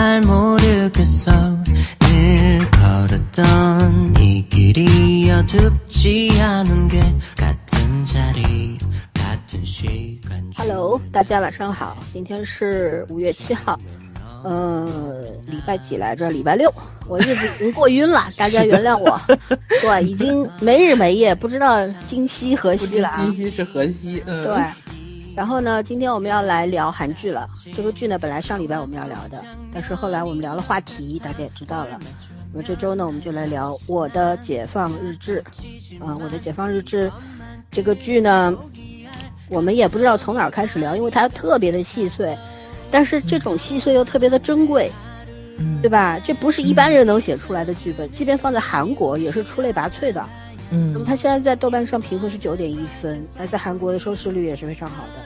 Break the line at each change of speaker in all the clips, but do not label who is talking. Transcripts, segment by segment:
생각했어 늘 걸었던 이 길이 어둡지 않은 게 같은 자리 같은 시간
Hello，大家晚上好，今天是五月七号，呃，礼拜几来着？礼拜六，我日子已经过晕 了，大家原谅我。对，已经没日没夜，不知道今夕何
不
夕
知
了啊
今。夕是何夕？嗯，
对，然后呢，今天我们要来聊韩剧了。这个剧呢，本来上礼拜我们要聊的，但是后来我们聊了话题，大家也知道了。那么这周呢，我们就来聊《我的解放日志》啊，《我的解放日志》这个剧呢，我们也不知道从哪儿开始聊，因为它特别的细碎，但是这种细碎又特别的珍贵。
嗯
对吧？这不是一般人能写出来的剧本，即便放在韩国也是出类拔萃的。那么
嗯，
它现在在豆瓣上评分是九点一分，而在韩国的收视率也是非常好的，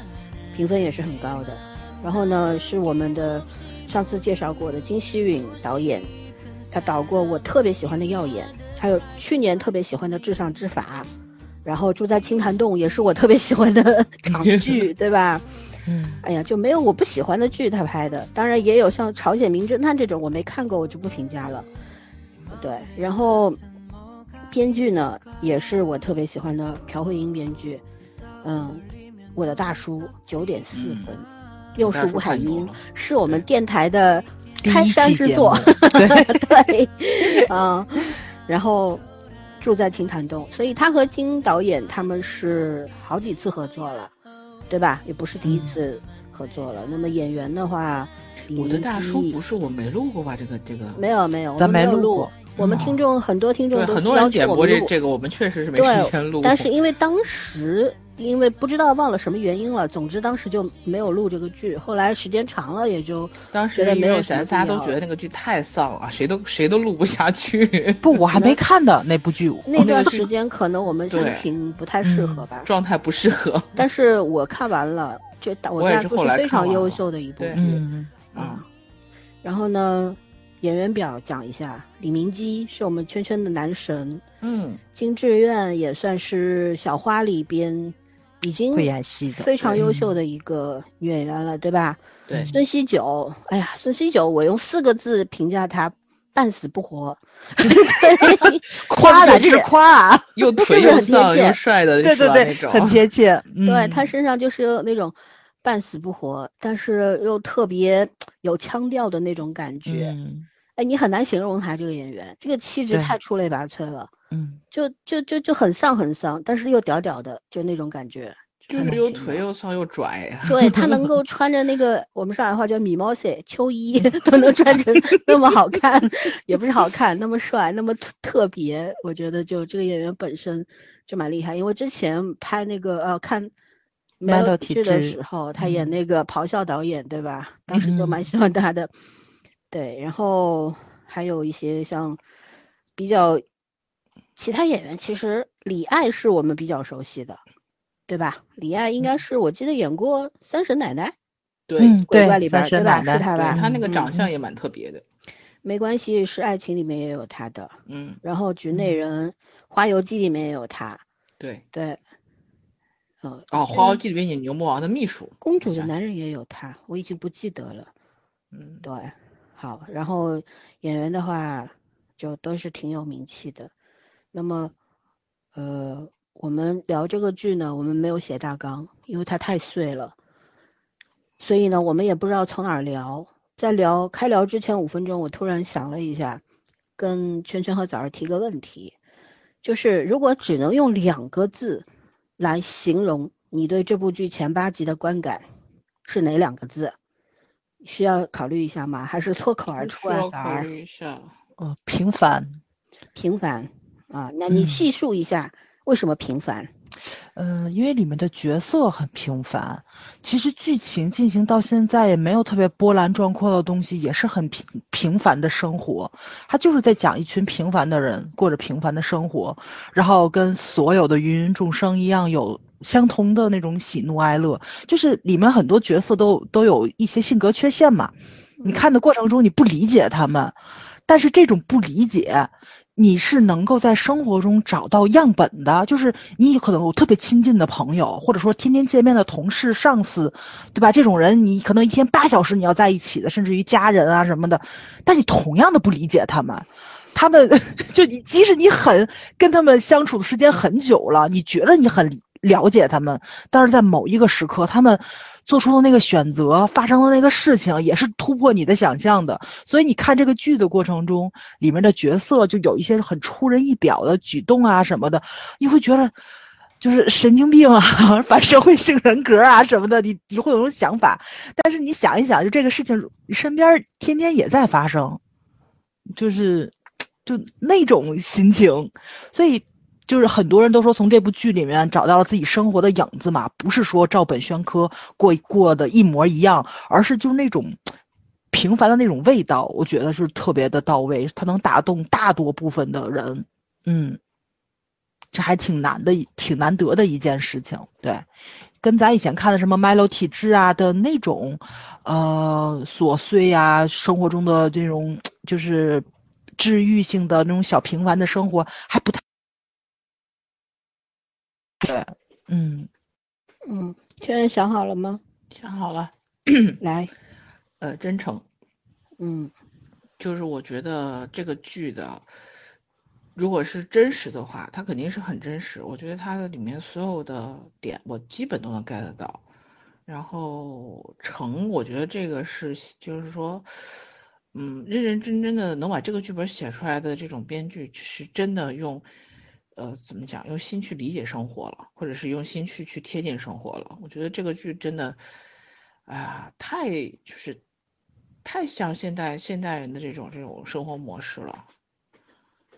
评分也是很高的。然后呢，是我们的上次介绍过的金希允导演，他导过我特别喜欢的《耀眼》，还有去年特别喜欢的《至上之法》，然后《住在青潭洞》也是我特别喜欢的 长剧，对吧？
嗯
哎呀，就没有我不喜欢的剧他拍的，当然也有像《朝鲜名侦探》这种我没看过，我就不评价了。对，然后编剧呢也是我特别喜欢的朴慧英编剧，嗯，我的大叔九点四分，又是吴海英，是我们电台的开山之 作，对，啊、然后住在青潭洞，所以他和金导演他们是好几次合作了，对吧？也不是
嗯
第一次合作了。那么演员的话，李
我的大
明基
叔不是我没录过吧？这个这个，
嗯没有没有，
咱
我们没
没
有
录
录
过。
我们听众很多听众
嗯对，
都
很
是
多
要
人
求
点
我
播
们
这
录，
这个，我们确实是没时间
对
录，，
但是因为当时因为不知道忘了什么原因了，总之当时就没有录这个剧。后来时间长了，也就
当时
觉得
因
没有
为
什么
咱
必
仨都
要
觉得那个剧太丧了，谁都谁都录不下去，
不，我还没看呢那部剧。
那
哦那
段
个剧
时间可能我们心
对嗯
情不太适合吧。
状态不适合。
但是我看完了，这大
我也
大
是
叔
后
是
来
非
看
常
完
优
了
秀的一部
对
剧
嗯，
啊。然后呢，演员表讲一下，李明基是我们圈圈的男神，
嗯，
金志苑也算是小花里边已经
会演戏的，
嗯非常
对嗯
优秀的一个女演员了，对吧？
对，
孙熙九，哎呀，孙熙九，我用四个字评价她。半死不活，
嗯
夸的这是夸啊！
又
不是
腿
不是
又
很贴
丧
切
又帅的，
对
是
对
吧
对，很
那种。
贴切。嗯
对他身上就是有那种半死不活，但是又特别有腔调的那种感觉。
嗯
哎，你很难形容他这个演员，这个气质
对
太出类拔萃了，
嗯，
就就就就很丧很丧，但是又屌屌的，就那种感觉。
就
很
是
难
又
形
腿
容
又丧又拽，
对他能够穿着那个我们上海话叫米毛鞋秋衣， 都能穿成那么好看，也不是好看，那么帅，那么特特别，我觉得就这个演员本身就蛮厉害。因为之前拍那个呃看《没
麦
有
乐
体
体
质》的
质
时候，他演
嗯
那个咆哮导演对吧？当时就蛮
嗯
喜欢他的。对，然后还有一些像比较其他演员，其实李艾是我们比较熟悉的。对吧？李艾应
嗯
该是我记得演过《三婶奶奶》
对，
嗯
鬼
对
怪里边儿
三
对
生
吧？
奶
是
奶
他
对
吧？
他那个
嗯
长
嗯
相也蛮特别的，
没关系，是爱情里面也有他的，
嗯，
然后《局内人》花游记》里面也有他，
对。
对，嗯，
哦，《花游记》里面演牛魔王的秘书，
公主的
想
男人也有他，我已经不记得了。
嗯，
对，好，然后演员的话就都是挺有名气的。那么，呃，我们聊这个剧呢，我们没有写大纲，因为它太碎了，所以呢，我们也不知道从哪儿聊。在聊开聊之前五分钟，我突然想了一下，跟圈圈和枣儿提个问题，就是如果只能用两个字来形容你对这部剧前八集的观感，是哪两个字？需要考虑一下吗？还是脱口而
需
出啊？
要
枣
考
儿
虑一下。
哦，平凡。
平凡啊，那你
嗯
细述一下为什么平凡？
嗯，因为里面的角色很平凡，其实剧情进行到现在也没有特别波澜壮阔的东西，也是很平平凡的生活。他就是在讲一群平凡的人过着平凡的生活，然后跟所有的芸芸众生一样有相同的那种喜怒哀乐。就是里面很多角色都都有一些性格缺陷嘛，你看的过程中你不理解他们，但是这种不理解你是能够在生活中找到样本的，就是你可能有特别亲近的朋友，或者说天天见面的同事、上司，对吧？这种人你可能一天八小时你要在一起的，甚至于家人啊什么的，但你同样的不理解他们，他们 就你即使你很跟他们相处的时间很久了，你觉得你很理了解他们，但是在某一个时刻，他们做出的那个选择、发生的那个事情，也是突破你的想象的。所以你看这个剧的过程中，里面的角色就有一些很出人意表的举动啊什么的，你会觉得就是神经病啊、 反社会性人格啊什么的，你你会有种想法。但是你想一想，就这个事情，你身边天天也在发生，就是就那种心情，所以。就是很多人都说从这部剧里面找到了自己生活的影子嘛，不是说照本宣科过过的一模一样，而是就是那种平凡的那种味道，我觉得是特别的到位，它能打动大多部分的人，嗯，这还挺难的，挺难得的一件事情，对，跟咱以前看的什么 Milo 体质啊的那种，呃，琐碎呀、生活中的这种就是治愈性的那种小平凡的生活还不太。对，嗯，
嗯，确认想好了吗？
想好了，嗯
来，
呃，真诚，
嗯
就是我觉得这个剧的，如果是真实的话，它肯定是很真实。我觉得它的里面所有的点，我基本都能 get 得到。然后成，我觉得这个是，就是说，嗯，认认真真的能把这个剧本写出来的这种编剧，是真的用，呃，怎么讲，用心去理解生活了，或者是用心去去贴近生活了。我觉得这个剧真的，啊，太就是太像现代现代人的这种这种生活模式了。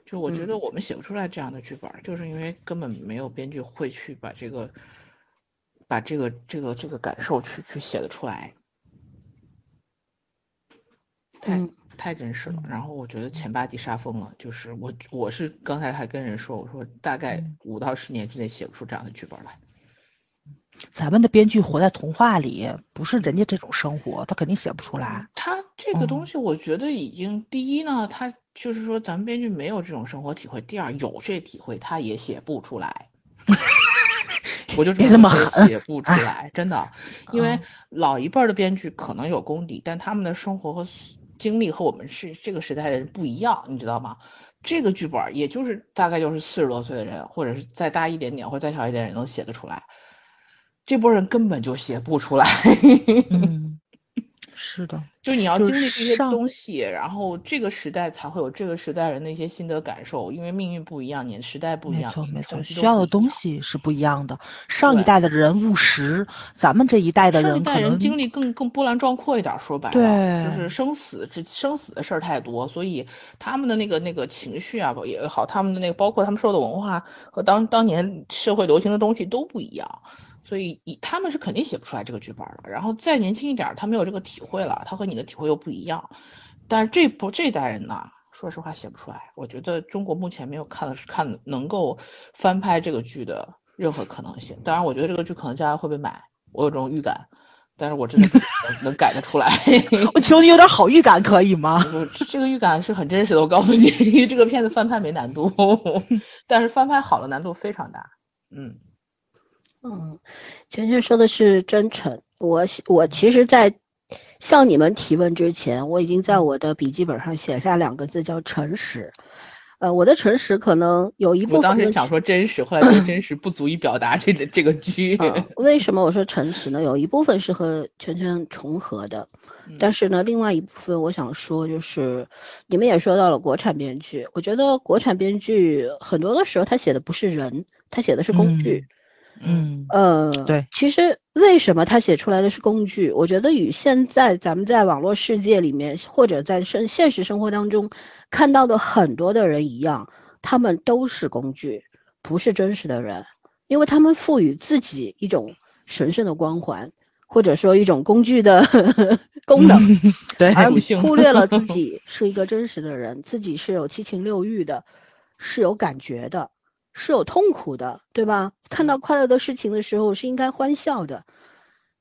就我觉
嗯
得我们写不出来这样的剧本儿，就是因为根本没有编剧会去把这个把这个这个这个感受去去写得出来。太
嗯
太真实了。然后我觉得前八集杀疯了，就是我我是刚才还跟人说，我说大概
嗯
五到十年之内写不出这样的剧本来。
咱们的编剧活在童话里，不是人家这种生活，他肯定写不出来。嗯
他嗯这个东西，我觉得已经第一呢，他就是说咱们编剧没有这种生活体会；第二，有这体会他也写不出 来。我就这
别那么
说
狠哎嗯
写不出来，真的，因为老一辈儿的编剧可能有功底，但他们的生活和经历和我们是这个时代的人不一样，你知道吗？这个剧本儿也就是大概就是四十多岁的人，或者是再大一点点，或者再小一点人能写得出来，这波人根本就写不出来。
嗯，是的，
就你要
就
经
是
历这些
上
东西，然后这个时代才会有这个时代人的一些心得感受，因为命运不一样，年时代不一
没
样，
错
你
没
冲
错，
击
需
都
要
不
的
一
东
样。
西是不一样的。上一
对
代的人务实，咱们这一代的
上一
人可
代人
能
经历更更波澜壮阔一点，说白了，就
对
是生死这生死的事儿太多，所以他们的那个那个情绪啊也好，他们的那个包括他们受的文化和当当年社会流行的东西都不一样，所以以他们是肯定写不出来这个剧本儿的。然后再年轻一点儿，他没有这个体会了，他和你的体会又不一样。但是这不这代人呐，说实话写不出来。我觉得中国目前没有看的看能够翻拍这个剧的任何可能性。当然，我觉得这个剧可能将来会被买，我有这种预感。但是我真的不能 能改得出来，
我 求你有点好预感可以吗？
我这这个预感是很真实的。我告诉你， 这个片子翻拍没难度， 但是翻拍好了难度非常大。嗯，
嗯，全全说的是真诚。我是我其实，在向你们提问之前，我已经在我的笔记本上写下两个字，叫诚实。呃，我的诚实可能有一
我
部
当
分
时
的
想说真实，后来觉得真实不足以表达这个这个剧。
嗯，为什么我说诚实呢？有一部分是和圈圈重合的，
嗯
但是呢，另外一部分我想说就是，你们也说到了国产编剧，我觉得国产编剧很多的时候他写的不是人，他写的是工具。
嗯，
呃，
对，
其实为什么他写出来的是工具？我觉得与现在咱们在网络世界里面或者在生现实生活当中看到的很多的人一样，他们都是工具，不是真实的人，因为他们赋予自己一种神圣的光环，或者说一种工具的 功 能。
对，嗯
而
属性
忽略了自己是一个真实的人，自己是有七情六欲的，是有感觉的，是有痛苦的，对吧？看到快乐的事情的时候是应该欢笑的。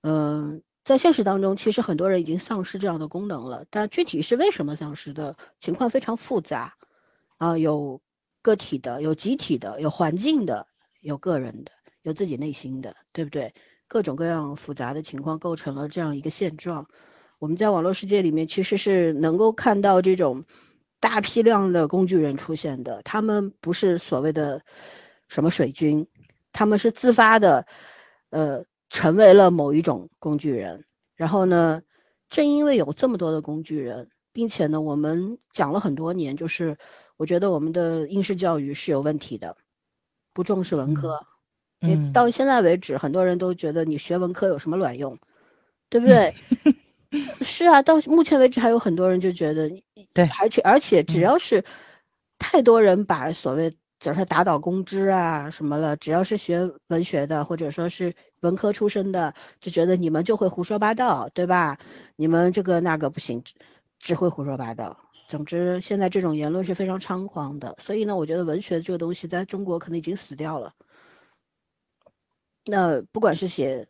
嗯，在现实当中，其实很多人已经丧失这样的功能了，但具体是为什么丧失的情况非常复杂啊，有个体的，有集体的，有环境的，有个人的，有自己内心的，对不对？各种各样复杂的情况构成了这样一个现状。我们在网络世界里面其实是能够看到这种大批量的工具人出现的，他们不是所谓的什么水军，他们是自发的，呃，成为了某一种工具人。然后呢，正因为有这么多的工具人，并且呢，我们讲了很多年，就是我觉得我们的应试教育是有问题的，不重视文科。因为
嗯，
到现在为止，很多人都觉得你学文科有什么卵用，对不对？ 是啊，到目前为止还有很多人就觉得你，
对
而且而且只
嗯
要是太多人把所谓只是打倒公知啊什么了，只要是学文学的或者说是文科出身的，就觉得你们就会胡说八道，对吧？你们这个那个不行，只只会胡说八道。总之，现在这种言论是非常猖狂的，所以呢，我觉得文学这个东西在中国可能已经死掉了。那不管是写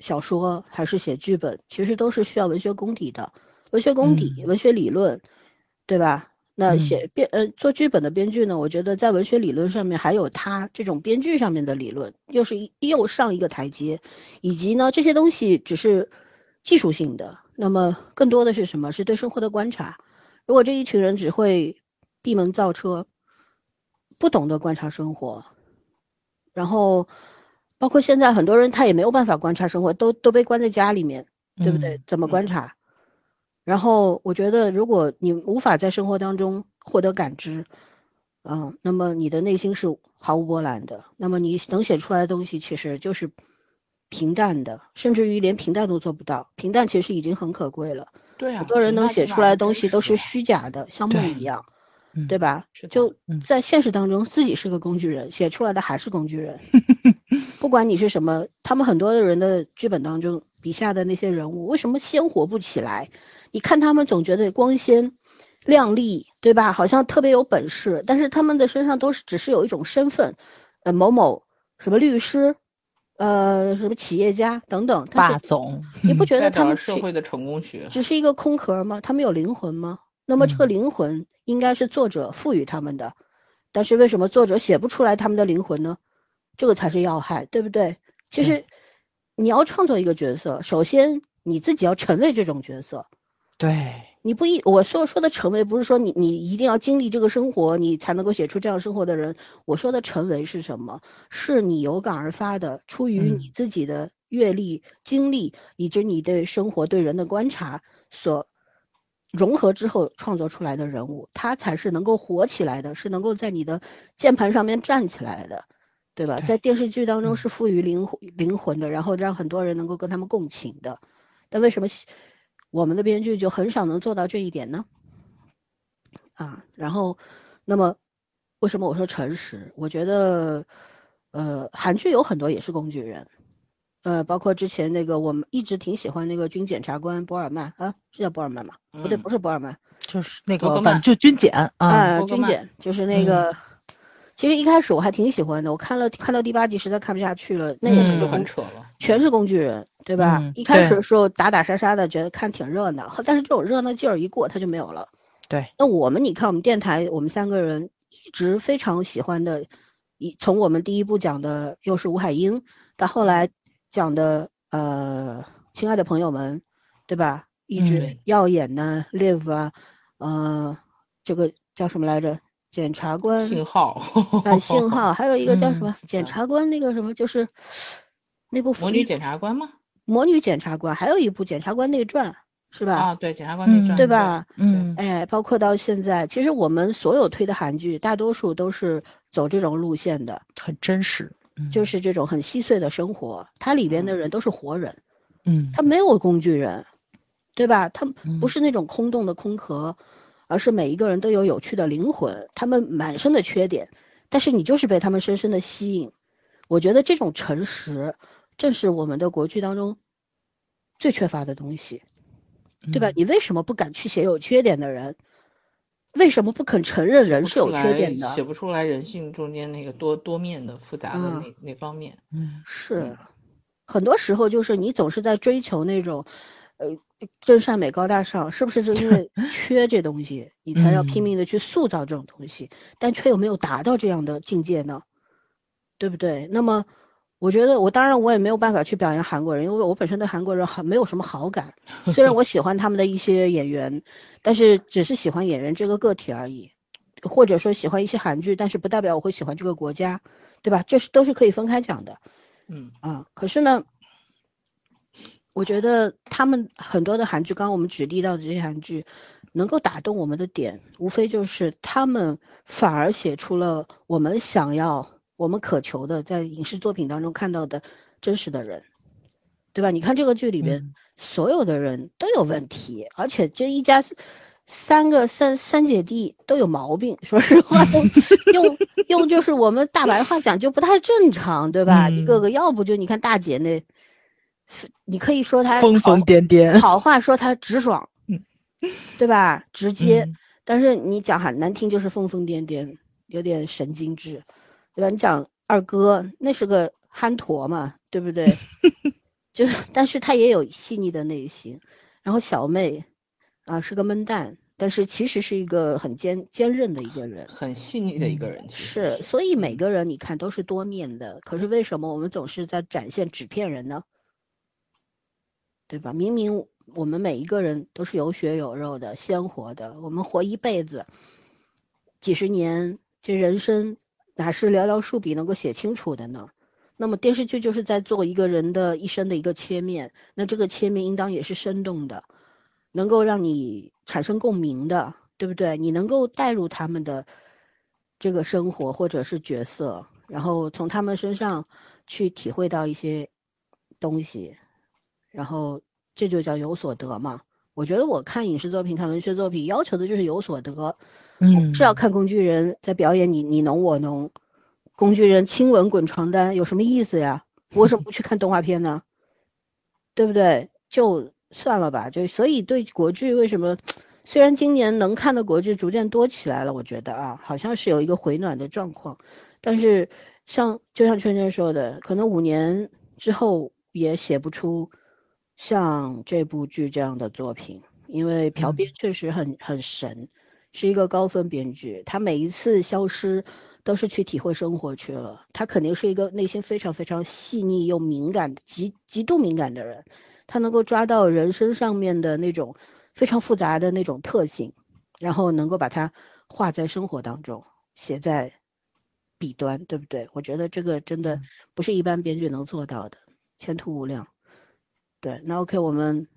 小说还是写剧本，其实都是需要文学功底的，文学功底、文学理论，对吧？那
嗯
写编呃做剧本的编剧呢，我觉得在文学理论上面还有他这种编剧上面的理论，又是一又上一个台阶，以及呢这些东西只是技术性的，那么更多的是什么？是对生活的观察。如果这一群人只会闭门造车，不懂得观察生活，然后包括现在很多人他也没有办法观察生活，都都被关在家里面，对不对？
嗯
怎么观察？然后我觉得，如果你无法在生活当中获得感知，嗯，那么你的内心是毫无波澜的。那么你能写出来的东西，其实就是平淡的，甚至于连平淡都做不到。平淡其实已经很可贵了。
对啊，
很多人能
那
写
起
出
码
来的
是啊
东
真
西
实
都
的
是
呀
虚假的，像梦一样，
嗯
对吧
是？的
就
嗯
在现实当中，自己是个工具人，写出来的还是工具 人。不管你是什么，他们很多的人的剧本当中，笔下的那些人物为什么鲜活不起来？你看他们总觉得光鲜亮丽，对吧？好像特别有本事，但是他们的身上都是只是有一种身份，呃，某某什么律师，呃，什么企业家等等。但
霸
是
总，
你不觉
代
得他
表
们
了社
是
会的成功学。
只是一个空壳吗？他们有灵魂吗？那么这个灵魂应该是作者赋予他们的，但是为什么作者写不出来他们的灵魂呢？这个才是要害，对不对？其实你要创作一个角色，首先你自己要成为这种角色，
对，
你不一我所说的成为，不是说你你一定要经历这个生活，你才能够写出这样生活的人。我说的成为是什么？是你有感而发的，出于
嗯
你自己的阅历、经历，以及你对生活、对人的观察所融合之后创作出来的人物，他才是能够火起来的，是能够在你的键盘上面站起来的，对吧？
对
在电视剧当中
嗯
是赋予灵魂灵魂的，然后让很多人能够跟他们共情的。但为什么西我们的编剧就很少能做到这一点呢？啊，然后，那么为什么我说诚实？我觉得，呃，韩剧有很多也是工具人，呃，包括之前那个我们一直挺喜欢那个军检察官博尔曼啊，是叫博尔曼吗？不对，
嗯
不是博尔曼，
就是那
伯
个
格
反
曼
就军检啊，
啊，
伯格
军
曼嗯
检就是那个。其实一开始我还挺喜欢的，我看了看到第八集实在看不下去了，那也是
嗯
个
就
工
很扯了。
全是工具人，对吧？
嗯
一开始
对
的时候打打杀杀的，觉得看挺热闹，但是这种热闹劲儿一过，它就没有了。
对，
那我们你看，我们电台，我们三个人一直非常喜欢的，一从我们第一部讲的又是吴海英，到后来讲的呃，亲爱的朋友们，对吧？一
嗯
直
对
耀眼呐、live 啊，呃，这个叫什么来着？检察官
信号
呃，，嗯信号，还有一个叫什
嗯
么、检
嗯
察官那个什么，就是那部
魔
服
女检察官吗？
魔女检察官，还有一部《检察官内传》，是吧？
啊，对，检察官内
嗯
传，
对吧？
嗯，
哎，包括到现在，其实我们所有推的韩剧，大多数都是走这种路线的，
很真实，嗯
就是这种很细碎的生活，它里边的人都是活人，
嗯，
他没有工具人，对吧？他
嗯
不是那种空洞的空壳，而是每一个人都有有趣的灵魂，他们满身的缺点，但是你就是被他们深深的吸引。我觉得这种诚实，正是我们的国剧当中最缺乏的东西，对吧？
嗯
你为什么不敢去写有缺点的人？为什么不肯承认人
不
是有
出
缺
来
点的？
写不出来人性中间那个多多面的复杂的
嗯
那那方面。
嗯
是，很多时候就是你总是在追求那种，呃，真善美高大上，是不是就因为缺这东西，你才要拼
嗯
命的去塑造这种东西，但却又没有达到这样的境界呢？对不对？那么，我觉得我当然我也没有办法去表扬韩国人，因为我本身对韩国人很没有什么好感，虽然我喜欢他们的一些演员，但是只是喜欢演员这个个体而已，或者说喜欢一些韩剧，但是不代表我会喜欢这个国家，对吧？这是都是可以分开讲的。
嗯
啊，可是呢，我觉得他们很多的韩剧，刚刚我们举例到的这些韩剧，能够打动我们的点，无非就是他们反而写出了我们想要、我们渴求的，在影视作品当中看到的真实的人，对吧？你看这个剧里边，
嗯
所有的人都有问题，而且这一家三个三三姐弟都有毛病。说实 话，用用用就是我们大白话讲就不太正常，对吧？一个
嗯
个，要不就你看大姐那，你可以说她
疯疯癫 癫，
好话说她直爽，
嗯
对吧？直接，
嗯
但是你讲很难听就是疯疯癫癫，有点神经质，对吧？你讲二哥那是个憨驼嘛，对不 对？就是，但是他也有细腻的内心。然后小妹啊是个闷蛋，但是其实是一个很坚坚韧的一个人。
很细腻的一个人，其实
嗯是，所以每个人你看都是多面的，可是为什么我们总是在展现纸片人呢？对吧？明明我们每一个人都是有血有肉的、鲜活的，我们活一辈子，几十年，这人生哪是寥寥数笔能够写清楚的呢？那么电视剧就是在做一个人的一生的一个切面，那这个切面应当也是生动的，能够让你产生共鸣的，对不对？你能够带入他们的这个生活或者是角色，然后从他们身上去体会到一些东西，然后这就叫有所得嘛。我觉得我看影视作品、看文学作品，要求的就是有所得，我不
嗯，
是要看工具人在表演你你侬我侬，工具人亲吻滚床单有什么意思呀？我为什么不去看动画片呢？ 对不对？就算了吧。就所以对国剧为什么，虽然今年能看的国剧逐渐多起来了，我觉得啊，好像是有一个回暖的状况，但是像就像圈圈说的，可能五年之后也写不出像这部剧这样的作品，因为朴
嗯
编确实很很神。是一个高分编剧，他每一次消失都是去体会生活去了。他肯定是一个内心非常非常细腻又敏感、极极度敏感的人，他能够抓到人身上面的那种非常复杂的那种特性，然后能够把它画在生活当中，写在笔端，对不对？我觉得这个真的不是一般编剧能做到的，前途无量。对，那 OK，我们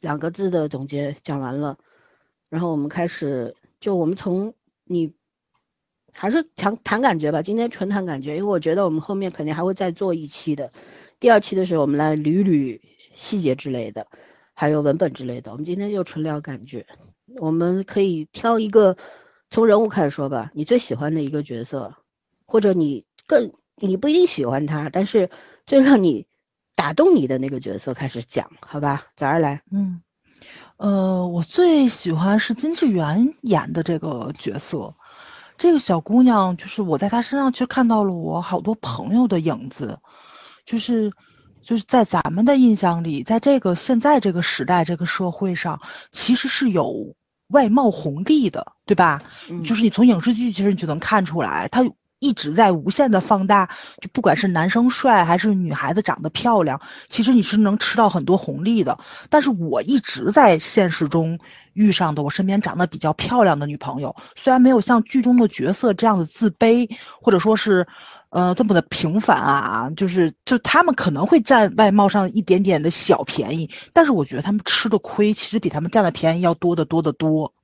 两个字的总结讲完了。然后我们开始，就我们从你还是谈谈感觉吧，今天纯谈感觉，因为我觉得我们后面肯定还会再做一期的，第二期的时候我们来捋捋细节之类的，还有文本之类的。我们今天就纯聊感觉，我们可以挑一个从人物开始说吧，你最喜欢的一个角色，或者你更你不一定喜欢他，但是最让你打动你的那个角色开始讲，好吧？早上来，
嗯，呃，我最喜欢是金智媛演的这个角色。这个小姑娘，就是我在她身上却看到了我好多朋友的影子，就是就是在咱们的印象里，在这个现在这个时代这个社会上，其实是有外貌红利的，对吧？
嗯
就是你从影视剧其实你就能看出来，他一直在无限的放大，就不管是男生帅还是女孩子长得漂亮，其实你是能吃到很多红利的。但是我一直在现实中遇上的我身边长得比较漂亮的女朋友，虽然没有像剧中的角色这样的自卑，或者说是。呃，这么的平凡啊，就是就他们可能会占外貌上一点点的小便宜，但是我觉得他们吃的亏其实比他们占的便宜要多得多得多。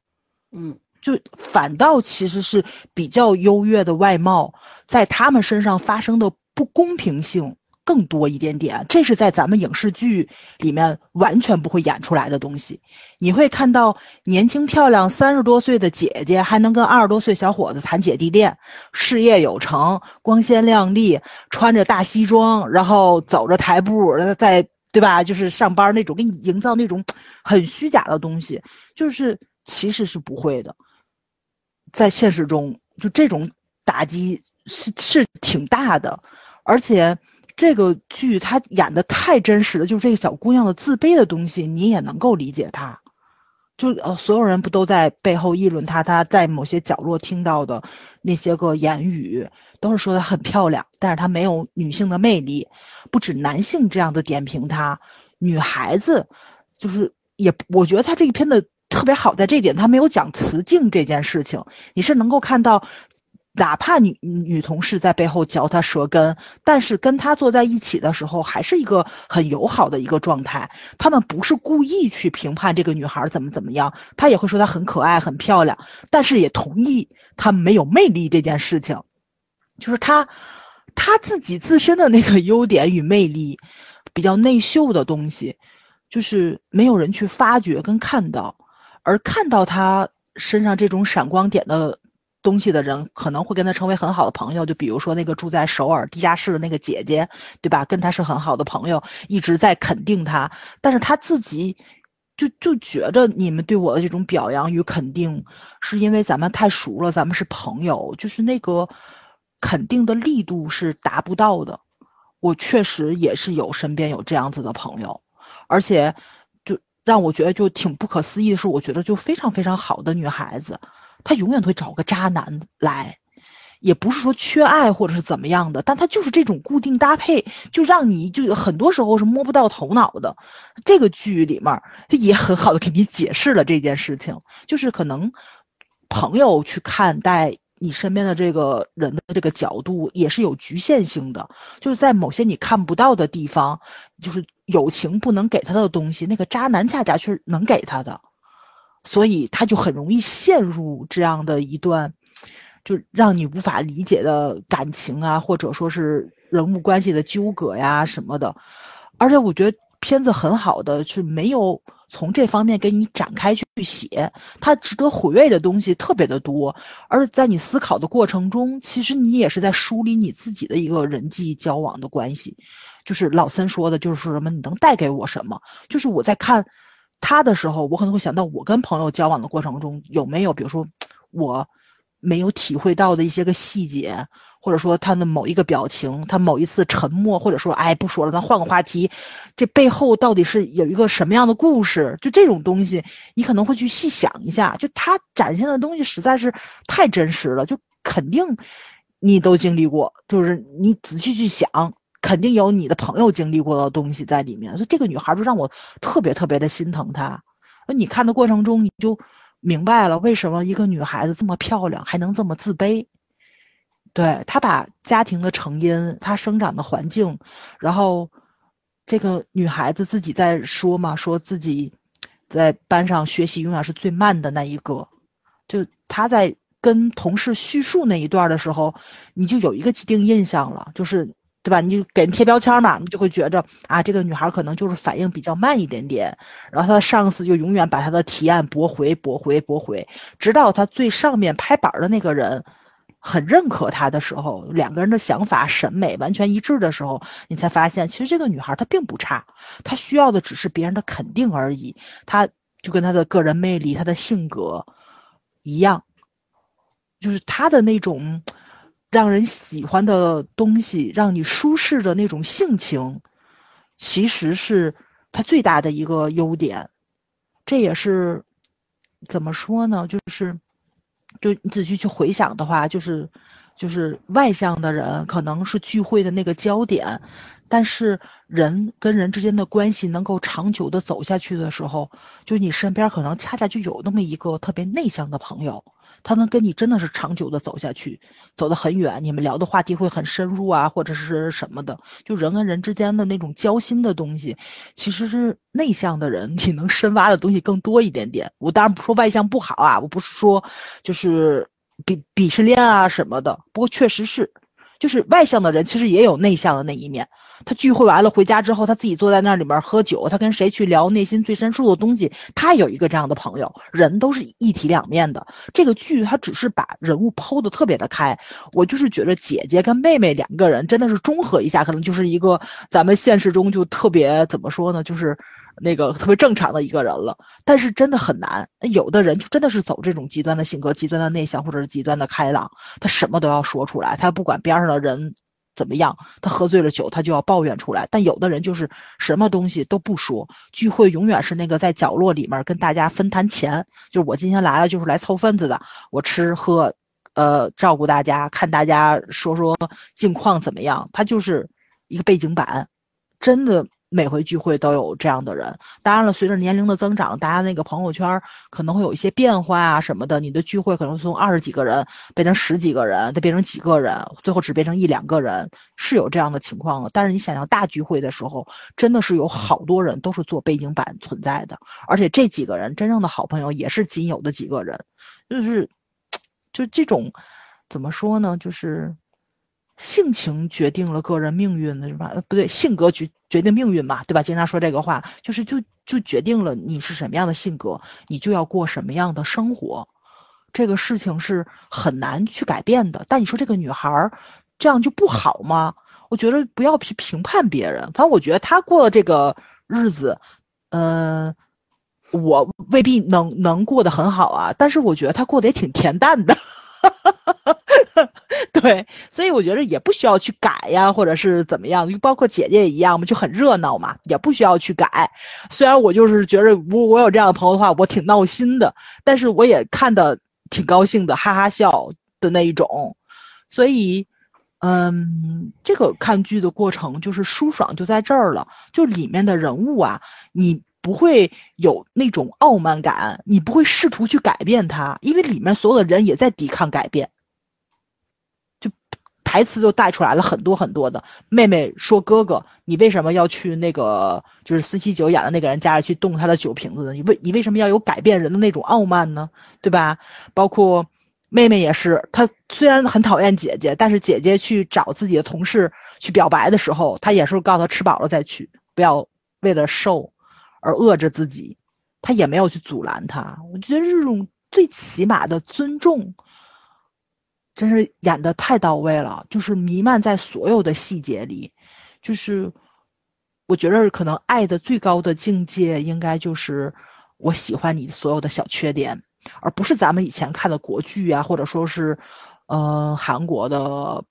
嗯
就反倒其实是比较优越的外貌，在他们身上发生的不公平性更多一点点，这是在咱们影视剧里面完全不会演出来的东西。你会看到年轻漂亮三十多岁的姐姐还能跟二十多岁小伙子谈姐弟恋，事业有成，光鲜亮丽，穿着大西装，然后走着台步，然后在对吧？就是上班那种，给你营造那种很虚假的东西，就是其实是不会的。在现实中，就这种打击是是挺大的，而且这个剧它演的太真实了，就是这个小姑娘的自卑的东西，你也能够理解她。就呃，所有人不都在背后议论她？她在某些角落听到的那些个言语，都是说她很漂亮，但是她没有女性的魅力。不止男性这样的点评她，女孩子就是也，我觉得她这一篇的特别好，在这一点她没有讲雌竞这件事情，你是能够看到。哪怕女女同事在背后嚼他舌根，但是跟他坐在一起的时候，还是一个很友好的一个状态。他们不是故意去评判这个女孩怎么怎么样，他也会说她很可爱、很漂亮，但是也同意她没有魅力这件事情，就是她她自己自身的那个优点与魅力，比较内秀的东西，就是没有人去发掘跟看到，而看到她身上这种闪光点的。东西的人可能会跟他成为很好的朋友，就比如说那个住在首尔地下室的那个姐姐，对吧？跟他是很好的朋友，一直在肯定他，但是他自己就就觉着你们对我的这种表扬与肯定，是因为咱们太熟了，咱们是朋友，就是那个肯定的力度是达不到的。我确实也是有身边有这样子的朋友，而且就让我觉得就挺不可思议的是，我觉得就非常非常好的女孩子。她永远会找个渣男来，也不是说缺爱或者是怎么样的，但她就是这种固定搭配，就让你就很多时候是摸不到头脑的。这个剧里面也很好的给你解释了这件事情，就是可能朋友去看待你身边的这个人的这个角度也是有局限性的，就是在某些你看不到的地方，就是友情不能给他的东西，那个渣男恰恰是能给他的。所以他就很容易陷入这样的一段，就让你无法理解的感情啊，或者说是人物关系的纠葛呀什么的。而且我觉得片子很好的是没有从这方面给你展开去写，它值得回味的东西特别的多。而在你思考的过程中，其实你也是在梳理你自己的一个人际交往的关系。就是老森说的，就是什么你能带给我什么？就是我在看。他的时候，我可能会想到我跟朋友交往的过程中有没有，比如说我没有体会到的一些个细节，或者说他的某一个表情，他某一次沉默，或者说哎不说了，咱换个话题，这背后到底是有一个什么样的故事？就这种东西，你可能会去细想一下。就他展现的东西实在是太真实了，就肯定你都经历过，就是你仔细去想。肯定有你的朋友经历过的东西在里面，所以这个女孩就让我特别特别的心疼她。你看的过程中，你就明白了为什么一个女孩子这么漂亮还能这么自卑。对她把家庭的成因、她生长的环境，然后这个女孩子自己在说嘛，说自己在班上学习永远是最慢的那一个，就她在跟同事叙述那一段的时候，你就有一个既定印象了，就是。对吧？你就给人贴标签嘛，你就会觉着啊，这个女孩可能就是反应比较慢一点点，然后她的上司就永远把她的提案驳回、驳回、驳回，直到她最上面拍板的那个人很认可她的时候，两个人的想法、审美完全一致的时候，你才发现其实这个女孩她并不差，她需要的只是别人的肯定而已。她就跟她的个人魅力、她的性格一样，就是她的那种。让人喜欢的东西，让你舒适的那种性情，其实是它最大的一个优点。这也是怎么说呢？就是就你仔细去回想的话，就是就是外向的人可能是聚会的那个焦点，但是人跟人之间的关系能够长久的走下去的时候，就你身边可能恰恰就有那么一个特别内向的朋友。他能跟你真的是长久的走下去，走得很远，你们聊的话题会很深入啊，或者是什么的，就人跟人之间的那种交心的东西，其实是内向的人 你能深挖的东西更多一点点。我当然不说外向不好啊，我不是说就是鄙鄙视链啊什么的，不过确实是，就是外向的人其实也有内向的那一面。他聚会完了回家之后，他自己坐在那里面喝酒，他跟谁去聊内心最深处的东西？他有一个这样的朋友，人都是一体两面的。这个剧它只是把人物剖的特别的开，我就是觉得姐姐跟妹妹两个人真的是中和一下，可能就是一个咱们现实中就特别怎么说呢，就是那个特别正常的一个人了。但是真的很难，有的人就真的是走这种极端的性格、极端的内向或者是极端的开朗，他什么都要说出来，他不管边上的人。怎么样，他喝醉了酒，他就要抱怨出来。但有的人就是什么东西都不说，聚会永远是那个在角落里面跟大家分摊钱，就是我今天来了就是来凑份子的，我吃喝，呃，照顾大家，看大家说说近况怎么样，他就是一个背景板，真的。每回聚会都有这样的人，当然了，随着年龄的增长，大家那个朋友圈可能会有一些变化啊什么的。你的聚会可能从二十几个人变成十几个人，再变成几个人，最后只变成一两个人，是有这样的情况的。但是你想想大聚会的时候，真的是有好多人都是做背景板存在的，而且这几个人真正的好朋友也是仅有的几个人，就是就这种怎么说呢，就是。性情决定了个人命运的是吧？呃，不对，性格决决定命运嘛，对吧？经常说这个话，就是就就决定了你是什么样的性格，你就要过什么样的生活。这个事情是很难去改变的。但你说这个女孩儿这样就不好吗？我觉得不要去评判别人，反正我觉得她过这个日子，嗯、呃，我未必能能过得很好啊，但是我觉得她过得也挺恬淡的。 对，所以我觉得也不需要去改呀，或者是怎么样，就包括姐姐也一样嘛，就很热闹嘛，也不需要去改。虽然我就是觉得我我有这样的朋友的话，我挺闹心的，但是我也看的挺高兴的，哈哈笑的那一种。所以，嗯，这个看剧的过程就是舒爽就在这儿了，就里面的人物啊，你。不会有那种傲慢感，你不会试图去改变他，因为里面所有的人也在抵抗改变。就台词就带出来了很多很多的。妹妹说：“哥哥，你为什么要去那个就是孙喜九演的那个人家里去动他的酒瓶子呢？你为你为什么要有改变人的那种傲慢呢？对吧？包括妹妹也是，她虽然很讨厌姐姐，但是姐姐去找自己的同事去表白的时候，她也是告诉她吃饱了再去，不要为了瘦。”而饿着自己，他也没有去阻拦他。我觉得这种最起码的尊重，真是演的太到位了，就是弥漫在所有的细节里。就是我觉得可能爱的最高的境界，应该就是我喜欢你所有的小缺点，而不是咱们以前看的国剧啊，或者说是，呃，韩国的。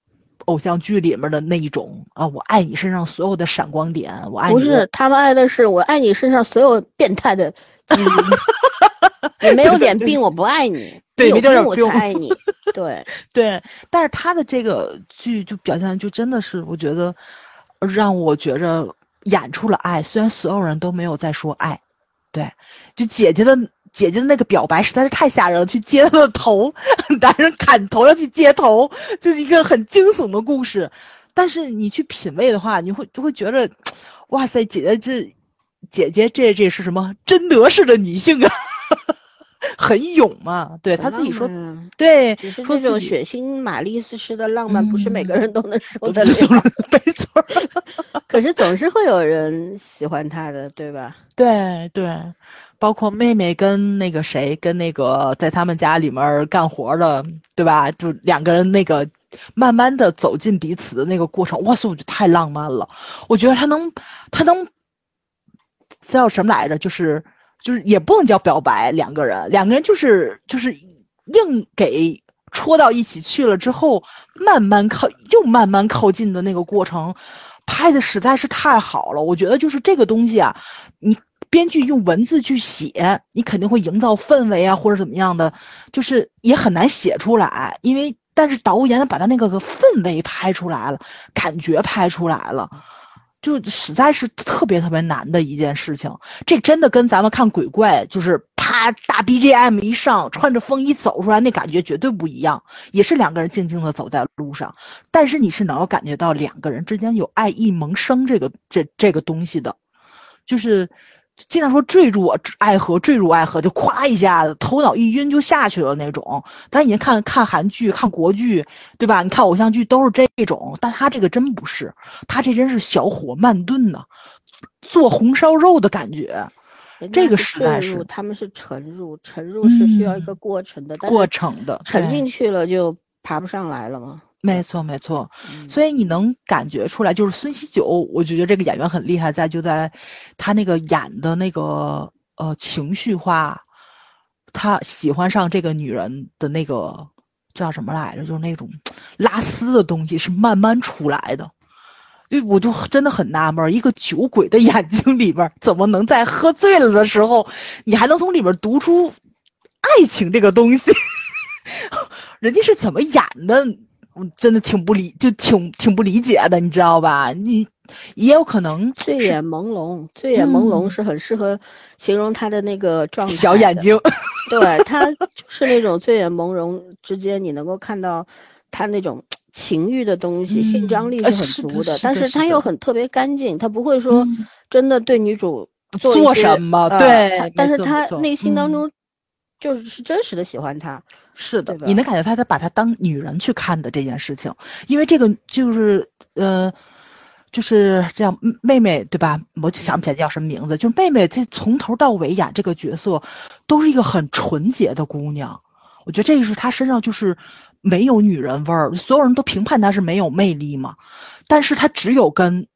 偶像剧里面的那一种啊，我爱你身上所有的闪光点，我爱你
不是他们爱的是我爱你身上所有变态 的基因，你没有点病我不爱你，
对，
你有
点
我哎
病
才爱你， 对
对。但是他的这个剧就表现就真的是，我觉得让我觉着演出了爱，虽然所有人都没有在说爱，对，就姐姐的。姐姐的那个表白实在是太吓人了，去接她的头， 男人砍头要去接头，就是一个很惊悚的故事。但是你去品味的话，你会就会觉得，哇塞，姐姐这，姐姐这这是什么贞德式的女性啊， 很勇嘛。对她自己说，
嗯、
对，
只是
说
这
自
种
己
血腥玛丽斯式的浪漫，不是每个嗯人都 能受得了，
没错儿，
可是总是会有人喜欢他的，对吧？
对对，包括妹妹跟那个谁，跟那个在他们家里面儿干活儿的，对吧？就两个人那个慢慢的走进彼此的那个过程，哇塞，我觉得太浪漫了。我觉得他能，他能叫什么来着？就是就是也不能叫表白，两个人，两个人就是就是硬给。戳到一起去了之后，慢慢靠又慢慢靠近的那个过程，拍的实在是太好了。我觉得就是这个东西啊，你编剧用文字去写，你肯定会营造氛围啊，或者怎么样的，就是也很难写出来，因为但是导演把他那个个氛围拍出来了，感觉拍出来了。就实在是特别特别难的一件事情，这真的跟咱们看鬼怪，就是啪大 BGM 一上，穿着风衣走出来那感觉绝对不一样，也是两个人静静的走在路上，但是你是能够感觉到两个人之间有爱意萌生这个这这个东西的，就是经常说坠入爱河，坠入爱河就咵一下子头脑一晕就下去了那种。咱以前看看韩剧、看国剧，对吧？你看偶像剧都是这种，但他这个真不是，他这真是小火慢炖呢、做红烧肉的感觉。
人
这
家
个
是
时代
坠
是
入他们是沉入，沉入是需要一个
嗯
过程的，但是
过程的
沉
对
进去了就爬不上来了嘛。
没错，没错。
嗯
所以你能感觉出来，就是孙喜九，我就觉得这个演员很厉害在，就在他那个演的那个呃情绪化，他喜欢上这个女人的那个叫什么来着？就是那种拉丝的东西是慢慢出来的。就我就真的很纳闷儿，一个酒鬼的眼睛里边儿怎么能在喝醉了的时候，你还能从里边儿读出爱情这个东西？人家是怎么演的？我真的挺不理，就挺挺不理解的，你知道吧？你也有可能
醉眼朦胧，醉眼朦胧
嗯
是很适合形容他的那个状态。
小眼，睛，
对他就是那种醉眼朦胧之间，你能够看到他那种情欲的东西，性张
嗯
力
呃
是
是
很
的
足的，
是
但
的
是
是
他又
的
很特别干净，他不会说
嗯
真的对女主做
做
一些
什么？
呃他
对，
但
没
是
错
他
没错
内心当
嗯
中就是是真实的喜欢他，
是的
对，吧
你能感觉他在把她当女人去看的这件事情，因为这个就是呃，就是这样，嗯妹妹对吧？我就想不起
嗯
来叫什么名字，就是妹妹，她从头到尾演这个角色，都是一个很纯洁的姑娘。我觉得这个是她身上就是没有女人味儿，所有人都评判她是没有魅力嘛，但是她只有跟。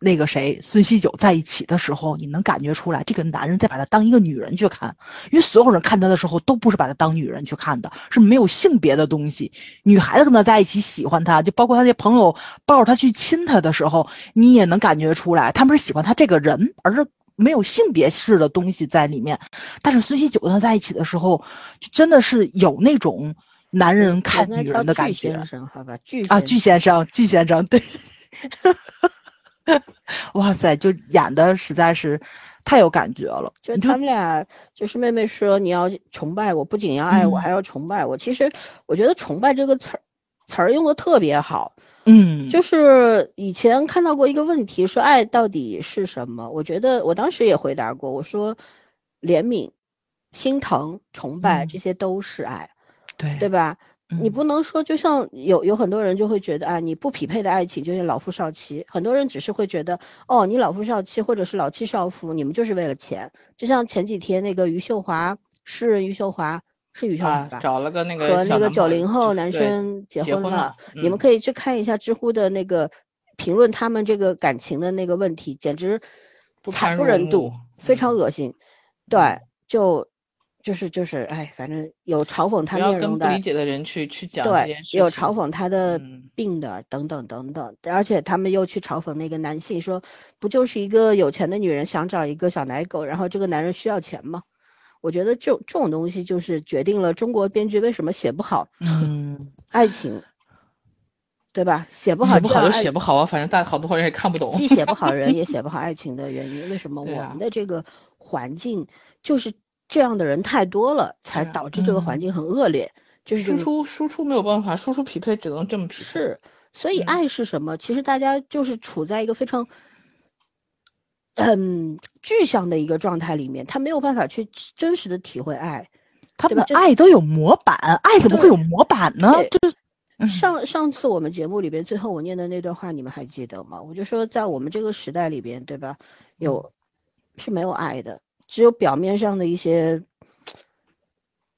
那个谁，孙喜九在一起的时候，你能感觉出来，这个男人在把她当一个女人去看，因为所有人看她的时候都不是把她当女人去看的，是没有性别的东西。女孩子跟她在一起喜欢她，就包括她那朋友抱着她去亲她的时候，你也能感觉出来，他们是喜欢她这个人，而是没有性别式的东西在里面。但是孙喜九跟她在一起的时候，就真的是有那种男人看
应该
女
叫
人的
巨
感觉
先生，好吧，巨
啊！
先
巨先生，巨先生，对， 哇塞，就演的实在是太有感觉了，
就
你
他们俩，就是妹妹说你要崇拜我，不仅要爱我，
嗯
还要崇拜我。其实我觉得“崇拜”这个词儿词儿用的特别好。
嗯，
就是以前看到过一个问题，说爱到底是什么？我觉得我当时也回答过，我说怜悯、心疼、崇拜，
嗯
这些都是爱，
对
对吧？你
嗯
不能说，就像有有很多人就会觉得啊，你不匹配的爱情就是老夫少妻。很多人只是会觉得，哦，你老夫少妻或者是老妻少夫，你们就是为了钱。就像前几天那个余秀华，诗人余秀华是余秀华
啊
吧，？
找了个那个
和那
小
个
男
九
朋友
零后
就
男
对
生结
结
婚
了，
你们
嗯
可以去看一下知乎的那个评论，他们这个感情的那个问题，简直
不
惨
堪
不
入
忍睹
目，
非常
嗯
恶心。对，就就是就是，哎，反正有嘲讽他
不要
面
跟
容
不
的，
理解的人去去讲这
对
件，事
有
情
嘲讽他的
嗯
病的，等等等等，而且他们又去嘲讽那个男性，说不就是一个有钱的女人想找一个小奶狗，然后这个男人需要钱吗？我觉得这种这种东西就是决定了中国编剧为什么写不好
嗯，
爱情，对吧？写不好
写
这
不好
样
就
爱
写不好啊，反正大好多人也看不懂。
既写不好人，也写不好爱情的原因，为什么
对
我
啊
们的这个环境就是这样的人太多了，才
对啊
导致这个环
嗯
境很恶劣？就是这
输
个
出输出没有办法，输出匹配只能这么匹配。
是，所以
嗯
爱是什么？其实大家就是处在一个非常，嗯，具象的一个状态里面，他没有办法去真实的体会爱。
他
对吧
们
这
爱都有模板，爱怎么
对
会有模板呢？就是嗯
上上次我们节目里边最后我念的那段话，你们还记得吗？我就说，在我们这个时代里边，对吧？有是没有爱的，只有表面上的一些。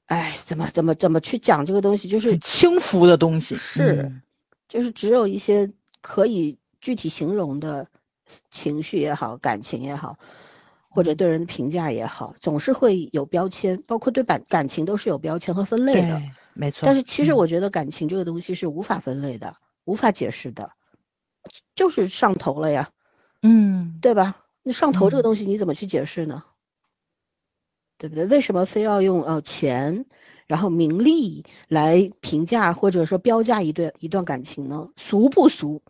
哎，怎么怎么怎么去讲这个东西？ 就是
很轻浮的东西，
是
嗯
就是只有一些可以具体形容的情绪也好，感情也好，或者对人的评价也好，总是会有标签，包括对感感情都是有标签和分类的。
对，没错。
但是其实
嗯
我觉得感情这个东西是无法分类的，无法解释的，就是上头了呀，
嗯，
对吧？那上头这个
嗯
东西你怎么去解释呢？对不对？为什么非要用呃钱，然后名利来评价或者说标价一对一段感情呢？俗不俗？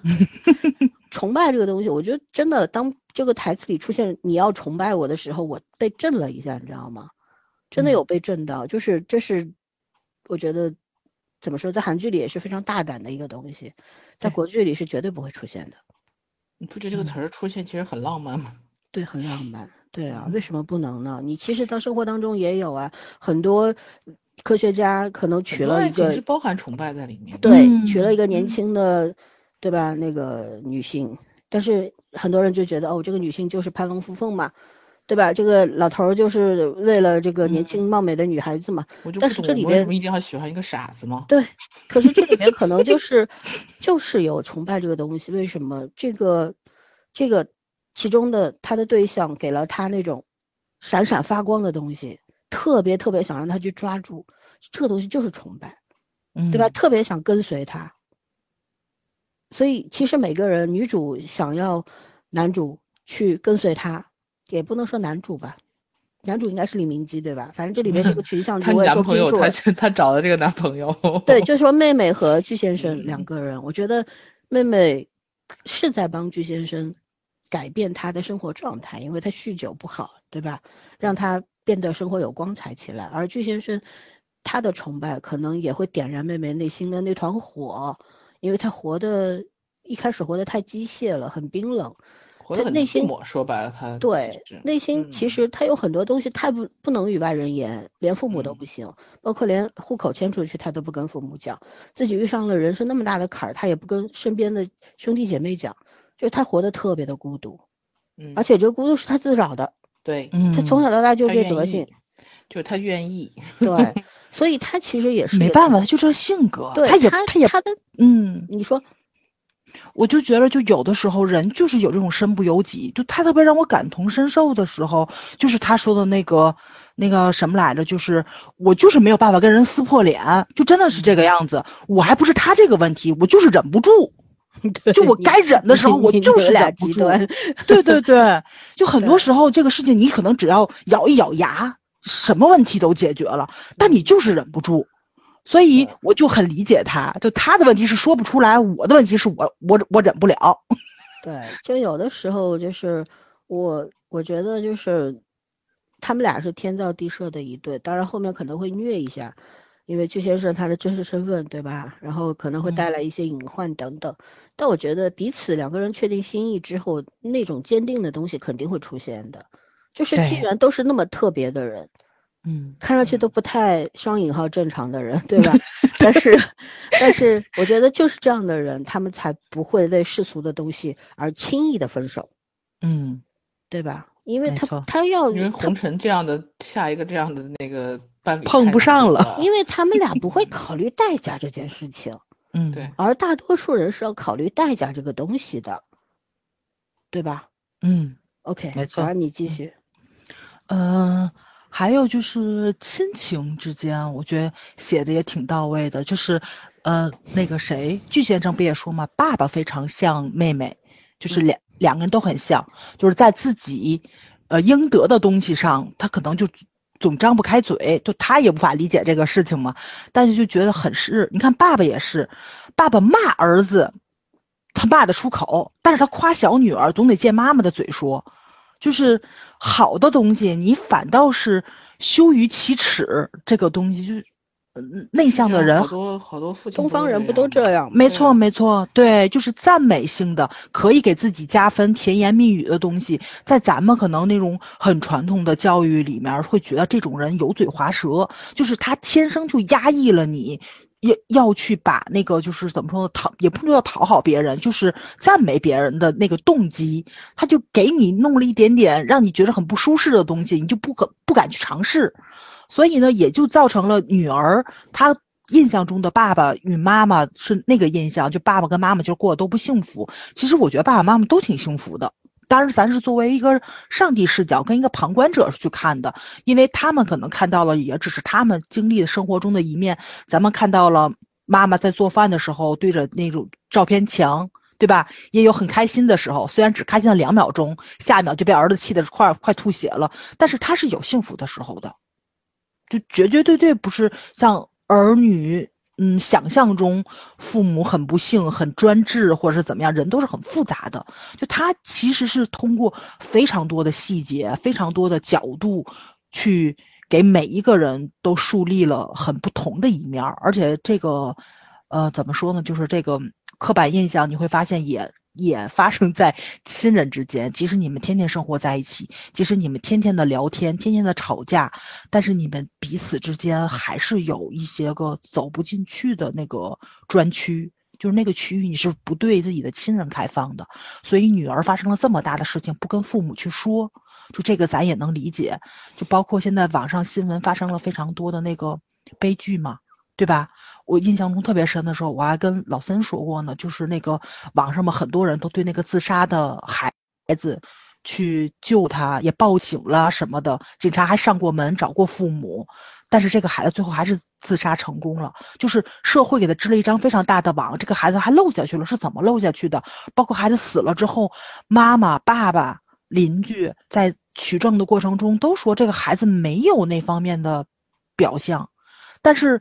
崇拜这个东西，我觉得真的，当这个台词里出现“你要崇拜我”的时候，我被震了一下，你知道吗？真
嗯
的有被震到，就是这是我觉得怎么说，在韩剧里也是非常大胆的一个东西，在
对
国剧里是绝对不会出现的。
你不觉得这个
嗯
词儿出现其实很浪漫吗？
对，很浪漫。对啊，
嗯
为什么不能呢？你其实到生活当中也有啊，很多科学家可能娶
很多
了
爱
一
情
个
是包含崇拜在里面的。
对，
嗯
娶了一个年
嗯
轻的，对吧？那个女性，但是很多人就觉得，哦，这个女性就是攀龙附凤嘛，对吧？这个老头儿就是为了这个
嗯
年轻貌美的女孩子嘛。
我就
但
不
是
懂
这
我
里
们为什
边嗯
么一定要喜欢一个傻子吗？
对，可是这里面可能就是就是有崇拜这个东西，为什么这个这个其中的他的对象给了他那种闪闪发光的东西，特别特别想让他去抓住，这个东西就是崇拜，
嗯，
对吧？？特别想跟随他。所以其实每个人，女主想要男主去跟随她，也不能说男主吧，男主应该是李明基对吧？反正这里面 这个群像
她
剧我也
男
说不
朋
清
友，
楚
她
了。
这她找的这个男朋友，
对，就说妹妹和具先生
嗯
两个人，我觉得妹妹是在帮具先生改变他的生活状态，因为他酗酒不好，对吧？让他变得生活有光彩起来。而具先生他的崇拜可能也会点燃妹妹内心的那团火，因为他活的一开始活得太机械了，很冰冷，
活得
她
很
内
寂
心
寞。说白了，她其
对
实，
内心其
嗯
实他有很多东西太不不能与外人言，连父母都
嗯
不行，包括连户口迁出去他都不跟父母讲，自己遇上了人生那么大的坎儿，他也不跟身边的兄弟姐妹讲，就是他活得特别的孤独，
嗯，
而且这个孤独是他自找的，
对，
嗯，
他从小到大就
她
是这
愿
德
意
性，，
就是她愿意，
对， 所以他其实也是
嗯没
有
办
同
法，他，就这性格，
对
他也
他
也
他的
嗯，
你 说
我就觉得，就有的时候人就是有这种身不由己，就他特别让我感同身受的时候，就是他说的那个那个什么来着，就是我就是没有办法跟人撕破脸，就真的
嗯
是这个样子。我还不是他这个问题，我就是忍不住，就我
你
该忍的时候，
你
我
你
就
有
是
俩
忍不
极
住。
端，
对对对，就很多
对
时候这个事情，你可能只要咬一咬牙，什么问题都解决了，但你就是忍不住。所以我就很理解他，就他的问题是说不出来，我的问题是我我我忍不了。
对，就有的时候就是我，我觉得就是他们俩是天造地设的一对，当然后面可能会虐一下，因为具先生他的真实身份，对吧？然后可能会带来一些隐患等等。但我觉得彼此两个人确定心意之后，那种坚定的东西肯定会出现的。就是既
对
然都是那么特别的人，
嗯，
看上去都不太双引号正常的人，对吧？但 是，但是我觉得就是这样的人，他们才不会为世俗的东西而轻易的分手，
嗯，
对吧？因为
没
他
错
他要
因
他
为红，尘这样的下一个这样的那个伴侣
碰
太
不
难
上
了
了，
因为他们俩不会考虑代价这件事情，
嗯，
对，
而大多数人是要考虑代价这个东西的，对吧
嗯，
？OK，
没错嗯
然后你继续，
呃，还有就是亲情之间，我觉得写的也挺到位的，就是，呃，那个谁，具先生不也说嘛，爸爸非常像妹妹，就是两两个人都很像，就是在自己，呃，应得的东西上，他可能就。总张不开嘴，就他也无法理解这个事情嘛，但是就觉得很是，你看爸爸也是，爸爸骂儿子，他骂得出口，但是他夸小女儿总得借妈妈的嘴说，就是好的东西，你反倒是羞于启齿，这个东西就是呃内向的
像
人
好多好多父亲，
东方人不都这？样吗？
嗯没
对
错，没错，对，就是赞美性的，可以给自己加分、甜言蜜语的东西，在咱们可能那种很传统的教育里面，会觉得这种人油嘴滑舌，就是他天生就压抑了你，要要去把那个就是怎么说呢，讨也不能叫讨好别人，就是赞美别人的那个动机，他就给你弄了一点点让你觉得很不舒适的东西，你就不可不敢去尝试。所以呢，也就造成了女儿她印象中的爸爸与妈妈是那个印象，就爸爸跟妈妈就过得都不幸福。其实我觉得爸爸妈妈都挺幸福的。当然，咱是作为一个上帝视角跟一个旁观者去看的，因为他们可能看到了，也只是他们经历的生活中的一面。咱们看到了妈妈在做饭的时候对着那种照片墙，对吧？也有很开心的时候，虽然只开心了两秒钟，下一秒就被儿子气得快快吐血了，但是他是有幸福的时候的。就绝绝对对不是像儿女嗯想象中父母很不幸、很专制或者是怎么样，人都是很复杂的。就他其实是通过非常多的细节、非常多的角度去。给每一个人都树立了很不同的一面儿，而且这个，呃，怎么说呢？就是这个刻板印象，你会发现也也发生在亲人之间。即使你们天天生活在一起，即使你们天天的聊天、天天的吵架，但是你们彼此之间还是有一些个走不进去的那个专区，就是那个区域你是不对自己的亲人开放的，所以女儿发生了这么大的事情，不跟父母去说，就这个咱也能理解。就包括现在网上新闻发生了非常多的那个悲剧嘛，对吧？我印象中特别深的时候，我还跟老森说过呢，就是那个网上嘛，很多人都对那个自杀的孩孩子去救他，也报警了什么的，警察还上过门找过父母，但是这个孩子最后还是自杀成功了，就是社会给他织了一张非常大的网，这个孩子还漏下去了，是怎么漏下去的？包括孩子死了之后，妈妈、爸爸、邻居在取证的过程中都说这个孩子没有那方面的表象，但是。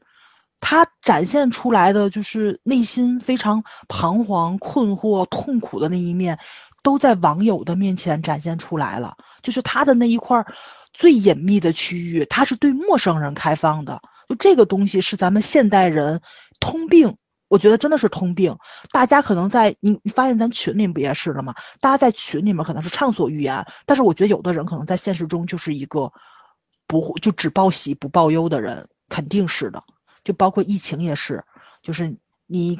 他展现出来的就是内心非常彷徨、困惑、痛苦的那一面，都在网友的面前展现出来了。就是他的那一块最隐秘的区域，他是对陌生人开放的。就这个东西是咱们现代人通病，我觉得真的是通病。大家可能在你你发现咱群里不也是了吗？大家在群里面可能是畅所欲言，但是我觉得有的人可能在现实中就是一个不就只报喜不报忧的人，肯定是的。就包括疫情也是，就是你，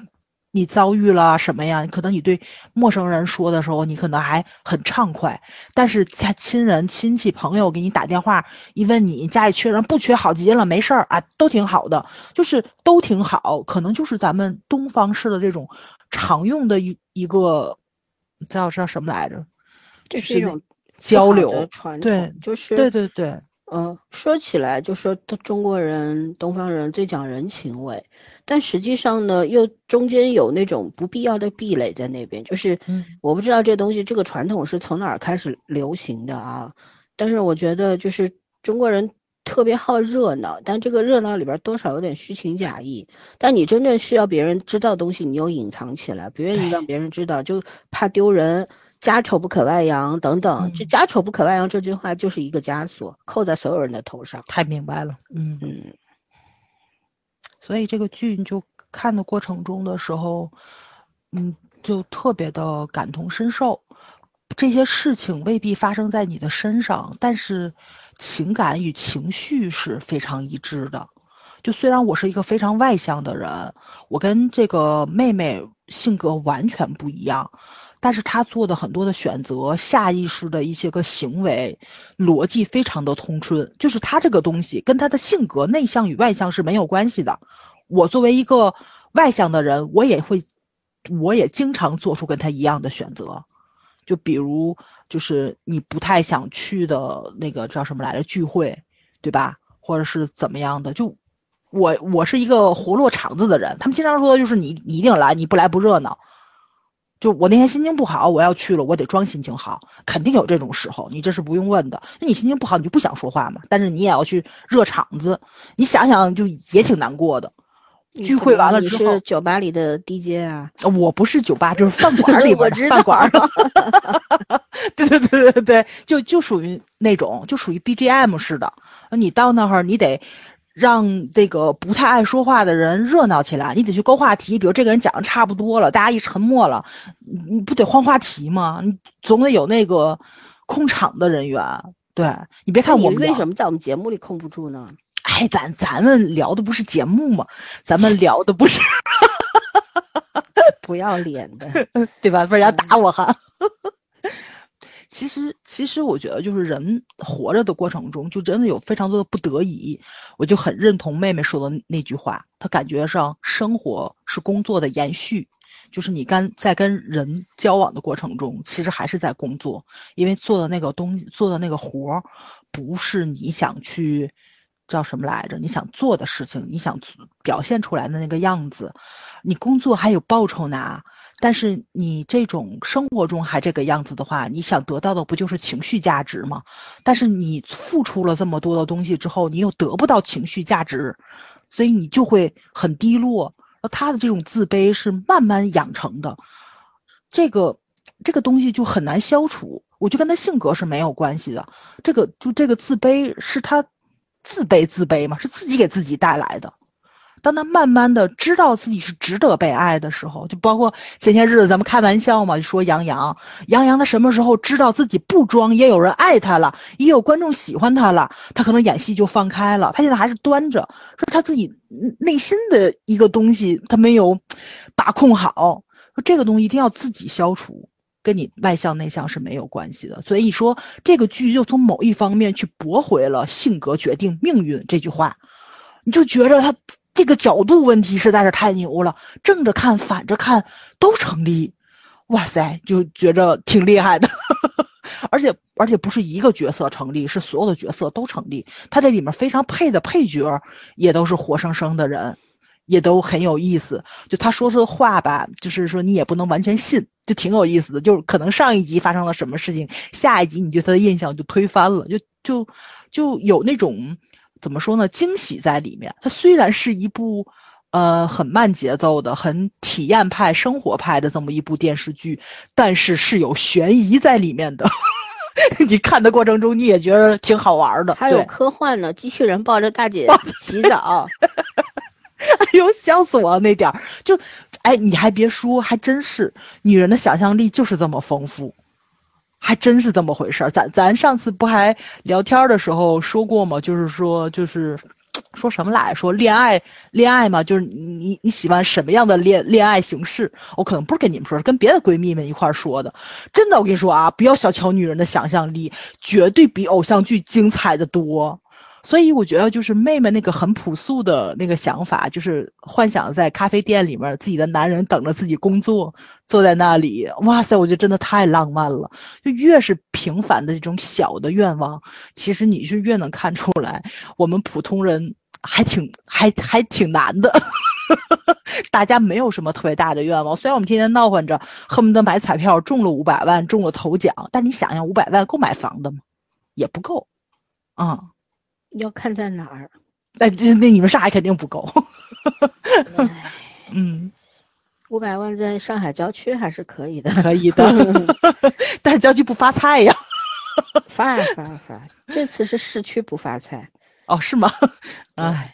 你遭遇了什么呀？可能你对陌生人说的时候，你可能还很畅快，但是家亲人、亲戚、朋友给你打电话一问你家里缺人不缺，好极了，没事儿啊，都挺好的，就是都挺好。可能就是咱们东方式的这种常用的一一个叫叫什么来着？
这
是
是一
那
种
交
不好的
流，
传统，
对
就是
对对对，
呃，说起来就说中国人、东方人最讲人情味，但实际上呢，又中间有那种不必要的壁垒在那边。就是
嗯
我不知道这东西这个传统是从哪儿开始流行的啊，但是我觉得就是中国人特别好热闹，但这个热闹里边多少有点虚情假意。但你真正需要别人知道的东西，你又隐藏起来，不愿意让别人知道，就怕丢人。家丑不可外扬等等，这
嗯
家丑不可外扬这句话就是一个枷锁，扣在所有人的头上。
太明白了，嗯。
嗯，
所以这个剧你就看的过程中的时候，嗯，就特别的感同身受。这些事情未必发生在你的身上，但是情感与情绪是非常一致的。就虽然我是一个非常外向的人，我跟这个妹妹性格完全不一样，但是她做的很多的选择，下意识的一些个行为，逻辑非常的通顺。就是她这个东西跟她的性格内向与外向是没有关系的。我作为一个外向的人，我也会，我也经常做出跟她一样的选择。就比如，就是你不太想去的那个叫什么来着聚会，对吧？或者是怎么样的？就我我是一个活络场子的人，他们经常说的就是你你一定来，你不来不热闹。就我那天心情不好，我要去了，我得装心情好，肯定有这种时候，你这是不用问的。那你心情不好，你就不想说话嘛，但是你也要去热场子，你想想就也挺难过的。聚会完了
你
之
是
后
酒吧里的 DJ 啊，
呃我不是酒吧，就是饭馆里
我
边
知
的
道
饭馆儿。 对对对对对，就就属于那种，就属于 BGM 式的。呃你到那儿，你得让这个不太爱说话的人热闹起来，你得去勾话题。比如这个人讲的差不多了，大家一沉默了，你你不得换话题吗？你总得有那个控场的人员。对你别看
那
我
你
们
为
俩
什么在我们节目里控不住 呢？
哎，咱咱们聊的不是节目嘛，咱们聊的不是
不要脸 的，
对吧？不然要打我哈。 其实，其实我觉得就是人活着的过程中，就真的有非常多的不得已。我就很认同妹妹说的那句话，她感觉上生活是工作的延续，就是你跟在跟人交往的过程中，其实还是在工作，因为做的那个东西，做的那个活儿，不是你想去叫什么来着，你想做的事情，你想表现出来的那个样子，你工作还有报酬拿。但是你这种生活中还这个样子的话，你想得到的不就是情绪价值吗？但是你付出了这么多的东西之后，你又得不到情绪价值，所以你就会很低落。而他的这种自卑是慢慢养成的，这个这个东西就很难消除。我就跟他性格是没有关系的，这个就这个自卑是他自卑自卑嘛，是自己给自己带来的。当他慢慢的知道自己是值得被爱的时候，就包括前些日子咱们开玩笑嘛，就说杨洋，杨洋他什么时候知道自己不装也有人爱他了，也有观众喜欢他了，他可能演戏就放开了。他现在还是端着，说他自己嗯内心的一个东西他没有把控好，说这个东西一定要自己消除。跟你外向内向是没有关系的，所以说这个剧又从某一方面去驳回了“性格决定命运”这句话，你就觉着他这个角度问题实在是太牛了，正着看、反着看都成立，哇塞，就觉着挺厉害的。 而且而且不是一个角色成立，是所有的角色都成立。他这里面非常配的配角儿也都是活生生的人，也都很有意思。就他说出的话吧，就是说你也不能完全信，就挺有意思的。就是可能上一集发生了什么事情，下一集你对他的印象就推翻了，就就就有那种怎么说呢惊喜在里面。它虽然是一部。呃，很慢节奏的，很体验派、生活派的这么一部电视剧，但是是有悬疑在里面的。 你看的过程中，你也觉得挺好玩的。
还有
对
科幻呢，机器人抱着大姐洗澡，
哎呦，笑死我了那点儿，就，哎，你还别说，还真是女人的想象力就是这么丰富，还真是这么回事儿。咱咱上次不还聊天儿的时候说过吗？就是说，就是说什么来说恋爱恋爱嘛，就是你你喜欢什么样的恋恋爱形式？我可能不是跟你们说，是跟别的闺蜜们一块儿说的。真的，我跟你说啊，不要小瞧女人的想象力，绝对比偶像剧精彩的多。所以我觉得，就是妹妹那个很朴素的那个想法，就是幻想在咖啡店里面自己的男人等着自己工作，坐在那里，哇塞，我觉得真的太浪漫了。就越是平凡的这种小的愿望，其实你是越能看出来，我们普通人还挺 还还挺难的。大家没有什么特别大的愿望，虽然我们天天闹唤着恨不得买彩票中了五百万，中了头奖，但你想想，五百万够买房的吗？也不够，啊、
要看在哪 儿。
那那那你们上海肯定不够。
唉
嗯，
五百万在上海郊区还是可 以的，
可以的，但是郊区不发菜呀。
发呀发啊呀发呀！这次是市区不发财，
哦，是吗？ 哎，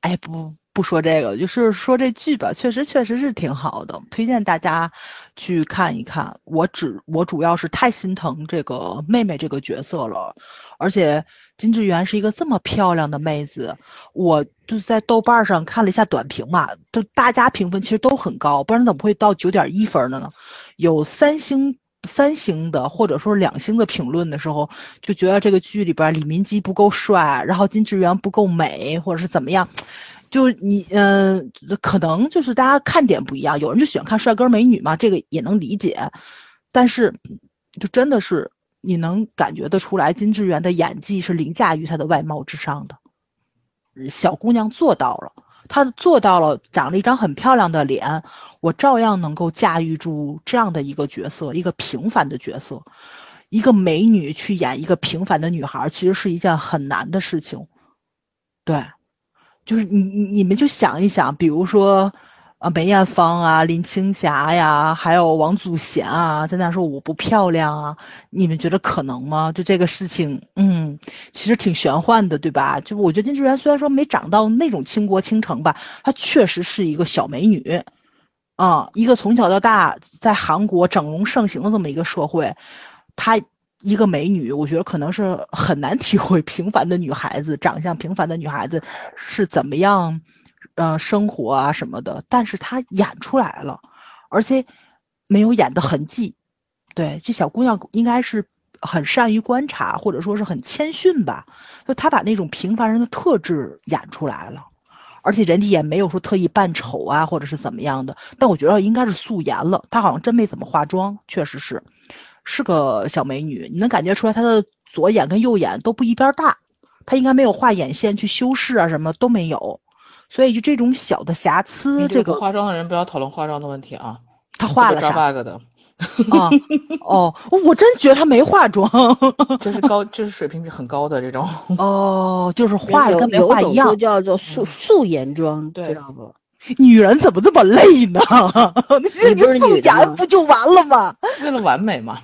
哎，不不说这个了，就是说这剧吧，确实确实是挺好的，推荐大家去看一看。我只我主要是太心疼这个妹妹这个角色了，而且金智媛是一个这么漂亮的妹子，我就是在豆瓣上看了一下短评嘛，就大家评分其实都很高，不然怎么会到九点一分呢？有三星。三星的或者说两星的评论的时候，就觉得这个剧里边李民基不够帅，然后金智媛不够美，或者是怎么样，就你呃，可能就是大家看点不一样，有人就喜欢看帅哥美女嘛，这个也能理解，但是就真的是你能感觉得出来，金智媛的演技是凌驾于她的外貌之上的，呃小姑娘做到了。她做到了，长了一张很漂亮的脸，我照样能够驾驭住这样的一个角色，一个平凡的角色。一个美女去演一个平凡的女孩儿，其实是一件很难的事情。对，就是你你你们就想一想，比如说，啊梅艳芳啊、林青霞呀，还有王祖贤啊，在那说我不漂亮啊，你们觉得可能吗？就这个事情，嗯，其实挺玄幻的，对吧？就是我觉得金智媛虽然说没长到那种倾国倾城吧，她确实是一个小美女。啊、一个从小到大在韩国整容盛行的这么一个社会，她一个美女，我觉得可能是很难体会平凡的女孩子，长相平凡的女孩子是怎么样，呃，生活啊什么的。但是她演出来了，而且没有演 的痕迹。对，这小姑娘应该是很善于观察，或者说是很谦逊吧。就她把那种平凡人的特质演出来了。而且人家也没有说特意扮丑啊，或者是怎么样的。但我觉得应该是素颜了，她好像真没怎么化妆，确实是，是个小美女。你能感觉出来她的左眼跟右眼都不一边大，她应该没有画眼线去修饰啊，什么都没有。所以就这种小的瑕疵，
你
这
个
个
化妆的人不要讨论化妆的问题啊，
她画了
抓
啥
bug 的，
啊？哦，我真觉得她没 化妆。
这是高，这是水平很高的这种。
哦，就是
有
画的跟没
有
画
种
一样
就。叫做素素颜妆，
对
知道不？
女人怎么这么累呢？ 你
你不是
你素
女的吗
颜不就完了吗？
为了完美嘛，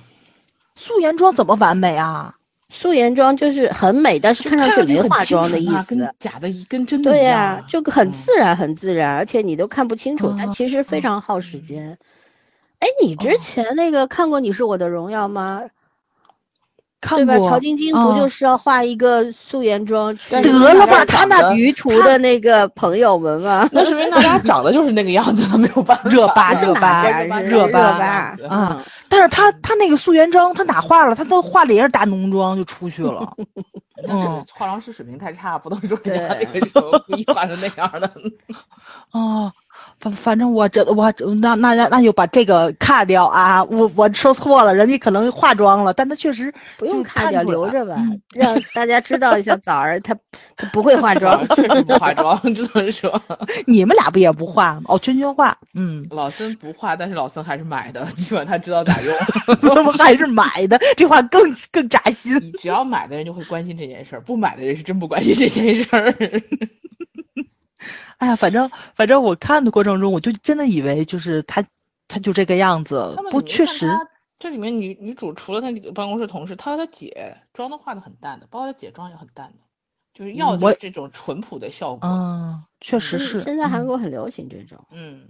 素颜妆怎么完美啊？
素颜妆就是很美，但是看上去
就
没
很
化
清
妆的
纯
意
啊
思
跟。假的一跟真的
对
一样
呀、
啊
就很
嗯
自然，很自然，而且你都看不清楚，
哦
但其实非常耗
嗯
时间。哎，你之前那个看过《你是我的荣耀》吗？对
看
吧？
过
曹晶晶不
嗯
就是要画一个素颜妆去
但是
得
人
了吧，
家
他
长
那
得
于途的那个朋友们吗？
那是因为大家长得就是那个样子，没有办法。
热巴
是
热巴
哪家
热
热
巴
巴
嗯
啊，但是他他那个素颜妆，他哪化了？他都化了也是大浓妆就出去 了。嗯
化妆师水平太差，不能说人家那
对
个时候故意化成那样的。
哦，反反正我这我那那那那就把这个卡掉啊！我我说错了，人家可能化妆了，但他确实
不
就
用
看
看掉，
出来
留
了
着吧，
嗯
让大家知道一下枣儿她她不会化妆。
确实不化妆，只能说，
你们俩不也不化吗？哦，圈圈化，嗯
老孙不化，但是老孙还是买的，基本他知道 咋用。
还是买的，这话更更扎心。
你只要买的人就会关心这件事儿，不买的人是真不关心这件事儿。
哎呀，反正反正我看的过程中，我就真的以为就是他他就这个样子
他，们
不
你没
确
看
实
她这里面女女主除了她那个办公室同事，她和她姐妆都化的很淡的，包括她姐妆也很淡的，就是要
嗯
的
我
就是这种淳朴的效果。
嗯，确
嗯
实 是。
现在韩
嗯
国很流行这种，
嗯，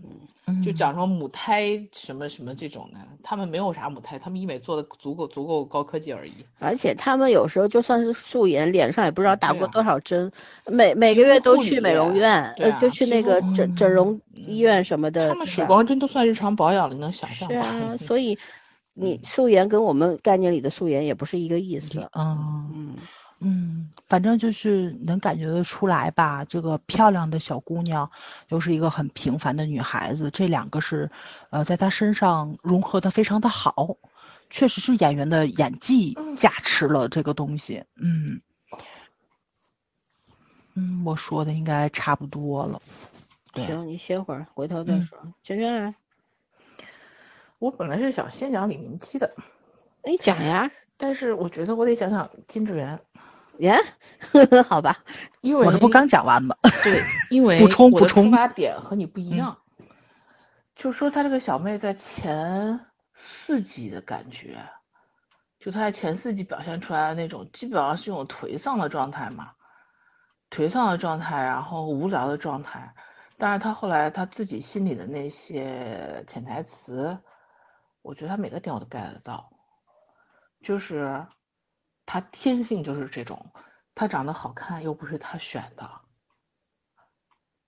就
嗯
讲说母胎什么什么这种的，他们没有啥母胎，他们医美做的足够足够高科技而已。
而且他们有时候就算是素颜，脸上也不知道打
对
过
啊
多少针，每每个
肤
月都
护
去
理
美容院，
对
呃，就
啊
去
皮
那
肤嗯
个
护
整整
理
容医院什么的。
他们
对
水
吧
光针都算日常保养了，你能想象
是
吗？
啊，所以你
嗯
素颜跟我们概念里的素颜也不是一个意思。
嗯
嗯，
嗯，反正就是能感觉得出来吧，这个漂亮的小姑娘，又是一个很平凡的女孩子，这两个是，呃，在她身上融合的非常的好，确实是演员的演技
嗯
加持了这个东西，嗯，嗯，我说的应该差不多了，对
行，你歇会儿，回头再
嗯
说。啊圈圈来，
我本来是想先讲李明基的，
你哎讲呀，
但是我觉得我得讲讲金智媛，
耶， 好吧，
因为
我这不刚讲完吗？
对，因为
补充
我
补
的出
充
发点和你不一
嗯
样，就说她这个小妹在前四季的感觉，就她在前四季表现出来的那种，基本上是一种颓丧的状态嘛，颓丧的状态，然后无聊的状态，但是她后来她自己心里的那些潜台词，我觉得她每个点我都 get 得到，就是她天性就是这种，她长得好看又不是她选的。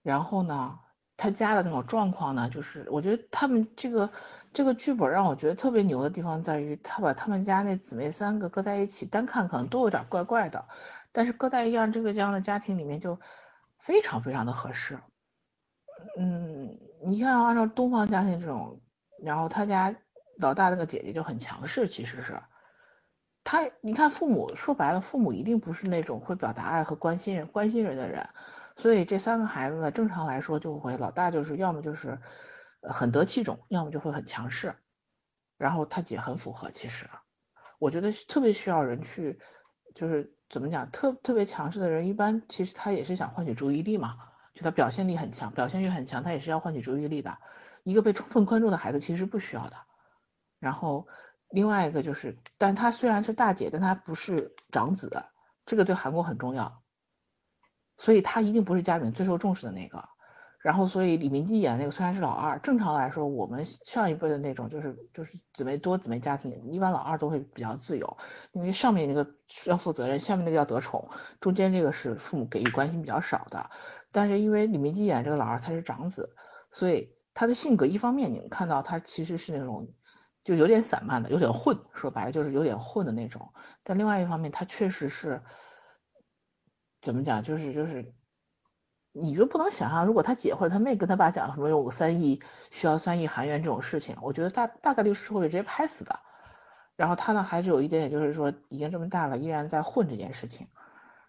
然后呢，他家的那种状况呢，就是我觉得他们这个这个剧本让我觉得特别牛的地方在于，他把他们家那姊妹三个搁在一起，单看可能都有点怪怪的，但是搁在一样这个这样的家庭里面就非常非常的合适。嗯，你看啊，按照东方家庭这种，然后他家老大那个姐姐就很强势，其实是。他，你看父母说白了，父母一定不是那种会表达爱和关心人、关心人的人，所以这三个孩子呢，正常来说就会老大就是要么就是呃很得其种，要么就会很强势。然后他姐很符合，其实我觉得是特别需要人去，就是怎么讲，特特别强势的人，一般其实他也是想换取注意力嘛，就他表现力很强，表现欲很强，他也是要换取注意力的。一个被充分关注的孩子其实是不需要的。然后另外一个就是，但她虽然是大姐，但她不是长子，这个对韩国很重要，所以她一定不是家里面最受重视的那个。然后，所以李明基演那个虽然是老二，正常来说，我们上一辈的那种就是就是姊妹多姊妹家庭，一般老二都会比较自由，因为上面那个要负责任，下面那个要得宠，中间这个是父母给予关心比较少的。但是因为李明基演这个老二，他是长子，所以他的性格一方面你能看到他其实是那种就有点散漫的，有点混，说白了就是有点混的那种。但另外一方面，他确实是怎么讲，就是就是，你就不能想象，如果他姐或者他妹跟他爸讲什么有三亿需要三亿韩元这种事情，我觉得大大概率是会被直接拍死的。然后他呢，还是有一点点，就是说已经这么大了，依然在混这件事情。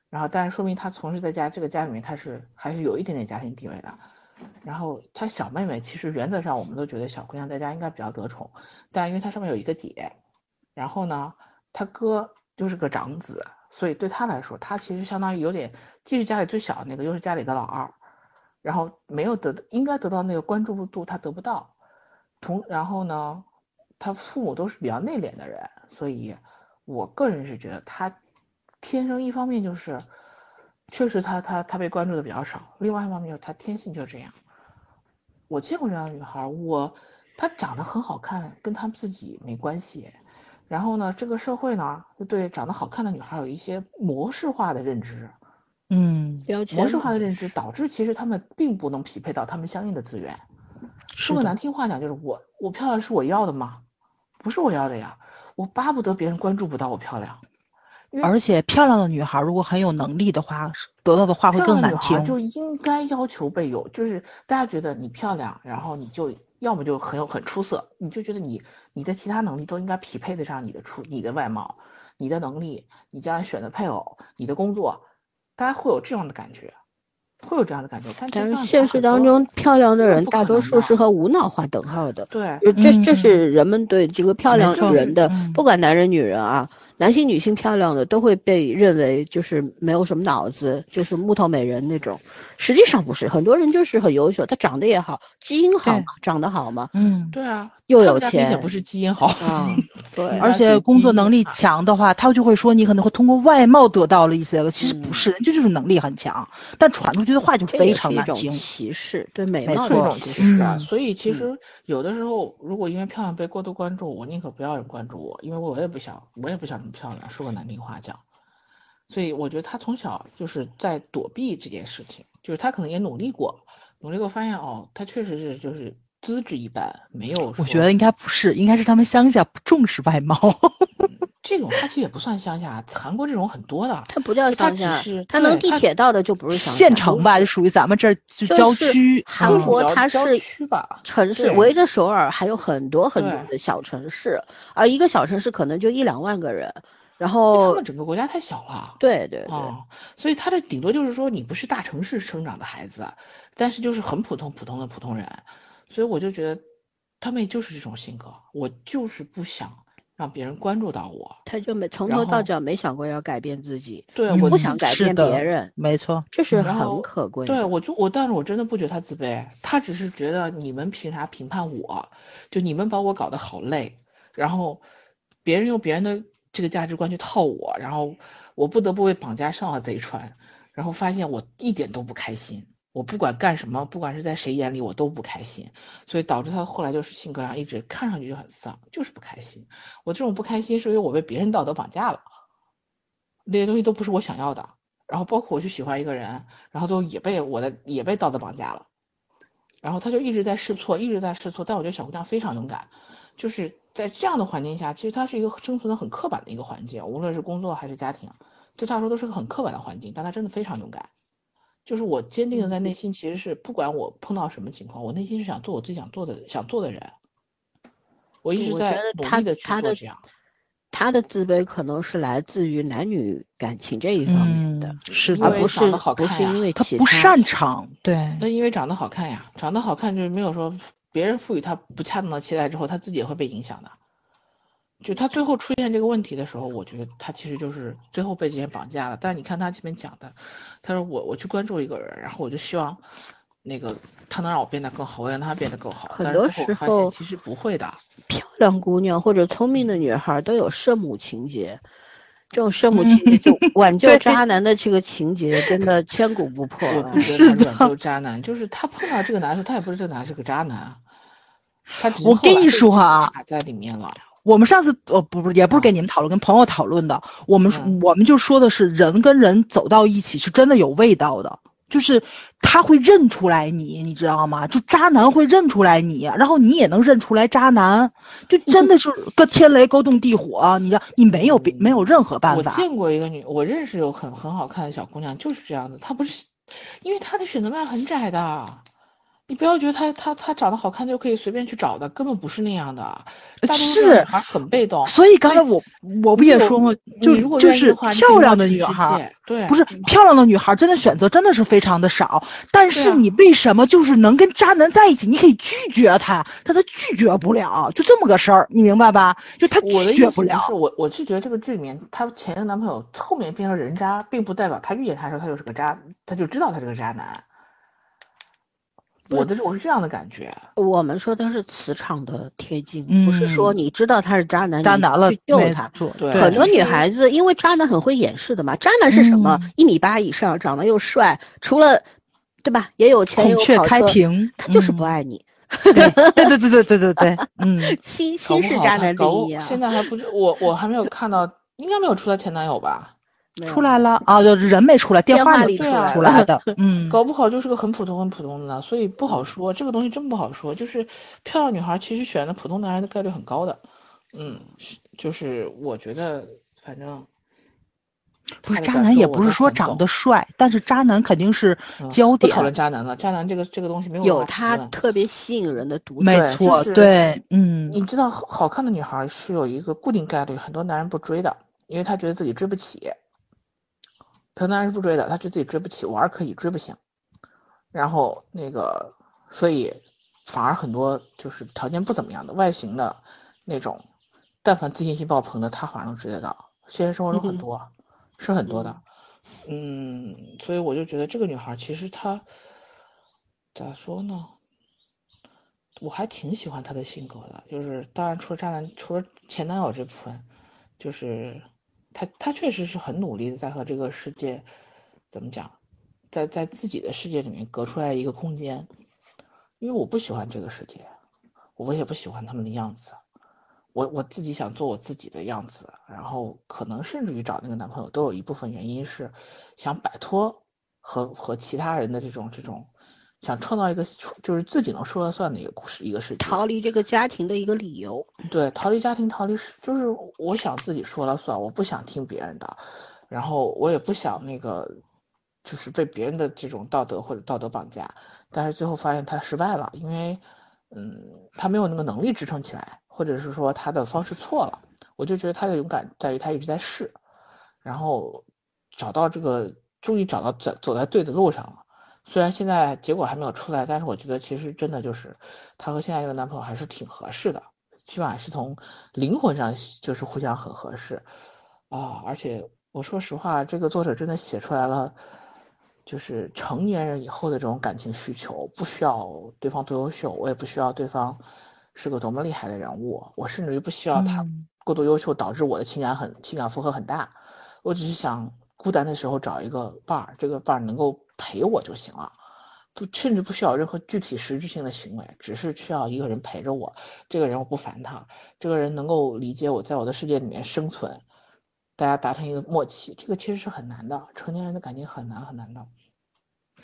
然后，但是说明他从事在家这个家里面，他是还是有一点点家庭地位的。然后他小妹妹，其实原则上我们都觉得小姑娘在家应该比较得宠，但因为她上面有一个姐，然后呢，她哥又是个长子，所以对她来说，她其实相当于有点既是家里最小的那个，又是家里的老二，然后没有得应该得到那个关注度，她得不到。同然后呢，她父母都是比较内敛的人，所以我个人是觉得她天生一方面就是，确实她她她被关注的比较少，另外一方面就是她天性就这样。我见过这样的女孩儿，我她长得很好看，跟她自己没关系。然后呢，这个社会呢，就对长得好看的女孩儿有一些模式化的认知，
嗯，
标签
模式化的认知导致其实她们并不能匹配到她们相应的资源。
是
说个
的
难听话讲，就是我我漂亮是我要的吗？不是我要的呀，我巴不得别人关注不到我漂亮，
嗯
而且漂亮的女孩如果很有能力的话，是得到的
啊
话会
漂
更
亮的
难
女孩
听。
就应该要求被有，就是大家觉得你漂亮，然后你就要么就很有很出色，你就觉得你你的其他能力都应该匹配得上你的出你的外貌、你的能力、你将来选的配偶、你的工作，大家会有这样的感觉，会有这样的感觉。但
但
这
是
样的
现
人
实
很
当
多
中，漂亮的
这
人
不
大
可
多
能
数是
的
和无脑划等号的，
对
呃这
嗯
这
嗯
是人们对这个漂
没
亮
错
人的，
嗯
不管男人女人啊，男性女性漂亮的都会被认为就是没有什么脑子，就是木头美人那种。实际上不是，很多人就是很优秀，他长得也好，基因好
对
嘛，长得好嘛，
嗯，
对啊，
又
他
有
们家明显
钱
不是基因好，
啊，对
嗯，
而且
比
工
基
作
因
能力
差
强的话，他就会说你可能会通过外貌得到了一些呃个，其实
嗯
不是，人家就是能力很强，但传出去的话就
这也是
非常
一
难
种
听。
歧视，对美
没
貌
是一
的
错
种
歧
歧
视。
视啊。
嗯
所以其
嗯
实有的时候，如果因为漂亮被过度关注，我宁可不要人关注我，因为我也不想，我也不想那么漂亮。说个难听话讲，所以我觉得他从小就是在躲避这件事情，就是他可能也努力过，努力过发现哦，他确实是就是资质一般，没有
我
说
觉得应该不是，应该是他们乡下不重视外貌。
这种他其实也不算乡下，韩国这种很多的，
它不叫
他
乡
只
下
是，
它能地
对他
铁到的就不是 乡
县
下
城吧，就属于咱们这儿就
就
郊
是
区。
韩
嗯
比
国
较
它
郊
是
区吧
城市
对
围着首尔还有很多很多
对
的小城市，而一个小城市可能就一两万个人，然
因
哦
为他
后
们整个国家太小了。
对对对，
哦，所以他这顶多就是说你不是大城市生长的孩子，但是就是很普通普通的普通人，所以我就觉得他们也就是这种性格，我就是不想让别人关注到我，
他就没从
然
头到
后
脚没想过要改变自己，
对
嗯
我
不
自
想改
是
变
的
别人，
嗯没错，
这是
嗯然
很
后
可贵
对，
的。
我就我，但是我真的不觉得他自卑，他只是觉得你们凭啥评判我？就你们把我搞得好累，然后别人用别人的这个价值观去套我，然后我不得不为绑架上了贼船，然后发现我一点都不开心。我不管干什么，不管是在谁眼里，我都不开心，所以导致他后来就是性格上一直看上去就很丧，就是不开心。我这种不开心是因为我被别人道德绑架了，那些东西都不是我想要的。然后包括我去喜欢一个人，然后都也被我的也被道德绑架了，然后他就一直在试错，一直在试错。但我觉得小姑娘非常勇敢，就是在这样的环境下，其实她是一个生存的很刻板的一个环境，无论是工作还是家庭，对她来说都是个很刻板的环境，但她真的非常勇敢。就是我坚定的在
嗯
内心，其实是不管我碰到什么情况，我内心是想做我自己想做的想做的人。我一直
我觉
在
得
努
她
力的去
她
做
的
这样。
他的自卑可能是来自于男女感情这一方面的，
嗯，是
因
而
的，
为
不
长
是
得好
不
看
是
呀
因为
他
其
不
他
擅长，对，
那因为长得好看呀，长得好看就是没有说别人赋予他不恰当的期待之后，他自己也会被影响的。就他最后出现这个问题的时候，我觉得他其实就是最后被这些绑架了。但是你看他前面讲的，他说我我去关注一个人，然后我就希望那个他能让我变得更好，我也让他变得更好。
很
但
多
是
时
最后我发现
候
其实不会的，
漂亮姑娘或者聪明的女孩都有圣母情节，这种圣母情节就挽救
嗯 对
渣男的这个情节真的千古不破
我
啊
不觉
是
得
的
他软就渣男，就是他碰到这个男的时候，他也不是这个男的是个渣男，啊他只是
我
后
跟
来
你
被
说
这个
啊
卡在里面了。
我们上次呃不不也
啊
不是跟你们讨论，跟朋友讨论的，我们说、
嗯
我们就说的是人跟人走到一起是真的有味道的，就是他会认出来你，你知道吗？就渣男会认出来你，然后你也能认出来渣男，就真的是个天雷勾动地火，啊你知道你没有别没有任何
嗯
办
我
法，
见过一个女，我认识有很很好看的小姑娘，就是这样的。她不是，因为她的选择面很窄的，你不要觉得她她她长得好看就可以随便去找的，根本不是那样的。大多数
呃是
女孩很被动。
所以刚才我我不也说吗？就
哎你如果
就
愿意
是
的话你可以
漂亮
让
的
全
女
世
孩儿
界，对，
不是漂亮的女孩，真的选择真的是非常的少。但是
啊
你为什么就是能跟渣男在一起？你可以拒绝他，但他拒绝不了，就这么个事儿，你明白吧？就他
我的
拒
意
绝
思
不了。
是我我拒绝这个剧里面她前一个男朋友后面变成人渣，并不代表她遇见他的时候他就是个渣，他就知道他是个渣男。我的我是这样的感觉，
我们说的是磁场的贴近，
嗯
不是说你知道他是渣男，
渣
你
男了
去，救
没
他。
错，
对
很多
就是
女孩子因为渣男很会掩饰的嘛，渣男是什么？
嗯
一米八以上，长得又帅，除了对吧，也有钱，也
孔
有
雀
跑
开
车，
屏，
他就是不
嗯。
爱你。
对对对对对对对对，嗯，
新
搞
新
不
式
好
渣
他
男
搞
定
不
义啊，
现在还不知我我还没有看到，应该没有出她前男友吧？
没有
出来了啊，就是人没出来，电
电
话
话里
里出
出来
出
了
来的，嗯，
搞不好就是个很普通很普通的呢，所以不好说，这个东西真不好说。就是漂亮女孩其实选的普通男人的概率很高的，嗯，是就是我觉得反正
不
他
是
的
渣
感
男，
受
也
我
不
能
是说
很
长
懂
得帅，但是渣男肯定是
嗯
焦
不
点。
讨论渣男了，渣男这个这个东西没有
有
办法
他
讨论
特别吸引人的独
没
对就
错，
是
对，嗯，
你知道，好好看的女孩是有一个固定概率，很多男人不追的，因为他觉得自己追不起。很多男人是不追的，他觉得自己追不起，玩儿可以，追不行。然后那个，所以反而很多就是条件不怎么样的、外形的那种，但凡自信心爆棚的，他反而能追得到。现实生活中
嗯
很
哼
多，是很多的。嗯，所以我就觉得这个女孩其实她咋说呢？我还挺喜欢她的性格的，就是当然除了渣男，除了前男友这部分，就是她她确实是很努力的在和这个世界怎么讲，在在自己的世界里面隔出来一个空间，因为我不喜欢这个世界，我也不喜欢他们的样子。我我自己想做我自己的样子，然后可能甚至于找那个男朋友，都有一部分原因是想摆脱和和其他人的这种这种，想创造一个就是自己能说了算的一个故事一个世界，
逃离这个家庭的一个理由。
对，逃离家庭，逃离是就是我想自己说了算，我不想听别人的，然后我也不想那个，就是被别人的这种道德或者道德绑架。但是最后发现他失败了，因为，嗯，他没有那个能力支撑起来，或者是说他的方式错了。我就觉得他的勇敢在于他一直在试，然后找到这个，终于找到走走在对的路上了。虽然现在结果还没有出来，但是我觉得其实真的就是，她和现在这个男朋友还是挺合适的。起码是从灵魂上就是互相很合适啊。而且我说实话，这个作者真的写出来了，就是成年人以后的这种感情需求，不需要对方多优秀，我也不需要对方是个多么厉害的人物，我甚至于不需要他
嗯
过度优秀导致我的情感很情感负荷很大，我只是想孤单的时候找一个伴儿，这个伴儿能够陪我就行了。不，甚至不需要任何具体实质性的行为，只是需要一个人陪着我，这个人我不烦他，这个人能够理解我在我的世界里面生存，大家达成一个默契，这个其实是很难的，成年人的感情很难很难的。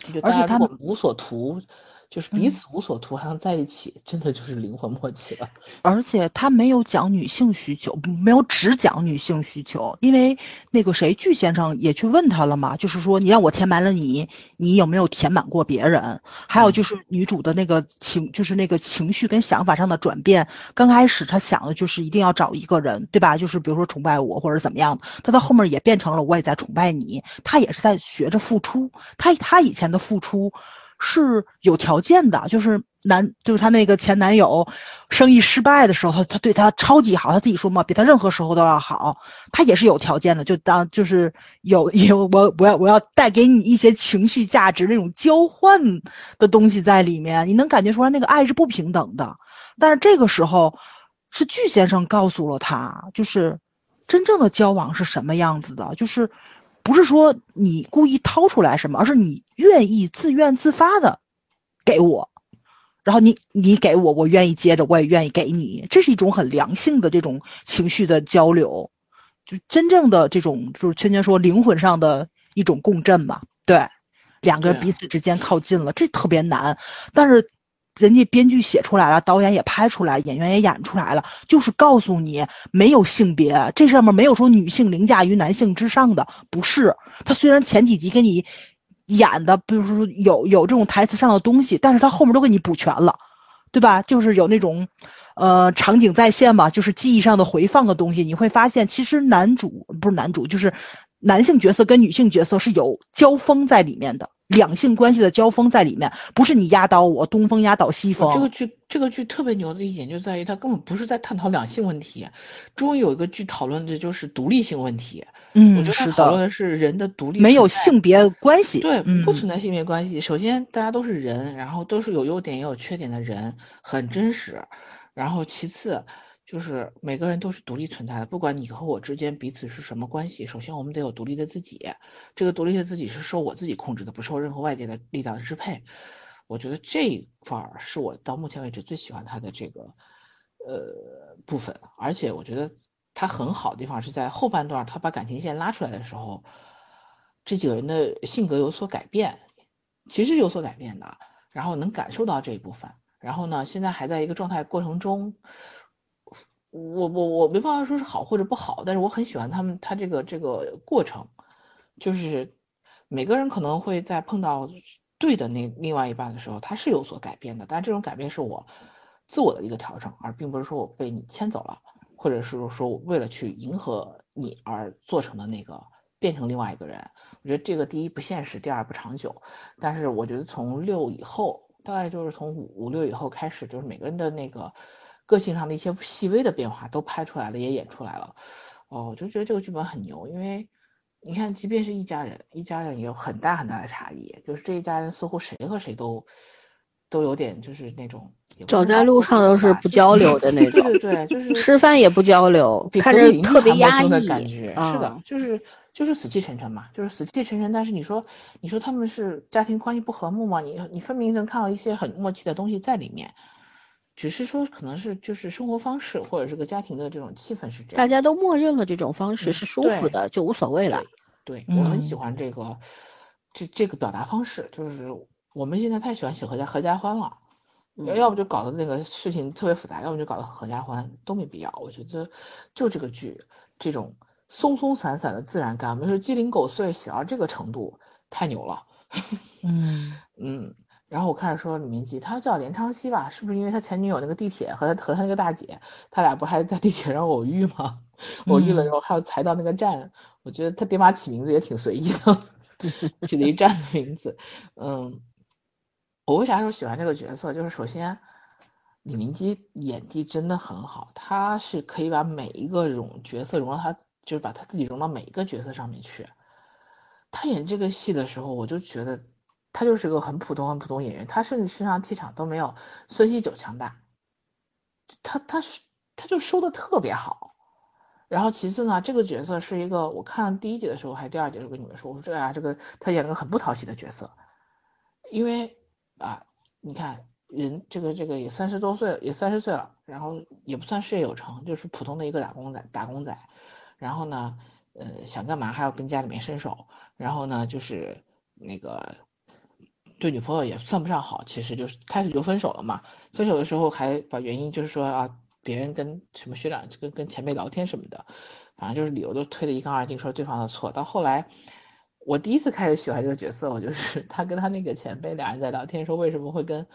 我觉得
而且
大家
他
如
们嗯
果无所图，就是彼此无所图还能在一起，真的就是灵魂默契了。
而且他没有讲女性需求，不没有只讲女性需求，因为那个谁具先生也去问他了嘛，就是说你让我填满了你，你有没有填满过别人？还有就是女主的那个情，就是那个情绪跟想法上的转变。刚开始她想的就是一定要找一个人，对吧？就是比如说崇拜我或者怎么样的，她到后面也变成了我也在崇拜你，她也是在学着付出，她她以前的付出。是有条件的，就是男，就是她那个前男友，生意失败的时候，她她对她超级好，她自己说嘛，比她任何时候都要好。她也是有条件的，就当就是有有我我要我要带给你一些情绪价值那种交换的东西在里面，你能感觉出来那个爱是不平等的。但是这个时候，是具先生告诉了她，就是真正的交往是什么样子的，就是不是说你故意掏出来什么，而是你愿意自愿自发的给我，然后你你给我，我愿意接着，我也愿意给你，这是一种很良性的这种情绪的交流，就真正的这种就是圈圈说灵魂上的一种共振嘛，对，两个人
对啊
彼此之间靠近了，这特别难，但是。人家编剧写出来了，导演也拍出来，演员也演出来了，就是告诉你没有性别，这上面没有说女性凌驾于男性之上的，不是。他虽然前几集给你演的，比如说有有这种台词上的东西，但是他后面都给你补全了，对吧？就是有那种，呃，场景再现嘛，就是记忆上的回放的东西，你会发现其实男主不是男主，就是男性角色跟女性角色是有交锋在里面的。两性关系的交锋在里面，不是你压倒我，东风压倒西风。
这个剧这个剧特别牛的一点就在于，它根本不是在探讨两性问题，终于有一个剧讨论的就是独立性问题。
嗯，
我觉得它
是
讨论
的，
的是人的独立，
没有性别关系。
对，
嗯
不存在性别关系。首先，大家都是人，然后都是有优点也有缺点的人，很真实。然后其次，就是每个人都是独立存在的，不管你和我之间彼此是什么关系，首先我们得有独立的自己，这个独立的自己是受我自己控制的，不受任何外界的力量支配。我觉得这一块儿是我到目前为止最喜欢他的这个呃部分，而且我觉得他很好的地方是在后半段，他把感情线拉出来的时候，这几个人的性格有所改变，其实有所改变的，然后能感受到这一部分。然后呢，现在还在一个状态过程中，我我我没办法说是好或者不好，但是我很喜欢他们他这个这个过程，就是每个人可能会在碰到对的那另外一半的时候，他是有所改变的，但这种改变是我自我的一个调整，而并不是说我被你牵走了，或者是说我为了去迎合你而做成的那个变成另外一个人。我觉得这个第一不现实，第二不长久。但是我觉得从六以后，大概就是从五五六以后开始，就是每个人的那个个性上的一些细微的变化都拍出来了，也演出来了。哦，我就觉得这个剧本很牛，因为你看，即便是一家人，一家人也有很大很大的差异，就是这一家人似乎谁和谁都都有点就是那种也不
走
是
在
大
路
沟
上
通
都是
吧
不
就
交流的那种
对对对，就是
吃饭也不交流，
比
看
格
着
林
特别
还陌
压
生
抑
的感觉。是的
嗯，
就是就是死气沉沉嘛，就是死气沉沉。但是你说你说他们是家庭关系不和睦嘛？你你分明能看到一些很默契的东西在里面，只是说可能是就是生活方式或者是个家庭的这种气氛是这样
大。家都默认了这种方式
嗯
是舒服
对
的，就无所谓了。
对，我很喜
嗯
欢这个，这这个表达方式，就是我们现在太喜欢写合家合家欢了，要要不就搞得那个事情特别复杂，要不就搞得合家欢，都没必要。我觉得就这个剧，这种松松散散的自然感，我们说鸡零狗碎写到这个程度，太牛了。
嗯，
嗯，然后我开始说李明基，他叫连昌熙吧，是不是因为他前女友那个地铁和他和他那个大姐，他俩不还在地铁上偶遇吗？ 偶遇了之后还要才到那个站，我觉得他爹妈起名字也挺随意的， 起了一站的名字。嗯，我为啥说喜欢这个角色？就是首先，李明基演技真的很好，他是可以把每一个融角色融到他，就是把他自己融到每一个角色上面去。他演这个戏的时候，我就觉得他就是个很普通、很普通演员，他甚至身上气场都没有孙锡九强大。他他是他就收的特别好。然后其次呢，这个角色是一个，我看第一集的时候还是第二集的时候跟你们说，我说这啊，这个他演了个很不讨喜的角色，因为啊，你看人这个这个也三十多岁了，也三十岁了，然后也不算事业有成，就是普通的一个打工仔，打工仔。然后呢，呃，想干嘛还要跟家里面伸手，然后呢，就是那个对女朋友也算不上好，其实就是开始就分手了嘛。分手的时候还把原因就是说啊，别人跟什么学长跟跟前辈聊天什么的，反正就是理由都推得一干二净，说对方的错。到后来，我第一次开始喜欢这个角色，我就是他跟他那个前辈俩人在聊天，说为什么会跟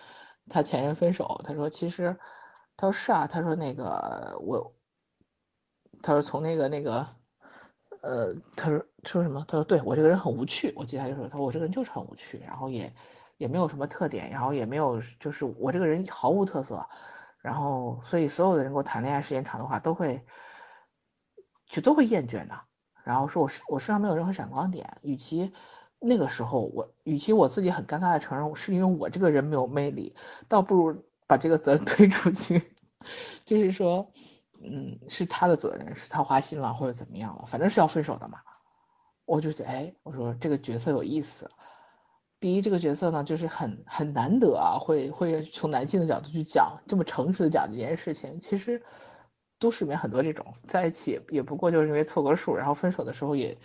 他前任分手。他说其实，他说是啊，他说那个我，他说从那个那个。呃，他说说什么？他说对我这个人很无趣。我记得他就说，他说我这个人就是很无趣，然后也也没有什么特点，然后也没有就是我这个人毫无特色，然后所以所有的人跟我谈恋爱时间长的话，都会就都会厌倦的。然后说我身我身上没有任何闪光点，与其那个时候我与其我自己很尴尬的承认是因为我这个人没有魅力，倒不如把这个责任 推出去，就是说。嗯，是他的责任，是他花心了或者怎么样了，反正是要分手的嘛。我就觉得，哎，我说这个角色有意思。第一，这个角色呢，就是很很难得啊，会会从男性的角度去讲，这么诚实的讲这件事情。其实，都市里面很多这种在一起也也不过就是因为凑个数，然后分手的时候也，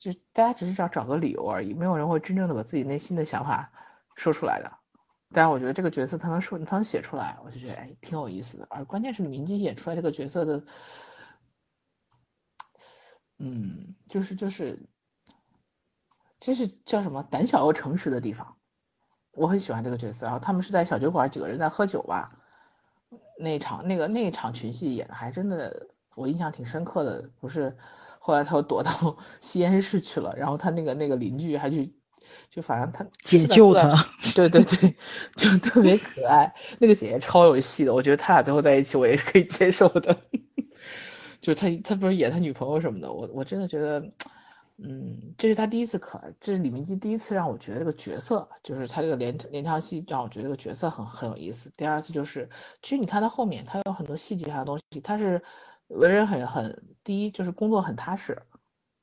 就大家只是想找个理由而已，没有人会真正的把自己内心的想法说出来的。但是我觉得这个角色他能说，他能写出来，我就觉得哎挺有意思的。而关键是李明基演出来这个角色的，嗯，就是就是，这是叫什么胆小又诚实的地方，我很喜欢这个角色。然后他们是在小酒馆几个人在喝酒吧，那一场那个那一场群戏演的还真的我印象挺深刻的，不是后来他又躲到 吸烟室去了，然后他那个那个邻居还去。就反正他
解
是在
救
住在
他。
对对对，就特别可爱。那个姐姐超有戏的，我觉得他俩最后在一起，我也是可以接受的。就是他，他不是演他女朋友什么的，我我真的觉得，嗯，这是他第一次可爱，这是李明基第一次让我觉得这个角色，就是他这个连连唱戏让我觉得这个角色很很有意思。第二次就是，其实你看他后面，他有很多细节上的东西，他是为人很很第一就是工作很踏实，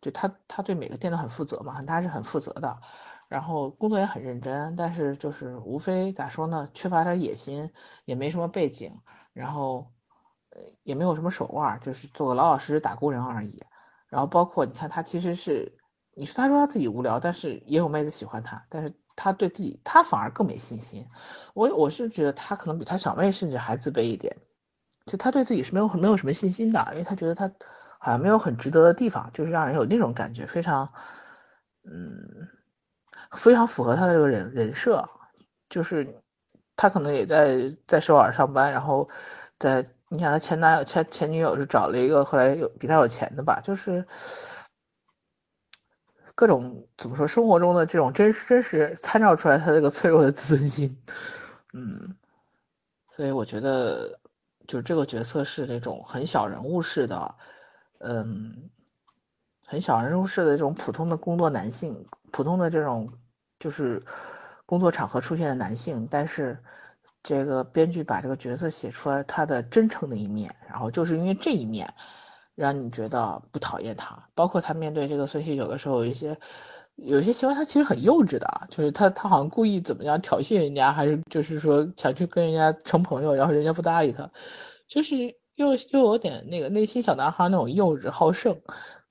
就他他对每个店都很负责嘛，很踏实很负责的。然后工作也很认真，但是就是无非咋说呢，缺乏点野心，也没什么背景，然后呃也没有什么手腕儿，就是做个老老实实打工人而已。然后包括你看他其实是，你说他说他自己无聊，但是也有妹子喜欢他，但是他对自己他反而更没信心。我我是觉得他可能比他小妹甚至还自卑一点，就他对自己是没有没有什么信心的，因为他觉得他好像没有很值得的地方，就是让人有那种感觉，非常嗯，非常符合他的这个人人设，就是他可能也在在首尔上班，然后在你想他前男友前前女友是找了一个后来有比他有钱的吧，就是各种怎么说生活中的这种真实真实参照出来他这个脆弱的自尊心，嗯，所以我觉得就是这个角色是那种很小人物式的，嗯。很小人物式的这种普通的工作男性，普通的这种就是工作场合出现的男性，但是这个编剧把这个角色写出来他的真诚的一面，然后就是因为这一面，让你觉得不讨厌他。包括他面对这个孙喜九的时候，有一些有一些行为他其实很幼稚的，啊就是他他好像故意怎么样挑衅人家，还是就是说想去跟人家成朋友，然后人家不搭理他，就是又又有点那个内心小男孩那种幼稚好胜。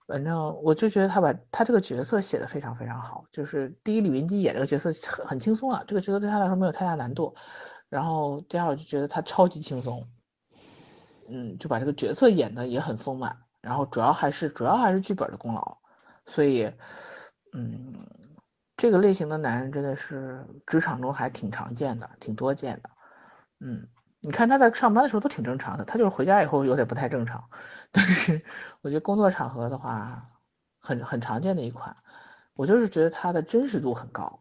反正我就觉得他把他这个角色写的非常非常好，就是第一李云基演这个角色很很轻松啊，这个角色对他来说没有太大难度。然后第二我就觉得他超级轻松，嗯，就把这个角色演的也很丰满。然后主要还是主要还是剧本的功劳，所以，嗯，这个类型的男人真的是职场中还挺常见的，挺多见的，嗯。你看他在上班的时候都挺正常的，他就是回家以后有点不太正常。 但是我觉得工作场合的话，很很常见的一款。我就是觉得它的真实度很高，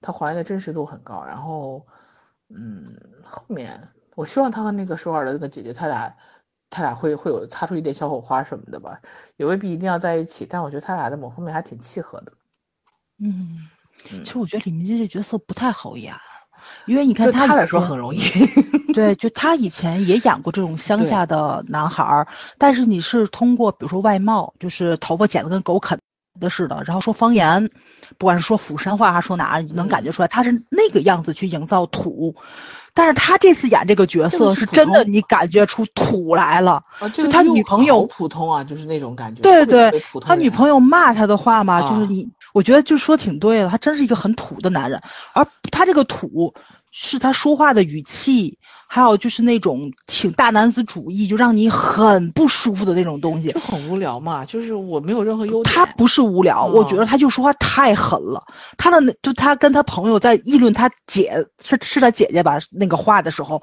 它还原的真实度很高。然后，嗯，后面我希望他和那个首尔的那个姐姐，他俩他俩会会有擦出一点小火花什么的吧，也未必一定要在一起。但我觉得他俩在某方面还挺契合的。
嗯，
嗯
其实我觉得李明基这角色不太好演，因为你看
对
他
他
以
来说
前
很容易。
对，就他以前也演过这种乡
对
下的男孩儿，但是你是通过比如说外貌，就是头发剪得跟狗啃的似的，然后说方言，不管是说釜山话还是说哪儿，你
嗯
能感觉出来他是那个样子去营造土。但是他这次演这个角
这个
色
是
是
普
真的，
通
你感觉出土来了。
啊，这个
他
又
女朋友
好普通啊，就是那种感觉。
对
特别
对
特别普通
他女
人
朋友骂他的话嘛，就是
啊
你，我觉得就说挺对的。他真是一个很土的男人，而他这个土是他说话的语气，还有就是那种挺大男子主义，就让你很不舒服的那种东西
就。很无聊嘛，就是我没有任何优点。
他不是
嗯
无聊，我觉得他就说话太狠了。他的那就他跟他朋友在议论他姐是是他姐姐吧那个话的时候，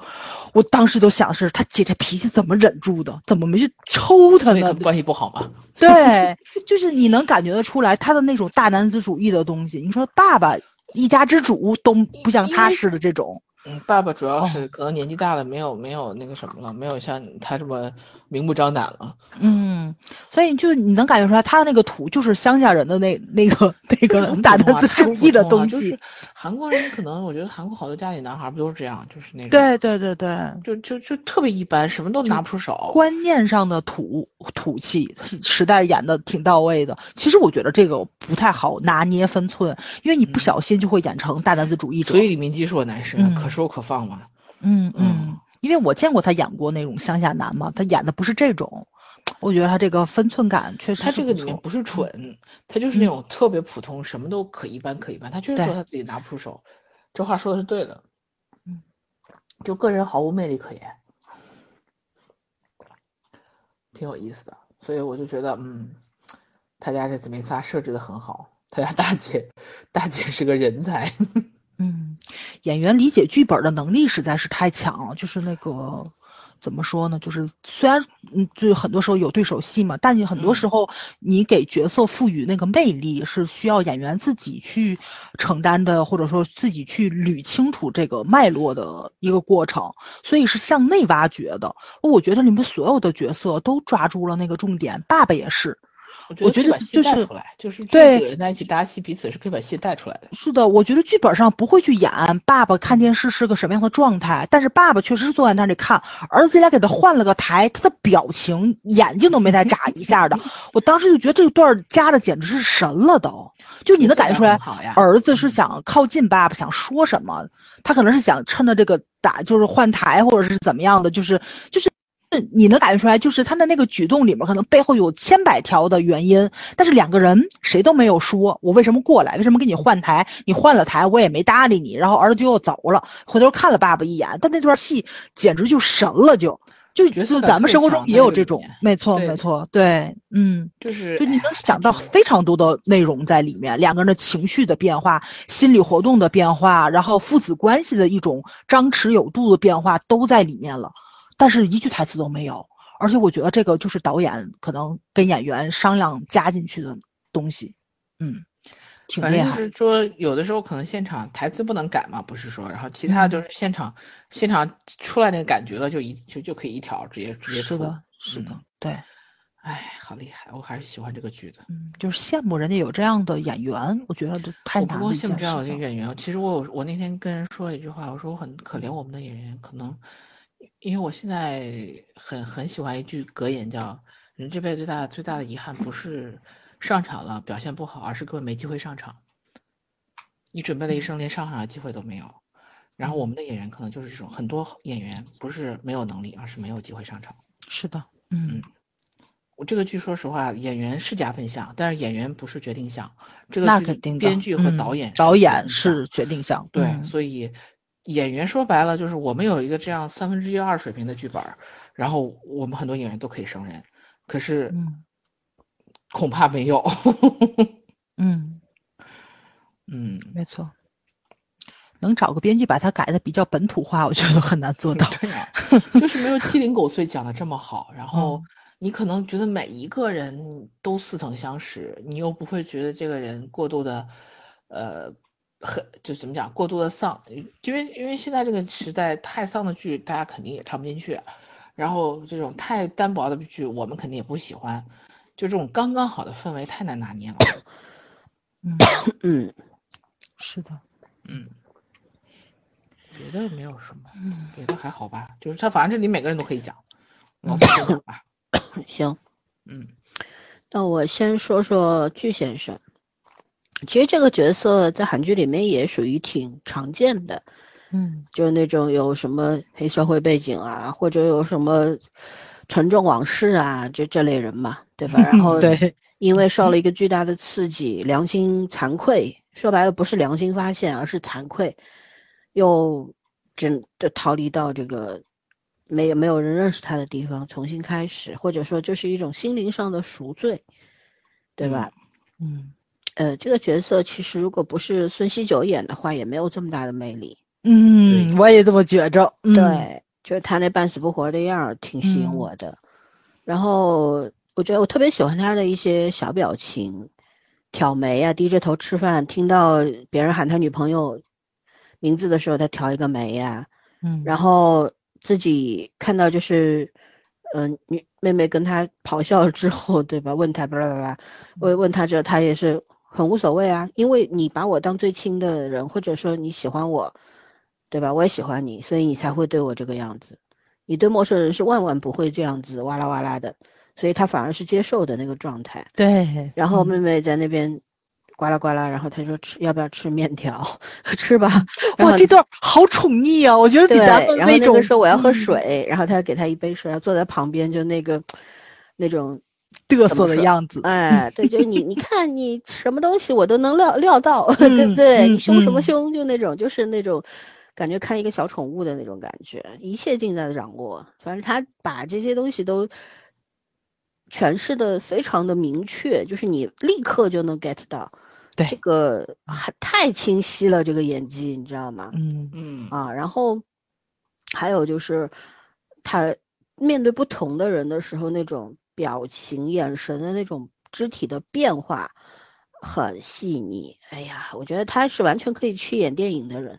我当时都想是他姐这脾气怎么忍住的，怎么没去抽他
所以
呢
跟？关系不好嘛。
对，就是你能感觉得出来他的那种大男子主义的东西。你说爸爸一家之主都不像他似的这种，
嗯，爸爸主
哦
要是可能年纪大了，没有没有那个什么了，没有像他这么明目张胆了。
嗯，所以就你能感觉出来他的那个土就是乡下人的那那个那 个
很
大
普通
男
啊
子
太
主
普
义的
通了
东
就是
西。
韩国人可能我觉得韩国好多家里男孩不都是这样，就是那种
对对对对，
就就就特别一般，什么都拿不出手。
观念上的土土气，时代演的挺到位的。其实我觉得这个不太好拿捏分寸，因为
嗯
你不小心就会演成大男子主义者。
所以李明基是我男神啊，
嗯
可收可放嘛。
嗯嗯
嗯，
因为我见过他演过那种乡下男嘛，他演的不是这种，我觉得他这个分寸感确实
他
是
这
不
个里面
错嗯
不是蠢，他就是那种特别普通，什么都可一般可一般。他就是
对
说他自己拿不出手，这话说的是对的
嗯。
就个人毫无魅力可言，挺有意思的。所以我就觉得，嗯，他家这姊妹仨设置的很好。他家大姐，大姐是个人才。
嗯，演员理解剧本的能力实在是太强了，就是那个。怎么说呢？就是虽然嗯，就很多时候有对手戏嘛，但你很多时候你给角色赋予那个魅力是需要演员自己去承担的，或者说自己去捋清楚这个脉络的一个过程，所以是向内挖掘的。我觉得里面所有的角色都抓住了那个重点，爸爸也是，我
觉得可以
觉得
把戏
就
带
是
出来，就是
对
这几个人在一起搭戏，彼此是可以把戏带出来的。
是的，我觉得剧本上不会去演爸爸看电视是个什么样的状态，但是爸爸确实是坐在那里看，儿子竟然给他换了个台，他的表情眼睛都没再眨一 下的，我当时就觉得这段儿加的简直是神了都，就你能感觉出来
很，好呀，嗯
儿子是想靠近爸爸，想说什么，他可能是想趁着这个打就是换台或者是怎么样的，就是就是。你能感觉出来，就是他的那个举动里面，可能背后有千百条的原因，但是两个人谁都没有说，我为什么过来，为什么跟你换台，你换了台，我也没搭理你，然后儿子就又走了，回头看了爸爸一眼，但那段戏简直就神了就，就
角
就
色感
咱们
特
生活中
强
也
在
有
这
这
里
种
面，
没错
对
没错，对，嗯。
就是
就你
哎
能想到
真的
非常多的内容在里面，两个人的情绪的变化、心理活动的变化，然后父子关系的一种张弛有度的变化都在里面了，但是一句台词都没有。而且我觉得这个就是导演可能跟演员商量加进去的东西，嗯，挺
反
厉
正就
害，
是说，有的时候可能现场台词不能改嘛，不是说，然后其
嗯
他就是现场、现场出来那个感觉了，就一就就可以一条直接直接出。
是的，是的
嗯，
对，
哎，好厉害，我还是喜欢这个剧的。
嗯，就是羡慕人家有这样的演员，我觉得这太
我
难
不
了
光
一
羡慕
件
这样
事
的
情。嗯
演员，其实我有我那天跟人说了一句话，我说我很可怜我们的演员，可能因为我现在很很喜欢一句格言叫“人这辈子最大最大的遗憾不是上场了表现不好，而是根本没机会上场。你准备
嗯
了一生，连上场的机会都没有。”然后我们的演员可能就是这种，很多演员不是没有能力，而是没有机会上场。
是的，嗯，
我这个剧说实话，演员是加分项，但是演员不是决定项。这个
那
剧
肯定的。
编剧和
嗯
导演、
导演是决定项，
对，
嗯
所以演员说白了就是我们有一个这样三分之一二水平的剧本儿，然后我们很多演员都可以胜任，可是
嗯
恐怕没有。
嗯。
嗯，
没错，能找个编剧把它改的比较本土化，我觉得很难 做到。
对呀、就是没有鸡零狗碎讲的这么好，然后
嗯
你可能觉得每一个人都似曾相识，你又不会觉得这个人过度的，呃。很就怎么讲，过度的丧，因为因为现在这个时代太丧的剧，大家肯定也看不进去，然后这种太单薄的剧，我们肯定也不喜欢，就这种刚刚好的氛围太难拿捏了。
嗯，
嗯，
是的，
嗯，别的没有什么，
嗯
别的还好吧，就是他反正这里每个人都可以讲，老子先讲吧，
行，
嗯
那我先说说巨先生。其实这个角色在韩剧里面也属于挺常见的，
嗯
就是那种有什么黑社会背景啊，或者有什么沉重往事啊，这这类人嘛，对 吧？然后
对，
因为受了一个巨大的刺激，良心惭愧，说白了不是良心发现，而是惭愧，又只就逃离到这个没有没有人认识他的地方重新开始，或者说就是一种心灵上的赎罪，对吧？
嗯
呃，这个角色其实如果不是孙锡九演的话，也没有这么大的魅力。
嗯，我也这么觉着。嗯，
对，就是他那半死不活的样儿挺吸引
嗯
我的。然后我觉得我特别喜欢他的一些小表情，挑眉啊，低着头吃饭，听到别人喊他女朋友名字的时候，他挑一个眉啊呀、
嗯，
然后自己看到就是，嗯、女妹妹跟他咆哮之后，对吧？问他巴拉巴
嗯
拉，问问他之后，他也是很无所谓啊，因为你把我当最亲的人，或者说你喜欢我，对吧？我也喜欢你，所以你才会对我这个样子。你对陌生人是万万不会这样子哇啦哇啦的，所以他反而是接受的那个状态。
对，
然后
嗯
妹妹在那边呱啦呱啦，然后他说吃要不要吃面条？ 吃吧。然
哇，
后
这段好宠溺啊！我觉得比
对，
咱们
然后那
种
个说我要喝
嗯
水，然后他给他一杯水，然后坐在旁边就那个那种，
嘚
怎么
瑟的
说
样子。
哎，对，就是你你看你什么东西我都能料料到， 对不
嗯
对？你
嗯
凶什么
嗯
凶，就那种就是那种感觉看一个小宠物的那种感觉，一切尽在掌握。反正他把这些东西都诠释的非常的明确，就是你立刻就能 get 到。
对
这个还太清晰了，这个演技你知道吗？
嗯
嗯
啊，然后还有就是他面对不同的人的时候，那种表情、眼神的那种肢体的变化很细腻。哎呀，我觉得他是完全可以去演电影的人。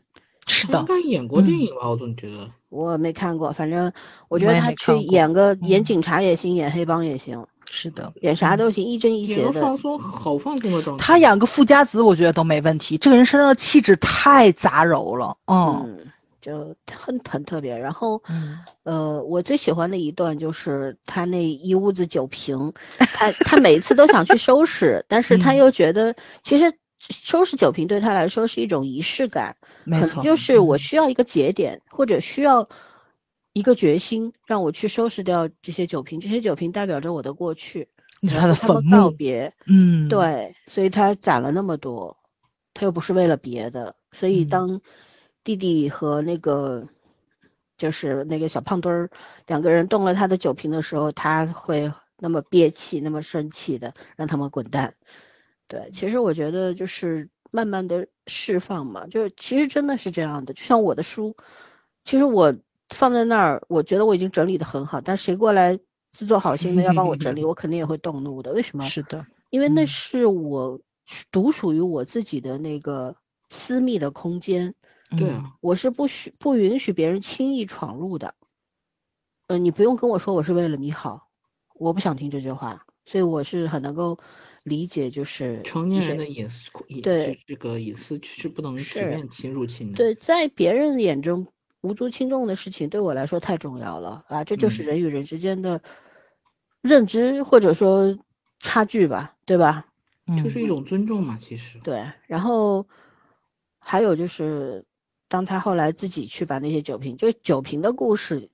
是
他应
的，
该演过电
嗯
影吧？我总觉得，
我没看过，反正我觉
我
得
也
他
没
去
看过
演个演
嗯
警察也行，演黑帮也行，
是的。
演啥
嗯
都行，亦正亦
演
邪
个
的
放。松，好放松的
嗯
状态。
他演个富家子，我觉得都没问题。这个人身上的气质太杂糅了。嗯
嗯，就很很特别。然后
嗯，
呃，我最喜欢的一段就是他那一屋子酒瓶，他他每次都想去收拾，但是他
嗯
又觉得其实收拾酒瓶对他来说是一种仪式感，
没
可能
错，
就是我
嗯
需要一个节点，或者需要一个决心，让我去收拾掉这些酒瓶，这些酒瓶代表着我的过去，
你
我
看
要
他的
跟他
坟
们告
墓，
别，
嗯，，
对，所以他攒了那么多，他又不是为了别的，所以
嗯
当弟弟和那个就是那个小胖墩儿，两个人动了他的酒瓶的时候，他会那么憋气、那么生气的让他们滚蛋。对，其实我觉得就是慢慢的释放嘛，就是其实真的是这样的。就像我的书，其实我放在那儿，我觉得我已经整理的很好，但谁过来自作好心的要帮我整理，我肯定也会动怒的。为什么？
是的，
因为那
嗯
是我独属于我自己的那个私密的空间，
对
嗯
啊，
我是不许不允许别人轻易闯入的。呃，你不用跟我说我是为了你好，我不想听这句话，所以我是很能够理解，就是
成
一
年
些
人的隐私，
嗯
隐
对
这个隐私是不能随
是
便侵入侵的。
对，在别人眼中无足轻重的事情，对我来说太重要了啊！这就是
嗯
人与人之间的认知或者说差距吧，对吧？
这
嗯
是一种尊重嘛，其实。
对，然后还有就是，当他后来自己去把那些酒瓶，就酒瓶的故事，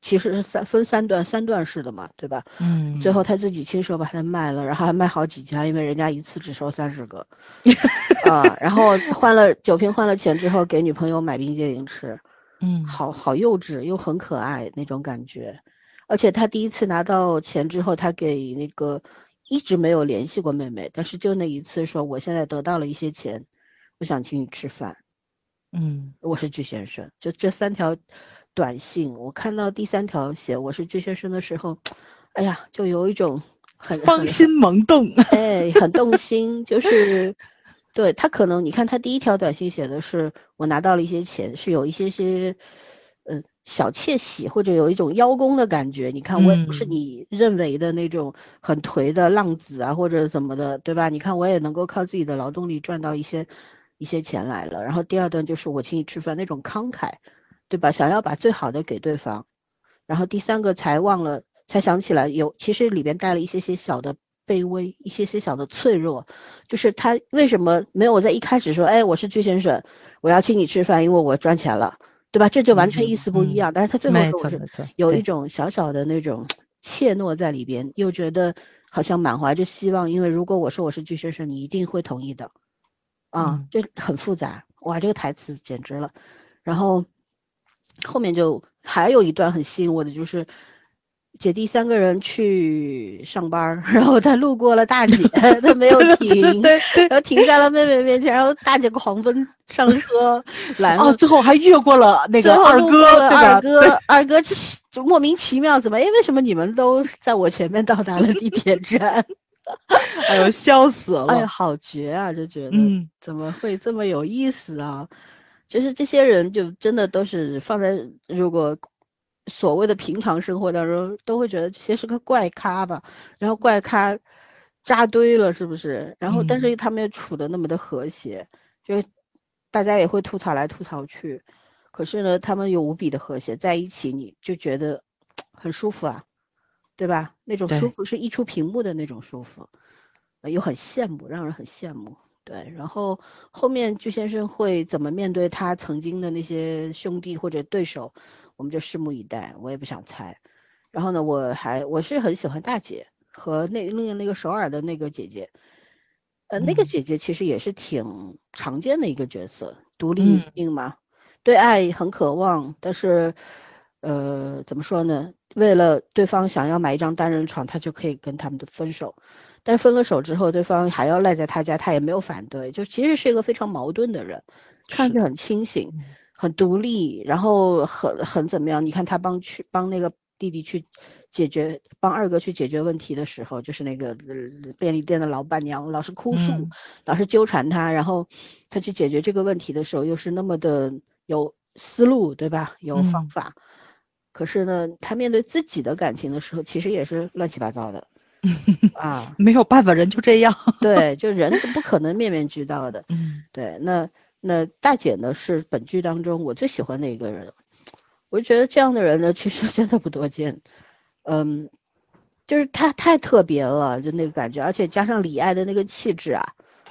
其实是三分三段三段式的嘛，对吧？
嗯，
最后他自己亲手把它卖了，然后还卖好几家，因为人家一次只收三十个，啊，然后换了酒瓶换了钱之后，给女朋友买冰激凌吃，
嗯，
好好幼稚又很可爱那种感觉。而且他第一次拿到钱之后，他给那个一直没有联系过妹妹，但是就那一次说，我现在得到了一些钱，我想请你吃饭。
嗯，
我是巨先生，就这三条短信，我看到第三条写我是巨先生的时候，哎呀，就有一种很
芳心，萌 动，
很哎，很动心，就是对他可能你看他第一条短信写的是我拿到了一些钱，是有一些些呃小窃喜或者有一种邀功的感觉。你看我也不是
嗯
你认为的那种很颓的浪子啊或者怎么的，对吧？你看我也能够靠自己的劳动力赚到一些一些钱来了。然后第二段就是我请你吃饭那种慷慨，对吧？想要把最好的给对方。然后第三个才忘了，才想起来有，其实里边带了一些些小的卑微，一些些小的脆弱，就是他为什么没有在一开始说，哎，我是巨先生，我要请你吃饭，因为我赚钱了，对吧？这就完全意思不一样。但是他最后
嗯没
说我
错
是
没错，
有一
对
种小小的那种怯懦在里边，又觉得好像满怀着希望，因为如果我说我是巨先生，你一定会同意的，啊
嗯，
这很复杂，哇，这个台词简直了。然后后面就还有一段很吸引我的，就是姐弟三个人去上班儿， 然后他路过了大 姐，他没有停。
对对，
然后停在了妹妹面前，然后大姐狂奔上车，拦了
哦，最后还越过了
最
那个
后
二
路过
哥，
了
对吧？
二哥，二哥奇就莫名其妙，怎么？哎，为什么你们都在我前面到达了地铁 站？
哎呦，笑死
哎呀，
了，
好绝啊！就觉得、
嗯
怎么会这么有意思啊？就是这些人，就真的都是放在如果所谓的平常生活当中，都会觉得这些是个怪咖吧，然后怪咖扎堆了，是不是？然后但
嗯
是他们又处的那么的和谐，就大家也会吐槽来吐槽去，可是呢，他们又无比的和谐在一起，你就觉得很舒服啊，对吧？那种
对
舒服是溢出屏幕的那种舒服，呃又很羡慕，让人很羡慕。对，然后后面巨先生会怎么面对他曾经的那些兄弟或者对手，我们就拭目以待，我也不想猜。然后呢，我还我是很喜欢大姐和那另外那个首尔的那个姐姐，呃，那个
嗯
姐姐其实也是挺常见的一个角色，独立女
嗯
性嘛，对爱很渴望，但是，呃，怎么说呢？为了对方想要买一张单人床，她就可以跟他们的分手，但是分了手之后，对方还要赖在她家，她也没有反对，就其实是一个非常矛盾的人，看上
是
去很清醒
嗯，
很独立，然后很很怎么样？你看他帮去帮那个弟弟去解决，帮二哥去解决问题的时候，就是那个呃便利店的老板娘老是哭诉，
嗯
老是纠缠他，然后他去解决这个问题的时候，又是那么的有思路，对吧？有方
嗯
法。可是呢，他面对自己的感情的时候，其实也是乱七八糟的啊。
没有办法，人就这样，
对，就人是不可能面面俱到的。
嗯
对，那那大姐呢是本剧当中我最喜欢的一个人，我就觉得这样的人呢，其实真的不多见。嗯，就是她太特别了，就那个感觉，而且加上李艾的那个气质啊，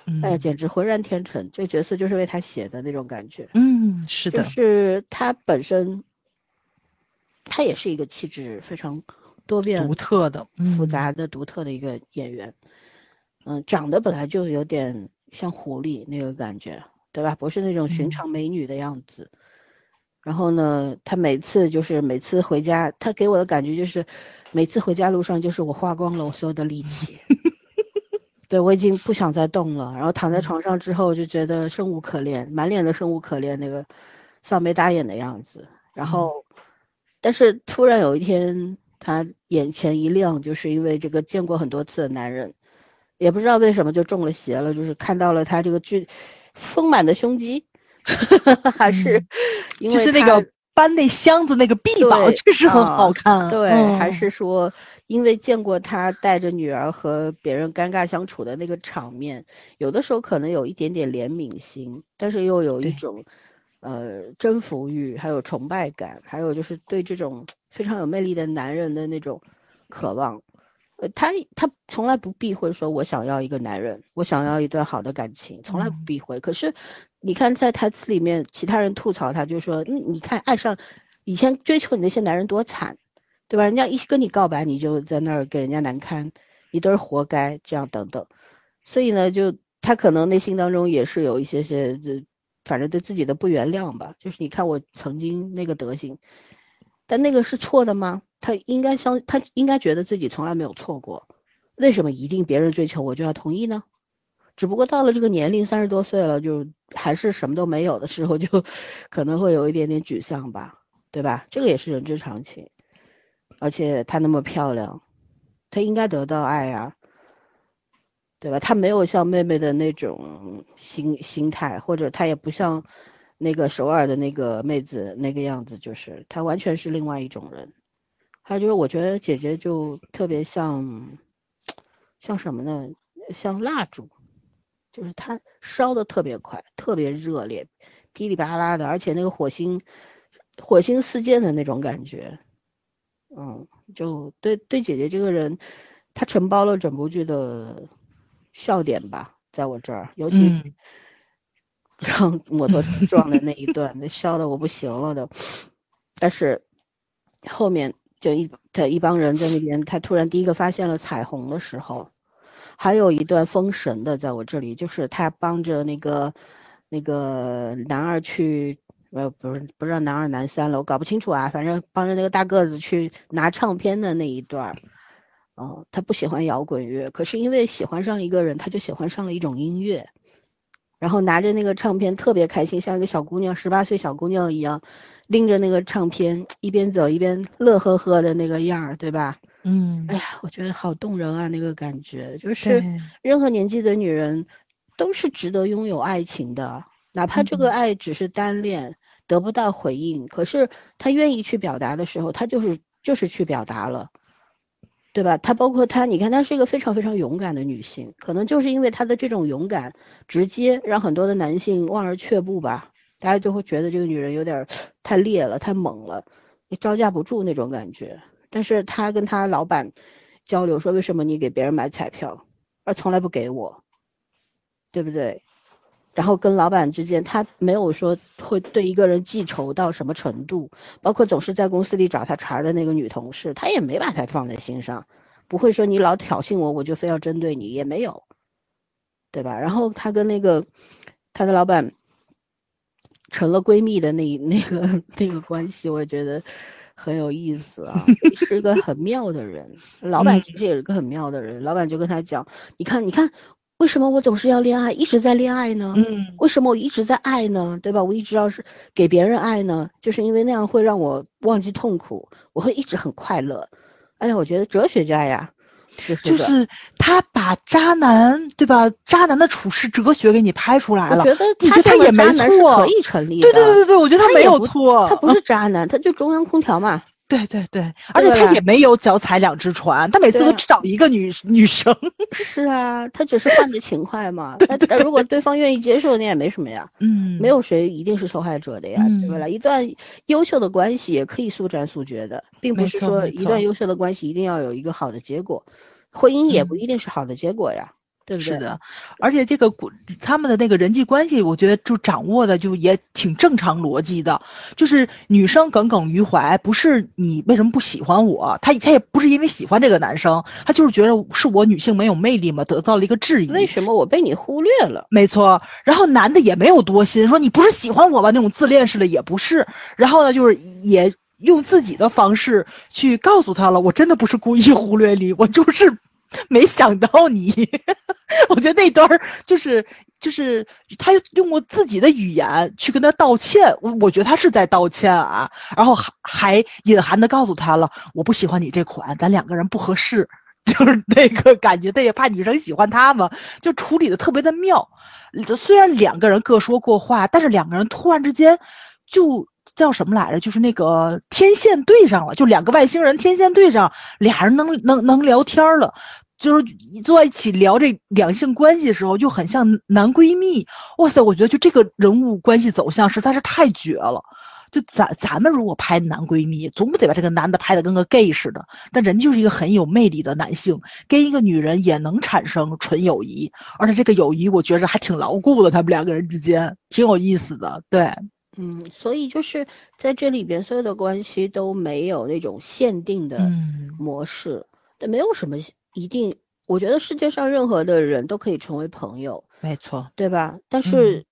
哎呀，
嗯
简直浑然天成。这个角色就是为她写的那种感觉，
嗯，是
就
的，
是她本身，她也是一个气质非常多变
独特的，嗯
复杂的、独特的一个演员。嗯，长得本来就有点像狐狸那个感觉，对吧？不是那种寻
嗯
常美女的样子。然后呢，他每次就是每次回家，他给我的感觉就是，每次回家路上就是我花光了我所有的力 气，对我已经不想再动了。然后躺在
嗯
床上之后就觉得生无可恋，满脸的生无可恋，那个丧眉打眼的样子。然后，但是突然有一天，他眼前一亮，就是因为这个见过很多次的男人，也不知道为什么就中了邪了，就是看到了他这个巨丰满的胸肌， 还是。
嗯
因为
就是那
他
个搬那箱子那个臂膀
对
确实很
啊
好看，
对，
嗯
还是说因为见过他带着女儿和别人尴尬相处的那个场面，有的时候可能有一点点怜悯心，但是又有一
对
种呃征服欲，还有崇拜感，还有就是对这种非常有魅力的男人的那种渴望。呃，他他从来不避讳说，我想要一个男人，我想要一段好的感情，从来不
嗯
避讳。可是，你看在台词里面，其他人吐槽他，就说，嗯，你看爱上以前追求你那些男人多惨，对吧？人家一跟你告白，你就在那儿给人家难堪，你都是活该，这样等等。所以呢，就他可能内心当中也是有一些些，就反正对自己的不原谅吧。就是你看我曾经那个德行，但那个是错的吗？他应该相，他应该觉得自己从来没有错过，为什么一定别人追求我就要同意呢？只不过到了这个年龄，三十多岁了，就还是什么都没有的时候，就可能会有一点点沮丧吧，对吧？这个也是人之常情。而且她那么漂亮，她应该得到爱啊呀、对吧？她没有像妹妹的那种心心态，或者她也不像那个首尔的那个妹子那个样子，就是她完全是另外一种人。还有就是，我觉得姐姐就特别像，像什么呢？像蜡烛，就是它烧的特别快，特别热烈，噼里啪啦的，而且那个火星，火星四溅的那种感觉。嗯，就对对姐姐这个人，她承包了整部剧的笑点吧，在我这儿，尤其
嗯
让摩托车撞的那一段，那笑的我不行了都。但是后面就一他一帮人在那边，他突然第一个发现了彩虹的时候，还有一段封神的，在我这里就是他帮着那个那个男二去。呃，不是不知道男二男三了，我搞不清楚啊。反正帮着那个大个子去拿唱片的那一段儿，哦，他不喜欢摇滚乐，可是因为喜欢上一个人，他就喜欢上了一种音乐，然后拿着那个唱片特别开心，像一个小姑娘，十八岁小姑娘一样，拎着那个唱片一边走一边乐呵呵的那个样儿，对吧？
嗯
哎，呀，我觉得好动人啊，那个感觉就
对嗯
是。任何年纪的女人都是值得拥有爱情的，哪怕这个爱只是单恋，得不到回应，可是她愿意去表达的时候，她就是就是去表达了，对吧？她包括她，你看她是一个非常非常勇敢的女性，可能就是因为她的这种勇敢，直接让很多的男性望而却步吧，大家就会觉得这个女人有点儿太烈了，太猛了，你招架不住那种感觉。但是她跟她老板交流说，为什么你给别人买彩票？而从来不给我，对不对？然后跟老板之间，他没有说会对一个人记仇到什么程度，包括总是在公司里找他茬儿的那个女同事，他也没把她放在心上，不会说你老挑衅我，我就非要针对你，也没有，对吧？然后他跟那个他的老板成了闺蜜的那一 那个那个关系，我觉得很有意思啊，是一个很妙的人。老板其实也是个很妙的人，老板就跟他讲，你看，你看，为什么我总是要恋爱，一直在恋爱呢？
嗯
为什么我一直在爱呢？对吧？我一直要是给别人爱呢，就是因为那样会让我忘记痛苦，我会一直很快乐。哎呀，我觉得哲学家呀，就是
就
个
是他把渣男对吧？渣男的处世哲学给你拍出来
我
了
觉，得
你
他
觉
这
得他
么
也没
渣男是
错
可以成立的。
对对对对，我觉得
他
没
也
有
不
错，
他不是渣男，他就中央空调 嘛。
对对对，而且
对
他
吧
也没有脚踩两只船，他每次
对
都
啊
只找一个女女生。
是啊，他只是换着勤快嘛。那那如果对方愿意接受，那也没什么呀。
嗯
没有谁一定是受害者的呀，对吧
嗯
啦？一段优秀的关系也可以速战速决的，并不
没
是
错
说
没
一段
错
优秀的关系一定要有一个好的结果，婚姻也不
嗯
一定是好的结果呀，对不对？
是的，而且这个古他们的那个人际关系，我觉得就掌握的就也挺正常逻辑的，就是女生耿耿于怀，不是你为什么不喜欢我，她她也不是因为喜欢这个男生，她就是觉得是我女性没有魅力嘛，得到了一个质疑。
为什么我被你忽略了？
没错，然后男的也没有多心，说你不是喜欢我吧？那种自恋式的也不是。然后呢，就是也用自己的方式去告诉他了，我真的不是故意忽略你，我就是没想到你。 我觉得那段儿就是就是他用过自己的语言去跟他道歉，我我觉得他是在道歉啊。然后还还隐含的告诉他了，我不喜欢你这款，咱两个人不合适。 就是那个感觉，他也怕女生喜欢他嘛，就处理的特别的妙。虽然两个人各说过话，但是两个人突然之间就叫什么来着？就是那个天线对上了，就两个外星人天线对上，俩人能能能聊天了。就是一坐在一起聊这两性关系的时候，就很像男闺蜜。哇塞，我觉得就这个人物关系走向实在是太绝了。就咱咱们如果拍男闺蜜，总不得把这个男的拍的跟个 gay 似的，但人家就是一个很有魅力的男性，跟一个女人也能产生纯友谊，而且这个友谊我觉着还挺牢固的，他们两个人之间挺有意思的，对，
嗯，所以就是在这里边，所有的关系都没有那种限定的
嗯
模式，对，没有什么一定。我觉得世界上任何的人都可以成为朋友，
没错，
对吧？
嗯
但是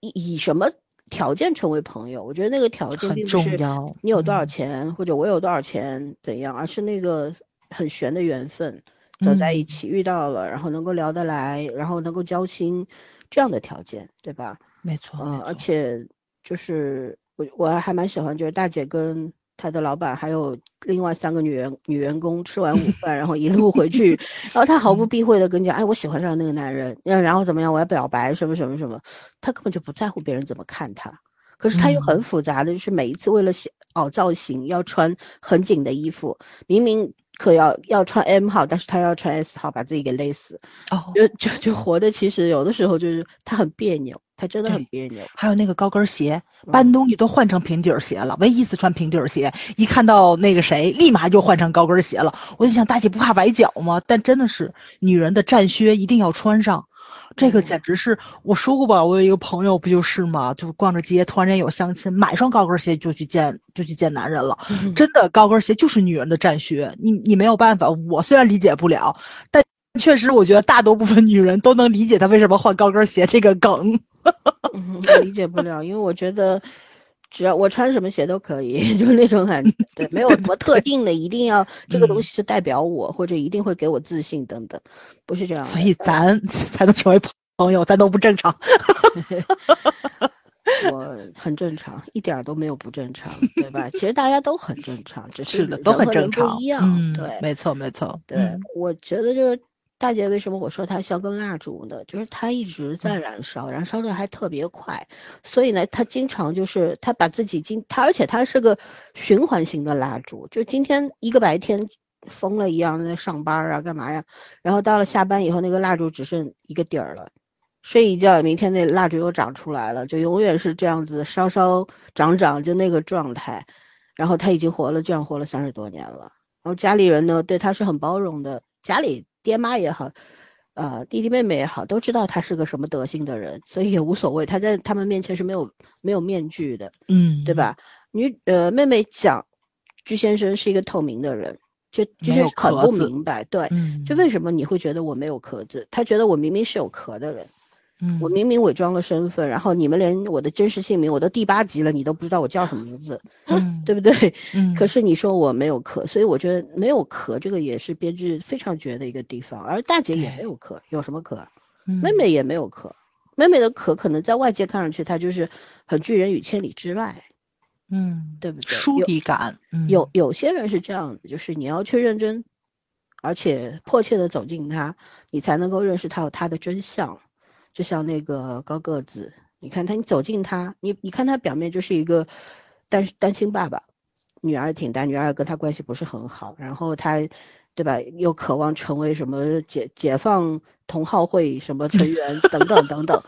以以什么条件成为朋友？我觉得那个条件
很
并不
重
是
要
你有多少
嗯
钱、或者我有多少钱怎样，而是那个很玄的缘分，走在一
嗯
起遇到了，然后能够聊得来，然后能够交心，这样的条件，对吧？
没错，
嗯，
没
而
错
且就是我我还蛮喜欢，就是大姐跟她的老板还有另外三个女员女员工吃完午饭，然后一路回去，然后她毫不避讳的跟你讲，哎，我喜欢上那个男人，然然后怎么样，我要表白什么什么什么，她根本就不在乎别人怎么看她。可是她又很复杂的，就是每一次为了显凹造型要穿很紧的衣服，明明可要要穿 M 号，但是她要穿 S 号，把自己给勒死。
哦，
就就就活的，其实有的时候就是他很别扭，他真的很
对
别扭。
还有那个高跟鞋，
嗯
搬东西都换成平底儿鞋了，唯一一次穿平底儿鞋，一看到那个谁，立马就换成高跟鞋了。我就想，大姐不怕崴脚吗？但真的是，女人的战靴一定要穿上。这个简直是我说过吧，我有一个朋友不就是吗？就逛着街，突然间有相亲，买双高跟鞋就去见就去见男人了。
嗯
真的，高跟鞋就是女人的战靴，你你没有办法。我虽然理解不了，但确实我觉得大多部分女人都能理解她为什么换高跟鞋这个梗。
嗯我理解不了，因为我觉得只要我穿什么鞋都可以， 就是那种感觉，对，没有什么特定的，一定要这个东
嗯
西是代表我，或者一定会给我自信等等，不是这样的。
所以咱才能成为朋友，咱都不正常。
我很正常，一点儿都没有不正常，对吧？其实大家都很正常，只
是的，
人
都很
和人
正
不
常。
一样，
嗯，
对。
没错，没错。嗯
对，我觉得就是大姐为什么我说她像根蜡烛呢？就是她一直在燃烧，燃烧的还特别快，所以呢，她经常就是她把自己今她，而且她是个循环型的蜡烛，就今天一个白天疯了一样在上班啊，干嘛呀？然后到了下班以后，那个蜡烛只剩一个底儿了。睡一觉，明天那蜡烛又长出来了，就永远是这样子，烧烧长长，就那个状态。然后她已经活了，这样活了三十多年了。然后家里人呢对他是很包容的，家里爹妈也好，呃弟弟妹妹也好，都知道他是个什么德行的人，所以也无所谓。他在他们面前是没有没有面具的，
嗯，
对？吧？女呃妹妹讲，居先生是一个透明的人，就居
没
先
有
生很
壳
不
子
明白，对，
嗯，
就为什么你会觉得我没有壳子？他觉得我明明是有壳的人，我
嗯
明明伪装了身份，然后你们连我的真实姓名，我都第八集了，你都不知道我叫什么名字，
嗯，
对不对？
嗯，
可是你说我没有壳，所以我觉得没有壳这个也是编剧非常绝的一个地方。而大姐也
对
没有壳，有什么壳？啊
嗯
妹妹也没有壳，妹妹的壳可能在外界看上去她就是很拒人于千里之外，
嗯，
对不对？
疏
有
离感，嗯
有有些人是这样的，就是你要去认真，而且迫切的走近他，你才能够认识到他的真相。就像那个高个子，你看他，你走近他，你你看他表面就是一个单单亲爸爸，女儿挺大，女儿跟他关系不是很好，然后他，对吧？又渴望成为什么解解放同好会什么成员等等等等，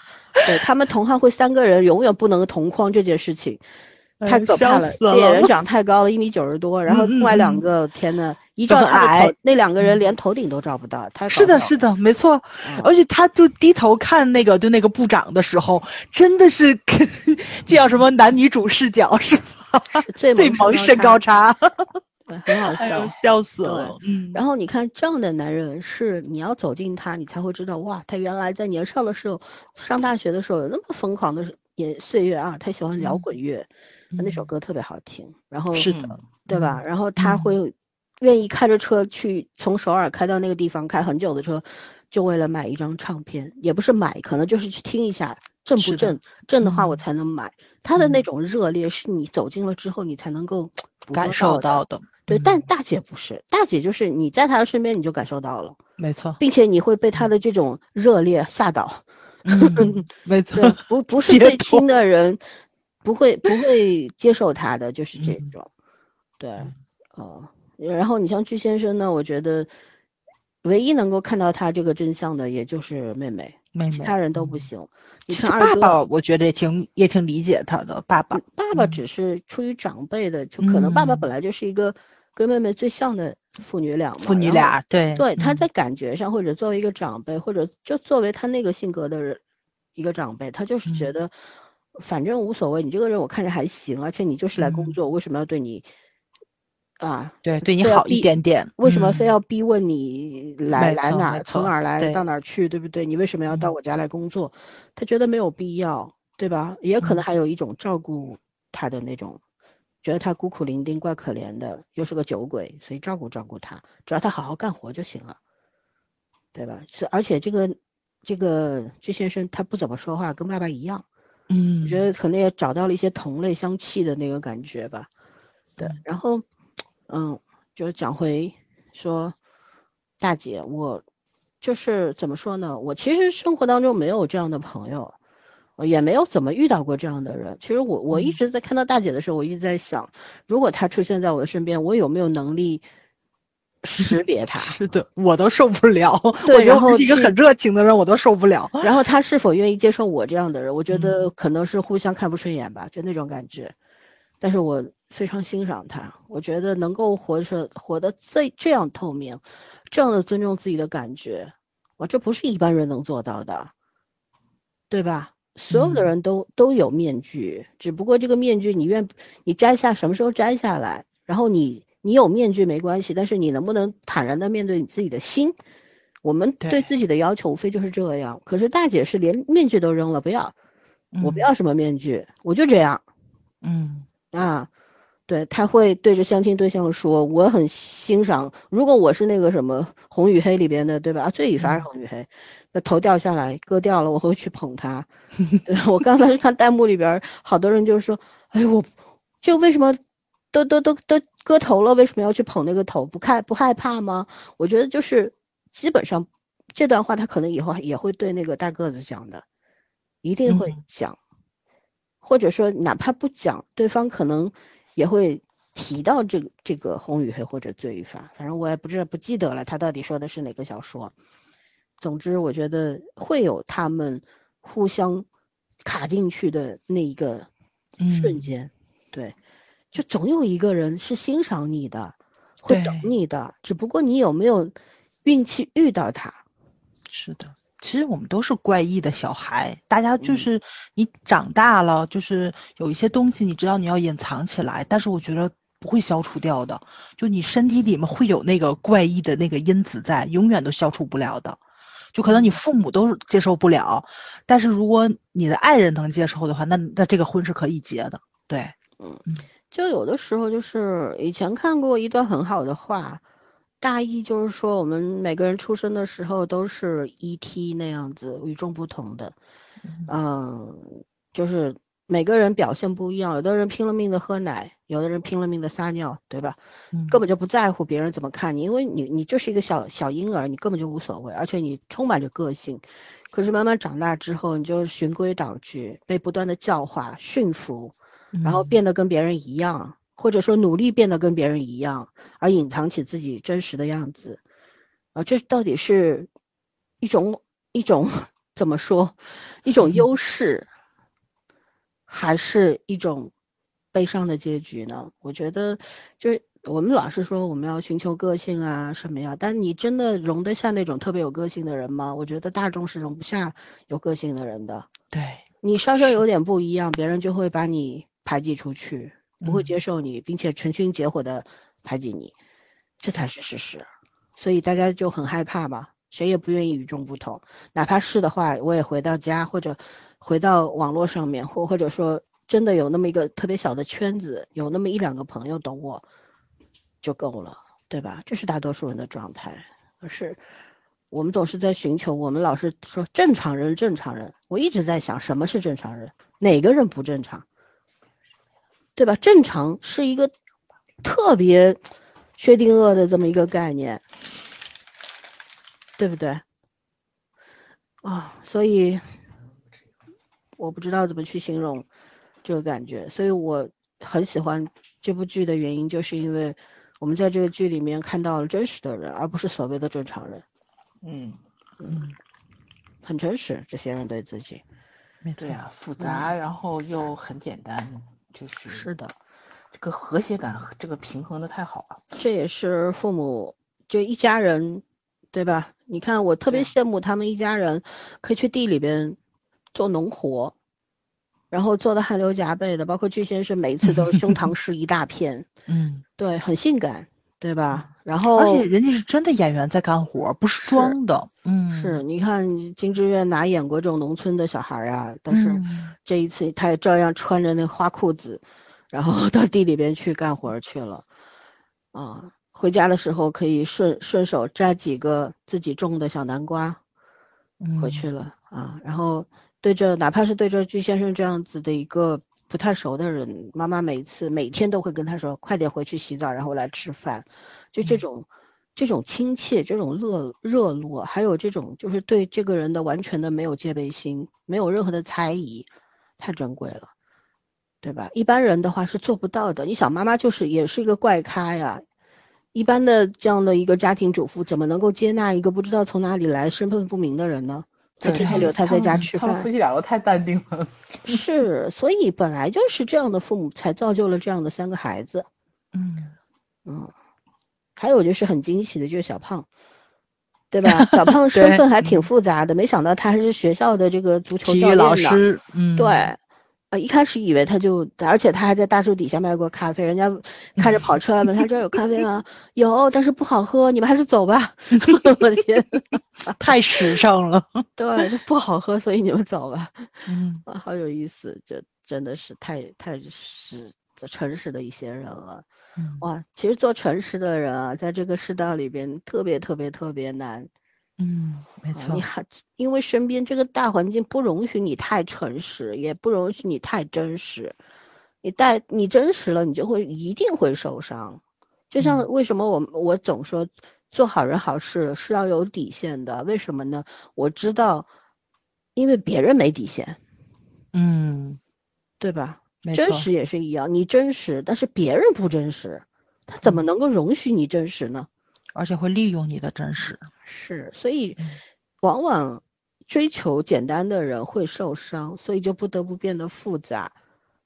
对他们同好会三个人永远不能同框这件事情，太可怕了，这演员长太高了，一米九十多，然后
嗯
另外两个，天呐，一照他的头，那两个人连头顶都照不到，嗯太
是的，是的，没错，而且他就低头看那个，就那个部长的时候，真的是， 这叫什么男女主 视角是吧？
最
最萌身高差，哎
很好笑，
笑死了。嗯
然后你看这样的男人，是你要走近他，你才会知道，哇，他原来在年少的时候，上大学的时候有那么疯狂的也岁月啊，他喜欢摇滚乐。那首歌特别好听，然后
嗯是的，嗯
对吧？然后他会愿意开着车去从首尔开到那个地方，开很久的车，就为了买一张唱片，也不是买，可能就是去听一下正不正，正的
嗯
话我才能买。他的那种热烈是你走进了之后你才能够
感受
到
的，
对。但大姐不是，大姐就是你在她的身边你就感受到了，
没错，
并且你会被她的这种热烈吓 到，
嗯没错，
不不 是最亲的人。不会不会接受他的就是这种，嗯、对，哦、呃，然后你像鞠先生呢，我觉得唯一能够看到他这个真相的，也就是妹妹，
妹妹，
其他人都不行。你
看
二
哥，爸爸我觉得也挺也挺理解他的，爸爸，
爸爸只是出于长辈的，嗯、就可能爸爸本来就是一个跟妹妹最像的父女俩嘛，
父女俩，对，嗯
对，嗯他在感觉上，或者作为一个长辈，嗯、或者就作为他那个性格的人，一个长辈，他就是觉得。反正无所谓，你这个人我看着还行，而且你就是来工作，嗯、为什么要对你啊？
对，对你好一点点，
为什么非要逼问你来、
嗯、
来哪儿，从哪儿来到哪儿去，对不对？你为什么要到我家来工作？他觉得没有必要，对吧？也可能还有一种照顾他的那种，嗯、觉得他孤苦伶仃、怪可怜的，又是个酒鬼，所以照顾照顾他，只要他好好干活就行了，对吧？是，而且这个这个鞠先生他不怎么说话，跟爸爸一样。
嗯，
我觉得可能也找到了一些同类相契的那个感觉吧。对，然后，嗯，就是讲回说，大姐，我就是怎么说呢？我其实生活当中没有这样的朋友，我也没有怎么遇到过这样的人。其实我我一直在看到大姐的时候，我一直在想，如果她出现在我的身边，我有没有能力？识别他
是的，我都受不了。 我觉得我是一个很热情的人，我都受不了。
然后他是否愿意接受我这样的人？我觉得可能是互相看不顺眼吧，嗯、就那种感觉。但是我非常欣赏他，我觉得能够活着活得这这样透明，这样的尊重自己的感觉，我这不是一般人能做到的，对吧？所有的人都、嗯、都有面具，只不过这个面具你愿你摘下什么时候摘下来，然后你。你有面具没关系，但是你能不能坦然的面对你自己的心？我们对自己的要求无非就是这样。可是大姐是连面具都扔了，不要，我不要什么面具，
嗯、
我就这样。
嗯
啊，对，她会对着相亲对象说：“我很欣赏，如果我是那个什么《红与黑》里边的，对吧？啊，最反是《红与黑》嗯，那头掉下来割掉了，我会去捧他。 对我刚才看弹幕里边，好多人就说：‘哎，我就为什么？’”都都都都割头了，为什么要去捧那个头？不看不害怕吗？我觉得就是基本上这段话，他可能以后也会对那个大个子讲的，一定会讲，嗯、或者说哪怕不讲，对方可能也会提到这个这个红与黑或者罪与罚，反正我也不知道不记得了，他到底说的是哪个小说。总之，我觉得会有他们互相卡进去的那一个瞬间，
嗯、
对。就总有一个人是欣赏你的，会懂你的，只不过你有没有运气遇到他。
是的，其实我们都是怪异的小孩，大家
嗯
就是你长大了，嗯、就是有一些东西你知道你要隐藏起来，但是我觉得不会消除掉的，就你身体里面会有那个怪异的那个因子在，永远都消除不了的。就可能
嗯
你父母都接受不了，但是如果你的爱人能接受的话，那那这个婚是可以结的。对，
嗯。就有的时候，就是以前看过一段很好的话，大意就是说，我们每个人出生的时候都是 E.T. 那样子与众不同的，嗯，就是每个人表现不一样，有的人拼了命的喝奶，有的人拼了命的撒尿，对吧？
嗯
根本就不在乎别人怎么看你，因为你你就是一个小小婴儿，你根本就无所谓，而且你充满着个性。可是慢慢长大之后，你就循规蹈矩，被不断的教化、驯服。
嗯
然后变得跟别人一样，或者说努力变得跟别人一样，而隐藏起自己真实的样子，啊，这到底是一种一种怎么说，一种优势，还是一种悲伤的结局呢？我觉得就是。我们老是说我们要寻求个性啊什么呀，但你真的容得下那种特别有个性的人吗？我觉得大众是容不下有个性的人的。
对，
你稍稍有点不一样，别人就会把你排挤出去，不会
嗯
接受你，并且成群结伙的排挤你，这才是事实。所以大家就很害怕嘛，谁也不愿意与众不同。哪怕是的话，我也回到家或者回到网络上面，或或者说真的有那么一个特别小的圈子，有那么一两个朋友懂我就够了，对吧？这是大多数人的状态，而是我们总是在寻求，我们老是说正常人，正常人。我一直在想，什么是正常人？哪个人不正常？对吧？正常是一个特别薛定谔的这么一个概念，对不对？啊、所以我不知道怎么去形容这个感觉，所以我很喜欢这部剧的原因，就是因为我们在这个剧里面看到了真实的人，而不是所谓的正常人。
嗯，
很诚实，这些人对自己。
没
对
错
啊，复杂，然后又很简单，就是
的，
这个和谐感，这个平衡的太好了。
这也是父母就一家人，对吧？你看，我特别
对
羡慕他们一家人可以去地里边做农活，然后做的汗流浃背的，包括巨先生每一次都是胸膛是一大片，
嗯，
对，很性感，对吧？然后
而且人家是真的演员在干活，不是装的。嗯，
是你看金志苑哪演过这种农村的小孩儿啊？但是
嗯
这一次他也照样穿着那花裤子，然后到地里边去干活儿去了。啊，回家的时候可以顺顺手摘几个自己种的小南瓜回去了、啊。然后对着哪怕是对着鞠先生这样子的一个不太熟的人，妈妈每次每天都会跟他说：“快点回去洗澡，然后来吃饭。”就这种。这种亲切，这种热热络，还有这种就是对这个人的完全的没有戒备心，没有任何的猜疑，太珍贵了，对吧？一般人的话是做不到的。你想，妈妈就是也是一个怪咖呀，一般的这样的一个家庭主妇，怎么能够接纳一个不知道从哪里来、身份不明的人呢？还
对
天
他
天留
们
他在家吃
他们夫
饭，
妻俩都太淡定了。
是，所以本来就是这样的父母，才造就了这样的三个孩子。
嗯，
嗯，还有就是很惊喜的，就是小胖，对吧？小胖身
对
份还挺
嗯
复杂的，没想到他还是学校的这个足球
体
教
育
练
老
呢。
师，嗯，
对，呃，一开始以为他就，而且他还在大树底下卖过咖啡，人家开着跑车来问他这儿有咖啡吗？有，但是不好喝，你们还是走吧。我的天，
太时尚了。
对，不好喝，所以你们走吧。
嗯
啊，好有意思，这真的是太太是诚实的一些人了。
嗯
哇，其实做诚实的人啊，在这个世道里边特别特别特别难。
嗯，没
啊
错
你。还因为身边这个大环境不容许你太诚实，也不容许你太真实。你带你真实了，你就会一定会受伤。就像
嗯
为什么我我总说做好人好事是要有底线的，为什么呢？我知道，因为别人没底线，
嗯，
对吧？
没
真
错。
实也是一样，你真实，但是别人不真实，他怎
嗯
么能够容许你真实呢？
而且会利用你的真实。
是，所以
嗯
往往追求简单的人会受伤，所以就不得不变得复杂，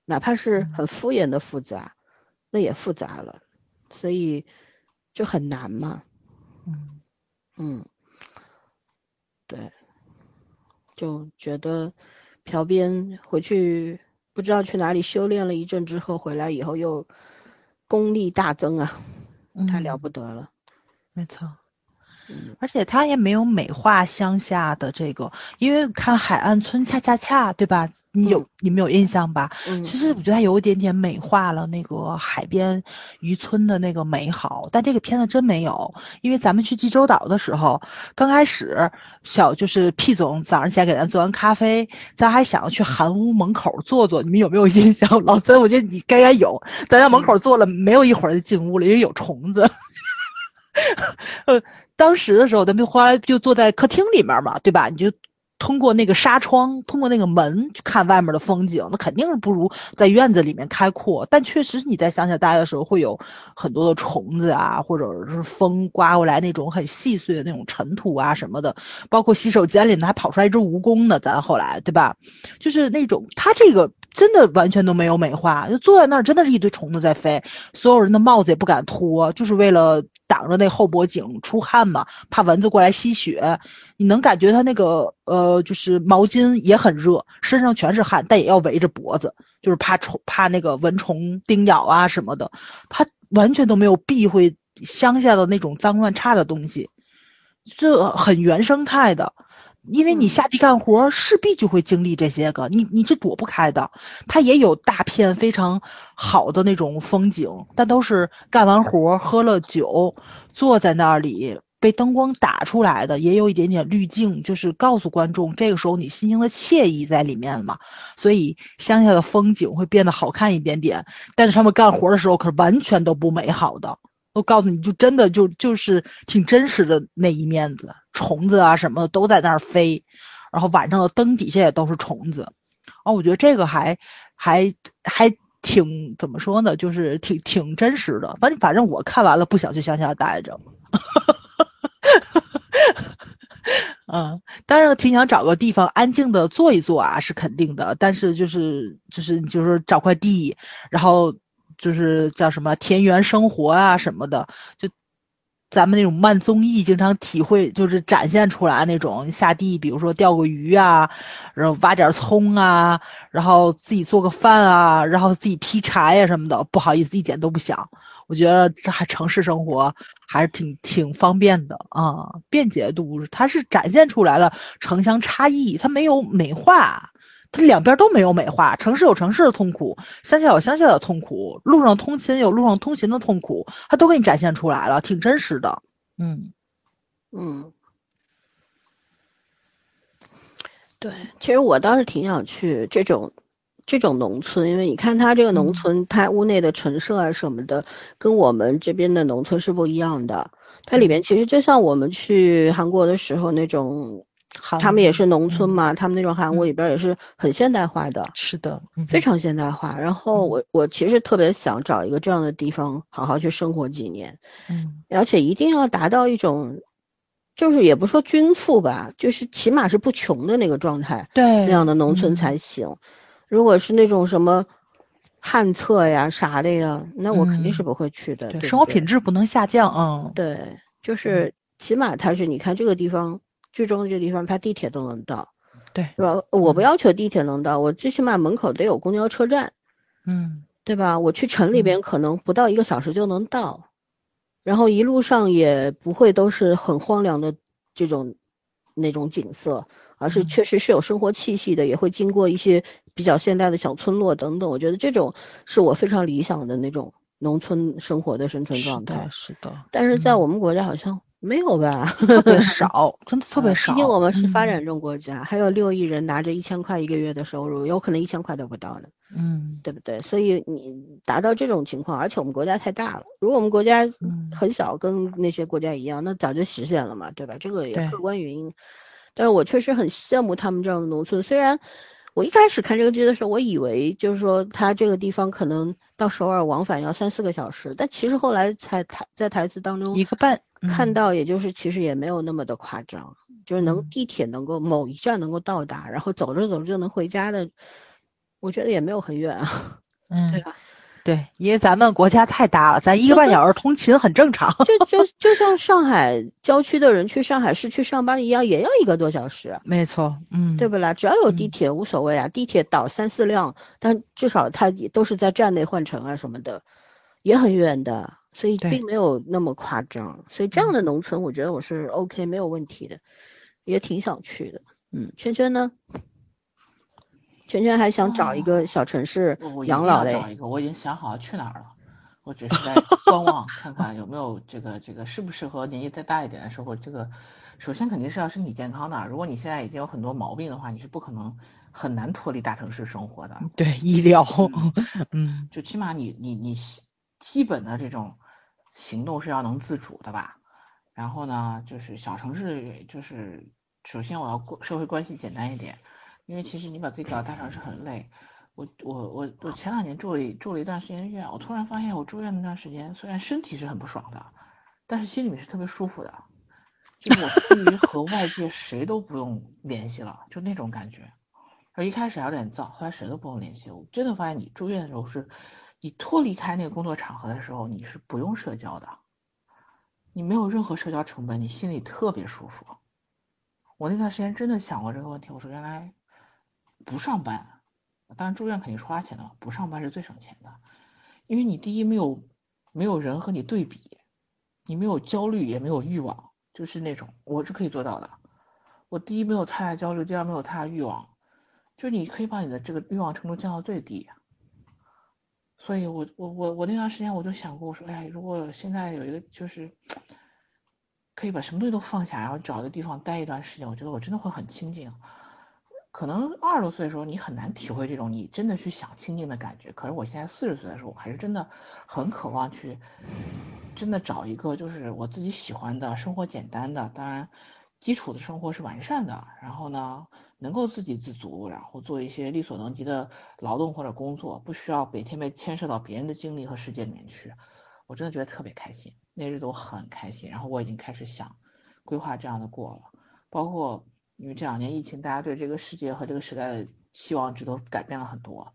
哪怕是
嗯
很敷衍的复杂，那也复杂了，所以就很难嘛。
嗯
嗯，对，就觉得朴编回去不知道去哪里修炼了一阵之后，回来以后又功力大增啊，太了
嗯
不得了。
没错
嗯。
而且他也没有美化乡下的这个，因为看海岸村恰恰恰，对吧？你有、你们有印象吧？
嗯，
其实我觉得他有一点点美化了那个海边渔村的那个美好，但这个片子真没有。因为咱们去济州岛的时候，刚开始小就是 P 总早上起来给咱做完咖啡，咱还想去韩屋门口坐坐，你们有没有印象？ 老三，我觉得你该该有，咱在门
嗯
口坐了没有一会儿就进屋了，因为有虫子。 呃，当时的时候，咱们后来就坐在客厅里面嘛，对吧？你就通过那个纱窗，通过那个门去看外面的风景，那肯定是不如在院子里面开阔。但确实你在乡下待的时候，会有很多的虫子啊，或者是风刮过来那种很细碎的那种尘土啊什么的，包括洗手间里呢还跑出来一只蜈蚣呢，咱后来对吧？就是那种它这个真的完全都没有美化，就坐在那儿真的是一堆虫子在飞，所有人的帽子也不敢脱，就是为了挡着那后脖颈出汗嘛，怕蚊子过来吸血。你能感觉他那个呃，就是毛巾也很热，身上全是汗，但也要围着脖子，就是怕虫、怕那个蚊虫叮咬啊什么的。他完全都没有避讳乡下的那种脏乱差的东西，这很原生态的。因为你下地干活，势必就会经历这些个，你你是躲不开的。它也有大片非常好的那种风景，但都是干完活喝了酒，坐在那里被灯光打出来的，也有一点点滤镜，就是告诉观众这个时候你心情的惬意在里面嘛。所以乡下的风景会变得好看一点点，但是他们干活的时候可完全都不美好的。我告诉你，就真的就就是挺真实的那一面子，虫子啊什么的都在那儿飞，然后晚上的灯底下也都是虫子，哦，我觉得这个还还还挺怎么说呢，就是挺挺真实的。反正反正我看完了，不想去乡下待着。 嗯，当然挺想找个地方安静的坐一坐啊，是肯定的。但是就是就是就是找块地，然后。就是叫什么田园生活啊什么的，就咱们那种慢综艺经常体会，就是展现出来那种下地，比如说钓个鱼啊，然后挖点葱啊，然后自己做个饭啊，然后自己劈柴呀、啊、什么的。不好意思，一点都不想。我觉得这还城市生活还是挺挺方便的啊、嗯，便捷度它是展现出来了城乡差异，它没有美化。它两边都没有美化，城市有城市的痛苦，乡下有乡下的痛苦，路上通勤有路上通勤的痛苦，它都给你展现出来了，挺真实的。嗯
嗯，对，其实我倒是挺想去这种这种农村，因为你看它这个农村，嗯、它屋内的陈设啊什么的，跟我们这边的农村是不一样的。它里面其实就像我们去韩国的时候那种。他们也是农村嘛，嗯、他们那种韩国里边也是很现代化的，
是的，
嗯、非常现代化。然后我我其实特别想找一个这样的地方，好好去生活几年，
嗯，
而且一定要达到一种，就是也不说均富吧，就是起码是不穷的那个状态，
对，
那样的农村才行。嗯、如果是那种什么旱厕呀啥的呀，那我肯定是不会去的。对，对对
嗯生活品质不能下降啊。
对，就是起码它是你看这个地方。最终这个地方，它地铁都能到，
对，
对吧？我不要求地铁能到，我最起码门口得有公交车站，
嗯，
对吧？我去城里边可能不到一个小时就能到，嗯、然后一路上也不会都是很荒凉的这种那种景色，而
嗯
是确实是有生活气息的，嗯、也会经过一些比较现代的小村落等等。我觉得这种是我非常理想的那种农村生活的生存状态。
是的，是的。
但是在我们国家好像、嗯。没有吧，
特别少，真的特别 少。
毕嗯竟我们是发展中国家，嗯、还有六亿人拿着一千块一个月的收入，有可能一千块都不到呢。
嗯，
对不对？所以你达到这种情况，而且我们国家太大了。如果我们国家
嗯
很小，跟那些国家一样，那早就实现了嘛，对吧？这个也客观原因。但是我确实很羡慕他们这样的农村。虽然我一开始看这个剧的时候，我以为就是说他这个地方可能到首尔往返要三四个小时，但其实后来才台在台词当中
一个半。嗯
看到，也就是其实也没有那么的夸张，嗯、就是能地铁能够某一站能够到达，嗯、然后走着走着就能回家的，我觉得也没有很远啊，
嗯，
对吧？
对，因为咱们国家太大了，咱一个半小时通勤很正常。
就就就像上海郊区的人去上海市区上班一样，也要一个多小时。
没错，嗯，
对不啦？只要有地铁、
嗯、
无所谓啊，地铁倒三四辆，但至少它都是在站内换乘啊什么的，也很远的。所以并没有那么夸张，所以这样的农村，我觉得我是 OK 没有问题的，也挺想去的。嗯，圈圈呢？圈圈还想找一个小城市养老嘞。
哦找一个，我已经想好去哪儿了，我只 是在观望，看看有没有这个这个适不适合年纪再大一点的时候。这个首先肯定是要身体健康的，如果你现在已经有很多毛病的话，你是不可能。很难脱离大城市生活的。
对，医疗，嗯，
就起码你你你基本的这种。行动是要能自主的吧，然后呢，就是小城市，就是首先我要过社会关系简单一点，因为其实你把自己搞大厂是很累。我我我我前两年住了一住了一段时间院，我突然发现我住院那段时间，虽然身体是很不爽的，但是心里面是特别舒服的，就是我终于和外界谁都不用联系了，就那种感觉。而一开始还有点燥，后来谁都不用联系。我真的发现你住院的时候是，你脱离开那个工作场合的时候，你是不用社交的，你没有任何社交成本，你心里特别舒服。我那段时间真的想过这个问题，我说原来不上班。当然，住院肯定是花钱的嘛，不上班是最省钱的，因为你第一没有没有人和你对比，你没有焦虑，也没有欲望，就是那种我是可以做到的。我第一没有太大焦虑，第二没有太大欲望，就你可以把你的这个欲望程度降到最低。所以我我我我那段时间我就想过，我说哎呀，如果现在有一个就是可以把什么东西都放下，然后找一个地方待一段时间，我觉得我真的会很清静。可能二十多岁的时候，你很难体会这种你真的去想清静的感觉。可是我现在四十岁的时候，我还是真的很渴望去，真的找一个就是我自己喜欢的生活简单的，当然基础的生活是完善的。然后呢，能够自给自足，然后做一些力所能及的劳动或者工作，不需要每天被牵涉到别人的精力和世界里面去。我真的觉得特别开心，那日子我很开心。然后我已经开始想规划这样的过了，包括。因为这两年疫情，大家对这个世界和这个时代的期望值都改变了很多。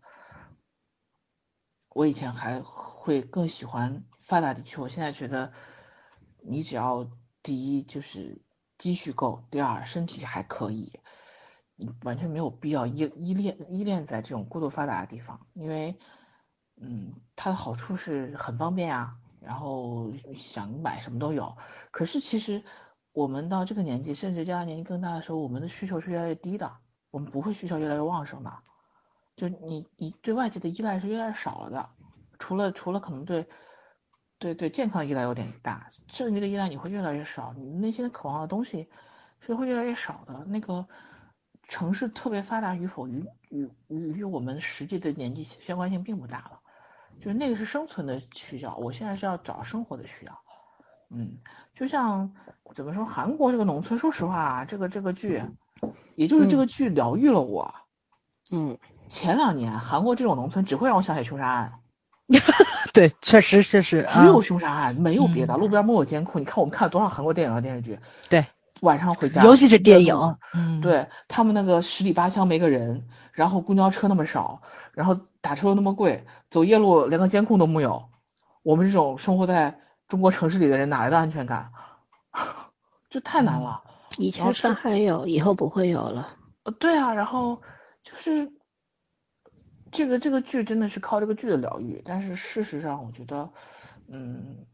我以前还会更喜欢发达地区，我现在觉得，你只要第一就是积蓄够，第二身体还可以，你完全没有必要依依恋依恋在这种过度发达的地方，因为，嗯，它的好处是很方便啊，然后想买什么都有。可是其实。我们到这个年纪，甚至将来年纪更大的时候，我们的需求是越来越低的，我们不会需求越来越旺盛的。就你，你对外界的依赖是越来越少了的，除了除了可能对，对对健康依赖有点大，剩余的依赖你会越来越少，你内心渴望的东西是会越来越少的。那个城市特别发达与否与与与与我们实际的年纪相关性并不大了，就是那个是生存的需要，我现在是要找生活的需要。嗯，就像怎么说，韩国这个农村，说实话、啊，这个这个剧，
嗯
也就是这个剧疗愈了我。
嗯，
前两年韩国这种农村只会让我想起凶杀案，
对，确实确实，
只有
嗯
凶杀案，没有别的。路边没有监控，你看我们看了多少韩国电影和电视剧？
对，
晚上回家，
尤其是电影，嗯，
对他们那个十里八乡没个人，然后公交车那么少，然后打车又那么贵，走夜路连个监控都没有，我们这种生活在中国城市里的人哪来的安全感？ 这太难
嗯
了。
以前上海有，以后不会有了。
呃，对啊，然后就是这个这个剧真的是靠这个剧的疗愈，但是事实上，我觉得，嗯，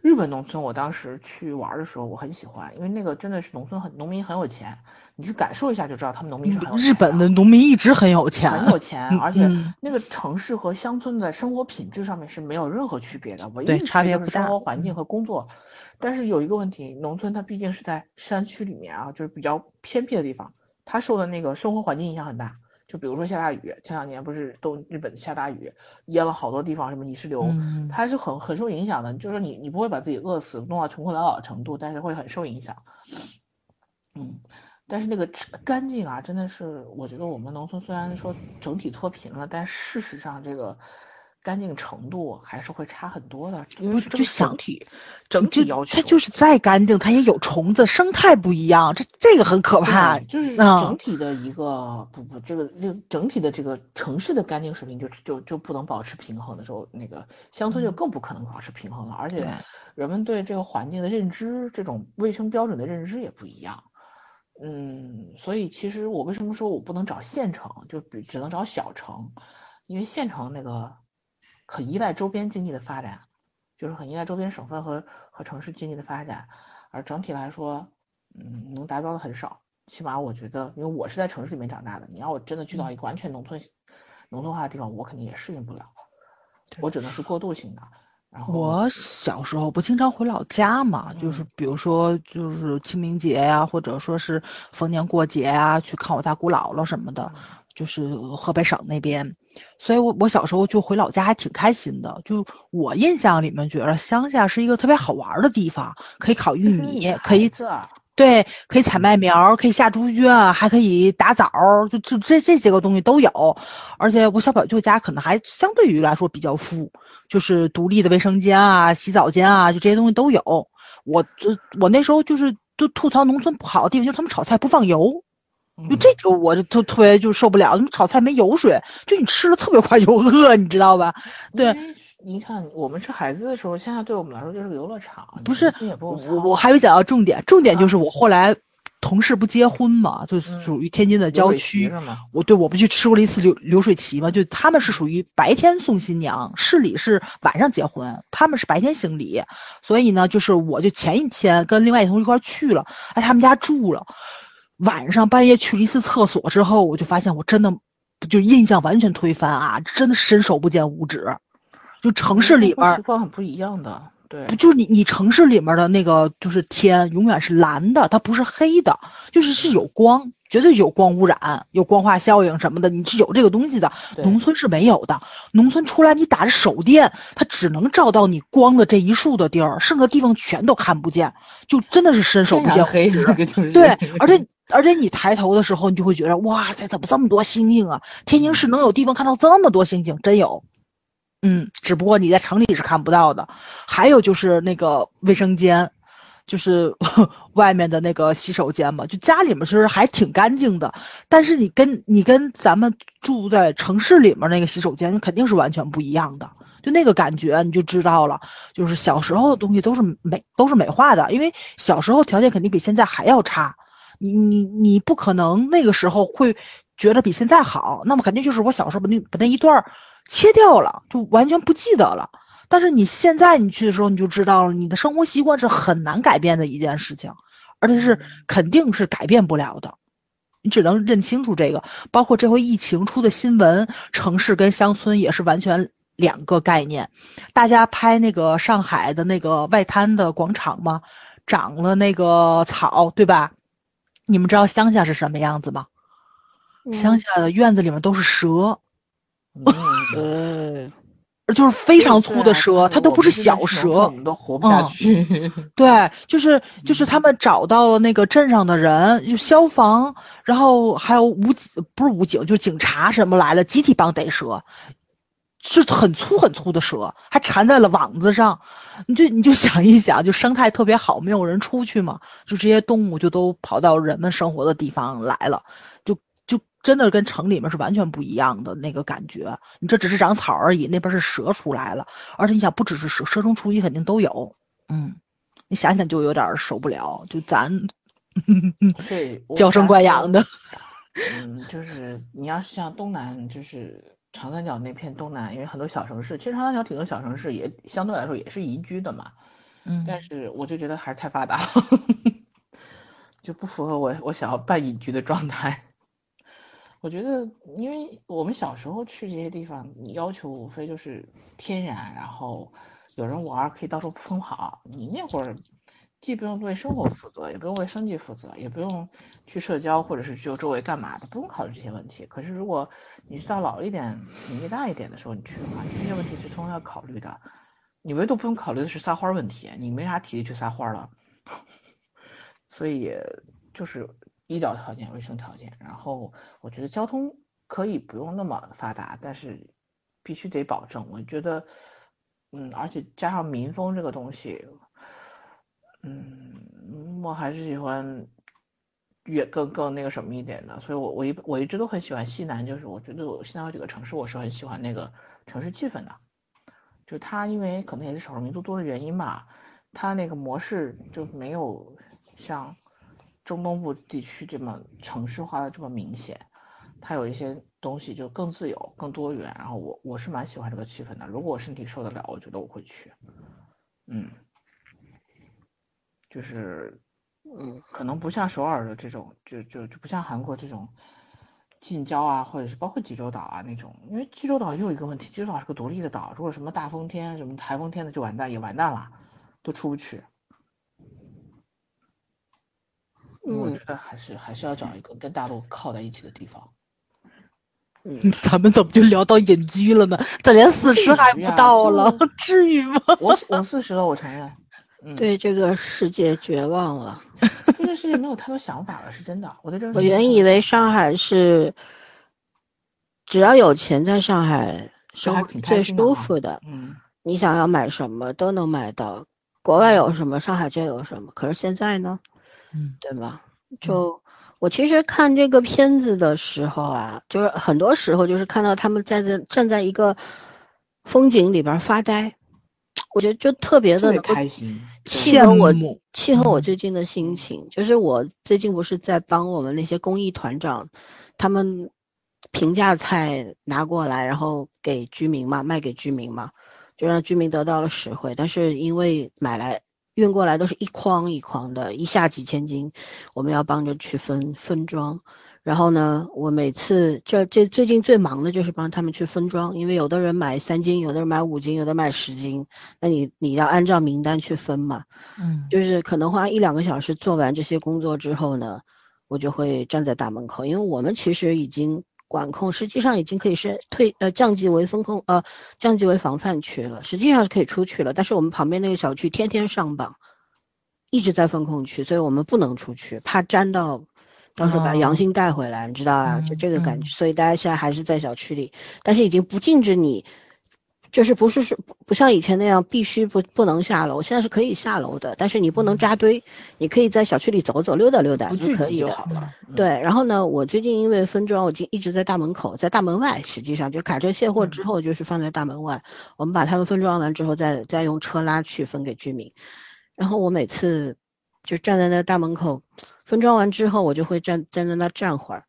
日本农村我当时去玩儿的时候，我很喜欢，因为那个真的是农村很农民很有钱，你去感受一下就知道他们农民是很有
嗯日
钱啊
本的农民一直很有钱，
很有钱，而且
嗯
那个城市和乡村的生活品质上面是没有任何区别的，唯一
对
的
差
区别
别
就是
不
生
大嗯
活环境和工作。但是有一个问题，农村它毕竟是在山区里面啊，就是比较偏僻的地方，它受的那个生活环境影响很大。就比如说下大雨，前两年不是都日本下大雨，淹了好多地方，什么泥石流，
嗯
它是很很受影响的。就是你你不会把自己饿死，弄到穷困潦倒的程度，但是会很受影响。嗯，但是那个吃干净啊，真的是我觉得我们农村虽然说整体脱贫了，但事实上这个干净程度还是会差很多的，因为
不
是
是
这
就
个整
想
体整体要
就
求，
它就是再干净，它也有虫子，生态不一样，这这个很可
对
怕。
就是
嗯
整体的一个不不，这个这个整体的这个城市的干净水平就就就不能保持平衡的时候，那个乡村就更不可能保持平衡了，而且
嗯对
人们对这个环境的认知，这种卫生标准的认知也不一样。嗯，所以其实我为什么说我不能找县城，就比只能找小城，因为县城那个很依赖周边经济的发展，就是很依赖周边省份和和城市经济的发展，而整体来说，嗯，能达到的很少。起码我觉得，因为我是在城市里面长大的，你让我真的去
嗯
到一个完全农村、农村化的地方，我肯定也适应不了，我只能是过渡性的。然后
我小时候不经常回老家嘛，就是比如说就是清明节呀、或者说是逢年过节呀、去看我大姑姥姥什么的，就是河北省那边。所以我我小时候就回老家还挺开心的。就我印象里面觉得乡下是一个特别好玩儿的地方，可以烤玉
就是女
米，
孩
嗯可以
子啊
对，可以采麦苗，可以下猪圈，还可以打枣，就就这这些个东西都有。而且我小表舅家可能还相对于来说比较富，就是独立的卫生间啊、洗澡间啊，就这些东西都有。我就我那时候就是就吐槽农村不好的地方，就是他们炒菜不放油，就
嗯
这个我就特特别就受不了，他们炒菜没油水，就你吃了特别快就饿，你知道吧？对，
因为你看我们是孩子的时候，现在对我们来说就是个游乐场，你
不是
自己也不
我
用
我
操
我还没讲到重点，重点
啊
就是我后来同事不结婚嘛，就是
嗯
属于天津的
流
郊
水席
区。
是吗？
我对我不去吃过了一次流流水席嘛，就他们是属于白天送新娘，市里是晚上结婚，他们是白天行礼，所以呢，就是我就前一天跟另外一同事一块儿去了，哎，他们家住了，晚上半夜去了一次厕所之后，我就发现我真的就印象完全推翻啊，真的伸手不见五指，就城市里边
习惯很不一样的，对
不，就是你你城市里面的那个就是天永远是蓝的，它不是黑的，就是是有光，绝对有光污染、有光化效应什么的，你是有这个东西的。
对
农村是没有的，农村出来你打着手电，它只能照到你光的这一束的地儿，剩下地方全都看不见，就真的是伸手
天
不
然
见
黑
五指
这 个 就是
对，而且而且你抬头的时候，你就会觉得哇塞，怎么这么多星星啊？天津市能有地方看到这么多星星，真有。嗯，只不过你在城里是看不到的。还有就是那个卫生间，就是 外面的那个洗手间嘛，就家里面其实还挺干净的，但是你跟你跟咱们住在城市里面那个洗手间肯定是完全不一样的，就那个感觉你就知道了。就是小时候的东西都是美都是美化的，因为小时候条件肯定比现在还要差，你你你不可能那个时候会觉得比现在好，那么肯定就是我小时候把那把那一段儿切掉了，就完全不记得了。但是你现在你去的时候，你就知道了，你的生活习惯是很难改变的一件事情，而且是肯定是改变不了的。你只能认清楚这个，包括这回疫情出的新闻，城市跟乡村也是完全两个概念。大家拍那个上海的那个外滩的广场嘛，长了那个草，对吧？你们知道乡下是什么样子吗？
嗯
乡下的院子里面都是蛇，
嗯
呃
嗯，
就是非常粗的
对啊
蛇，它
对
都
我
不
们
是
这边
小
是
蛇。
农村我们都活不下
嗯
去。
对，就是就是他们找到了那个镇上的人，就消防，然后还有武警，不是武警，就是警察什么来了，集体帮逮蛇，是很粗很粗的蛇，还缠在了网子上。你就你就想一想，就生态特别好，没有人出去嘛，就这些动物就都跑到人们生活的地方来了，就就真的跟城里面是完全不一样的那个感觉。你这只是长草而已，那边是蛇出来了，而且你想，不只是蛇，蛇虫鼠蚁肯定都有，嗯。你想想就有点儿受不了，就咱
对，我
娇生
感
惯
觉
养的。
嗯，就是你要是像东南，就是长三角那片东南，因为很多小城市，其实长三角挺多小城市也相对来说也是宜居的嘛，
嗯
但是我就觉得还是太发达了， 就不符合我我想要半隐居的状态。 我觉得，因为我们小时候去这些地方，你要求无非就是天然，然后有人玩儿，可以到处疯跑。你那会儿既不用对生活负责，也不用为生计负责，也不用去社交或者是去周围干嘛的，不用考虑这些问题。可是如果你是到老一点、年纪大一点的时候你去的话，这些问题是通常要考虑的。你唯独不用考虑的是撒欢儿问题，你没啥体力去撒欢儿了。 所以就是医疗条件、卫生条件，然后我觉得交通可以不用那么发达，但是必须得保证。我觉得，嗯，而且加上民风这个东西，嗯，我还是喜欢越更更那个什么一点的，所以我我一我一直都很喜欢西南，就是我觉得我西南有几个城市，我是很喜欢那个城市气氛的，就它因为可能也是少数民族多的原因吧，它那个模式就没有像中东部地区这么城市化的这么明显，它有一些东西就更自由、更多元，然后我我是蛮喜欢这个气氛的，如果我身体受得了，我觉得我会去，嗯。就是，嗯，可能不像首尔的这种，就就就不像韩国这种近郊啊，或者是包括济州岛啊那种，因为济州岛又有一个问题，济州岛是个独立的岛，如果什么大风天、什么台风天的就完蛋，也完蛋了，都出不去。我
嗯
觉得还是还是要找一个跟大陆靠在一起的地方。
嗯
咱们怎么就聊到隐
啊
居了呢？咱连四十还不到了，至于吗？
我我四十了，我承认，嗯，，
对这个世界绝望了。
这件事情没有太多想法了，是真的。我对这个
我
事情没
原
有
以为上海是，只要有钱，在上海
还
生活
挺开
最
心的
舒
哈
服的，
嗯，
你想要买什么都能买到，国外有什么，上海就有什么。可是现在呢，
嗯
对吗？就我其实看这个片子的时候啊，就是很多时候就是看到他们在这站在一个风景里边儿发呆，我觉得就特别的
特别开心。
契合我
羡慕
契合我
嗯
最近的心情，就是我最近不是在帮我们那些公益团长，他们平价菜拿过来，然后给居民嘛，卖给居民嘛，就让居民得到了实惠。但是因为买来运过来都是一筐一筐的，一下几千斤，我们要帮着去分分装。然后呢，我每次这这最近最忙的就是帮他们去分装，因为有的人买三斤，有的人买五斤，有的买十斤，那你你要按照名单去分嘛。
嗯，
就是可能花一两个小时做完这些工作之后呢，我就会站在大门口，因为我们其实已经管控，实际上已经可以是退呃降级为风控呃降级为防范区了，实际上是可以出去了，但是我们旁边那个小区天天上榜，一直在风控区，所以我们不能出去，怕沾到。到时候把阳
哦
性带回来，你知道啊，就
嗯
这个感
嗯
觉，所以大家现在还是在小区里，但是已经不禁止你，就是不是说不不像以前那样必须不不能下楼，现在是可以下楼的，但是你不能扎堆，你可以在小区里走走、溜达溜达
嗯不
是
聚
可
集
以
就
的
好。了。嗯，
对，然后呢，我最近因为分装，我今一直在大门口，在大门外，实际上就卡车卸货之
嗯
后就是放在大门外，我们把它们分装完之后再再用车拉去分给居民。然后我每次就站在那大门口，分装完之后我就会站站在那站会儿，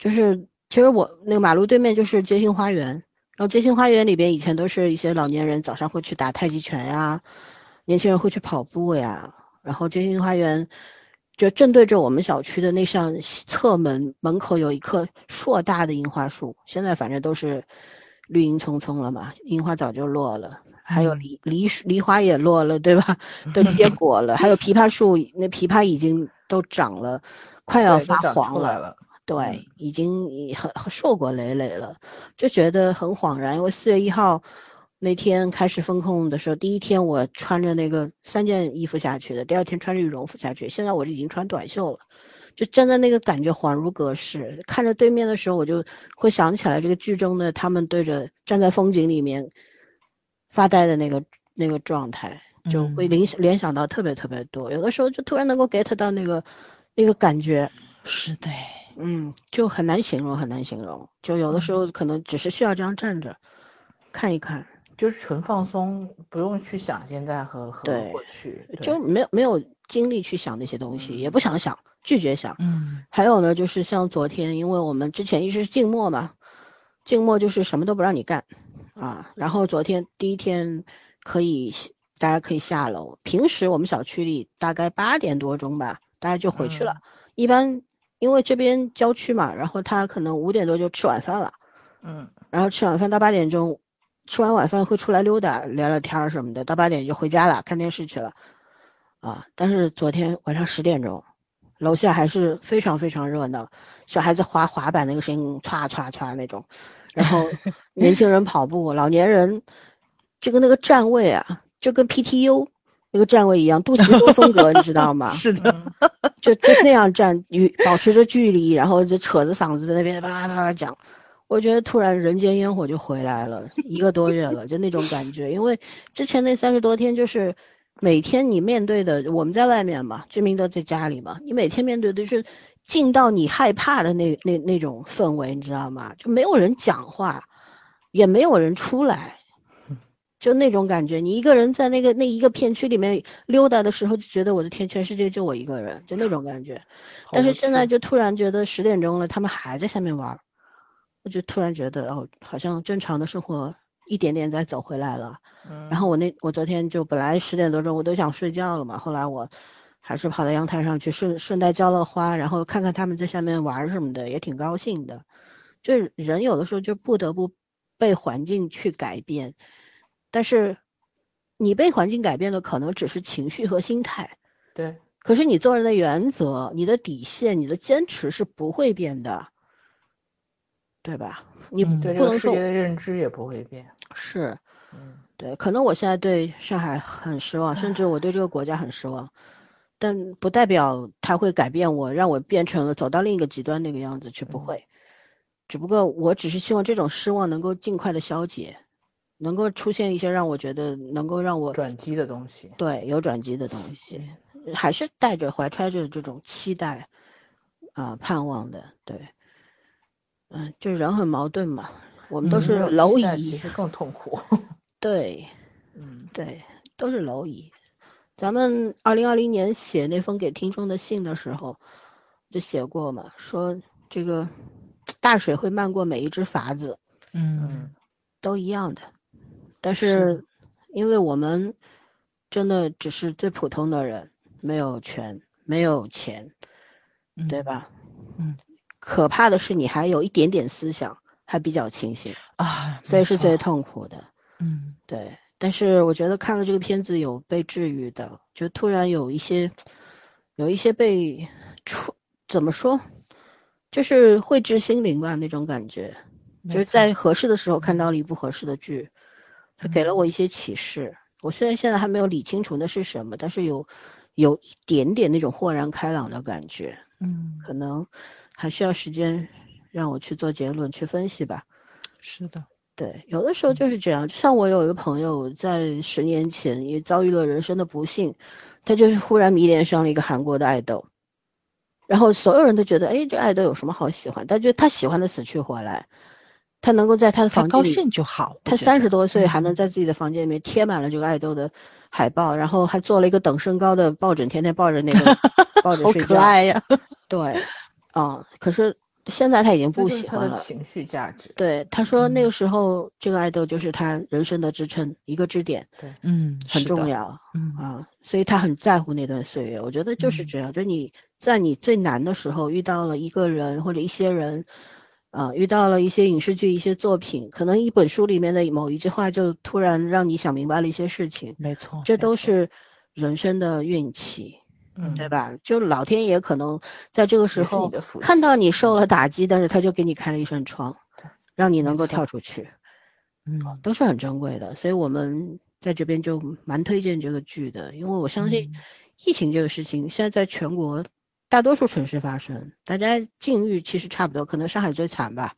就是其实我那个马路对面就是街心花园，然后街心花园里边以前都是一些老年人早上会去打太极拳呀，年轻人会去跑步呀，然后街心花园就正对着我们小区的那扇西侧门门口有一棵硕大的樱花树，现在反正都是绿荫葱葱了嘛，樱花早就落了。还有
嗯
梨梨树梨花也落了，对吧？ 都结果了。还有枇杷树，那枇杷已经都长了，快要
对，
发
都长
黄
出来
了。
了。嗯
对，已经已很很硕果累累了，就觉得很恍然。因为四月一号那天开始封控的时候，第一天我穿着那个三件衣服下去的，第二天穿着羽绒服下去，现在我就已经穿短袖了，就站在那个感觉恍如隔世。看着对面的时候，我就会想起来这个剧中的他们对着站在风景里面发呆的那个那个状态，就会
嗯
联想联想到特别特别多。有的时候就突然能够 get 到那个那个感觉。
是的，
嗯，就很难形容，很难形容。就有的时
嗯
候可能只是需要这样站着，看一看，
就是纯放松，不用去想现在和和
对
过去。对
就没有没有精力去想那些东西，也
嗯
不想想，拒绝想。
嗯
还有呢，就是像昨天，因为我们之前一直是静默嘛，静默就是什么都不让你干
嗯
啊。然后昨天第一天可以下，大家可以下楼。平时我们小区里大概八点多钟吧，大家就回去了。
嗯
一般因为这边郊区嘛，然后他可能五点多就吃晚饭了。
嗯，
然后吃晚饭到八点钟，吃完晚饭会出来溜达聊聊天儿什么的，到八点就回家了，看电视去了，啊！但是昨天晚上十点钟，楼下还是非常非常热闹，小孩子滑滑板那个声音歘歘歘那种，然后年轻人跑步，老年人这个那个站位啊，就跟 PTU 那个站位一样，肚脐沟风格，你知道吗？
是的，
嗯
就就那样站，与保持着距离，然后就扯着嗓子在那边叭叭叭叭讲。我觉得突然人间烟火就回来了，一个多月了，就那种感觉。因为之前那三十多天，就是每天你面对的，我们在外面嘛，知名德在家里嘛，你每天面对的是进到你害怕的那那那种氛围，你知道吗？就没有人讲话，也没有人出来，就那种感觉，你一个人在那个那一个片区里面溜达的时候，就觉得我的天，全世界就我一个人，就那种感觉。
好
但
无
是现在
趣
就突然觉得十点钟了，他们还在下面玩儿，我就突然觉得哦，好像正常的生活一点点在走回来了。
嗯
然后我那我昨天就本来十点多钟我都想睡觉了嘛，后来我还是跑到阳台上去顺顺带浇了花，然后看看他们在下面玩儿什么的，也挺高兴的。就是人有的时候就不得不被环境去改变，但是你被环境改变的可能只是情绪和心态，
对，
可是你做人的原则、你的底线、你的坚持是不会变的，对吧？你
嗯
不
对这个
嗯能
世
说
界的认知也不会变。
是，
嗯，
对，可能我现在对上海很失望，甚至我对这个国家很失望，但不代表它会改变我，让我变成了走到另一个极端那个样子，去不会。只不过我只是希望这种失望能够尽快的消解，能够出现一些让我觉得能够让我
嗯转机的东西。
对有转机的东
嗯
西，还是带着怀揣着这种期待啊、盼望的。对，嗯、就是人很矛盾嘛，我们都
嗯
是
没有
蝼
期待其
蚁，
实更痛 苦。
对。
嗯，
对，都是蝼蚁。咱们二零二零年写那封给听众的信的时候，就写过嘛，说这个大水会漫过每一只筏子，
嗯，
嗯，
都一样的。但
是
是，因为我们真的只是最普通的人，没有权，没有钱，对
嗯
吧？
嗯。
可怕的是，你还有一点点思想，还比较清醒，
啊，
所以
没
是
错
最痛苦的。
嗯
对，但是我觉得看了这个片子有被治愈的，就突然有一些，有一些被触，怎么说，就是绘制心灵吧那种感觉，
没
就是
错
在合适的时候看到了一部合适的剧，它给
嗯
了我一些启示。我虽然现在还没有理清楚那是什么，但是有有一点点那种豁然开朗的感觉，
嗯
可能还需要时间让我去做结论去分析吧。
是的，
对，有的时候就是这样。就像我有一个朋友，在十年前也遭遇了人生的不幸，他就是忽然迷恋上了一个韩国的爱豆，然后所有人都觉得，哎，这爱豆有什么好喜欢？但就他喜欢的死去活来，他能够在他的
他
房间
高
里，
兴就好。
他三十多岁还能在自己的房间里面贴满了这个爱豆的海报，然后还做了一个等身高的抱枕，天天抱着那个抱着
好
睡
可
觉。
爱 呀，
对，啊、可是现在他已经
这
不
就是
喜
它
欢
的
了。
情绪价值。
对，他说那
嗯
个时候这个爱豆就是他人生的支撑，一个支点，
嗯，
很
是
重
的，
要
嗯
啊，所以他很在乎那段岁月。我觉得就是
嗯
这样，就你在你最难的时候遇到了一个人或者一些人，啊，遇到了一些影视剧、一些作品，可能一本书里面的某一句话就突然让你想明白了一些事情，
没错，
这
没
都
错
是人生的运气，
嗯，
对吧？就老天爷可能在这个时
也是你
候
的福气嗯
看到你受了打击，但是他就给你开了一扇窗，让你能
没
够
错
跳出去，
嗯
都是很珍贵的。所以我们在这边就蛮推荐这个剧的，因为我相信
嗯
疫情这个事情现在在全国大多数城市发生，大家境遇其实差不多，可能上海最惨吧，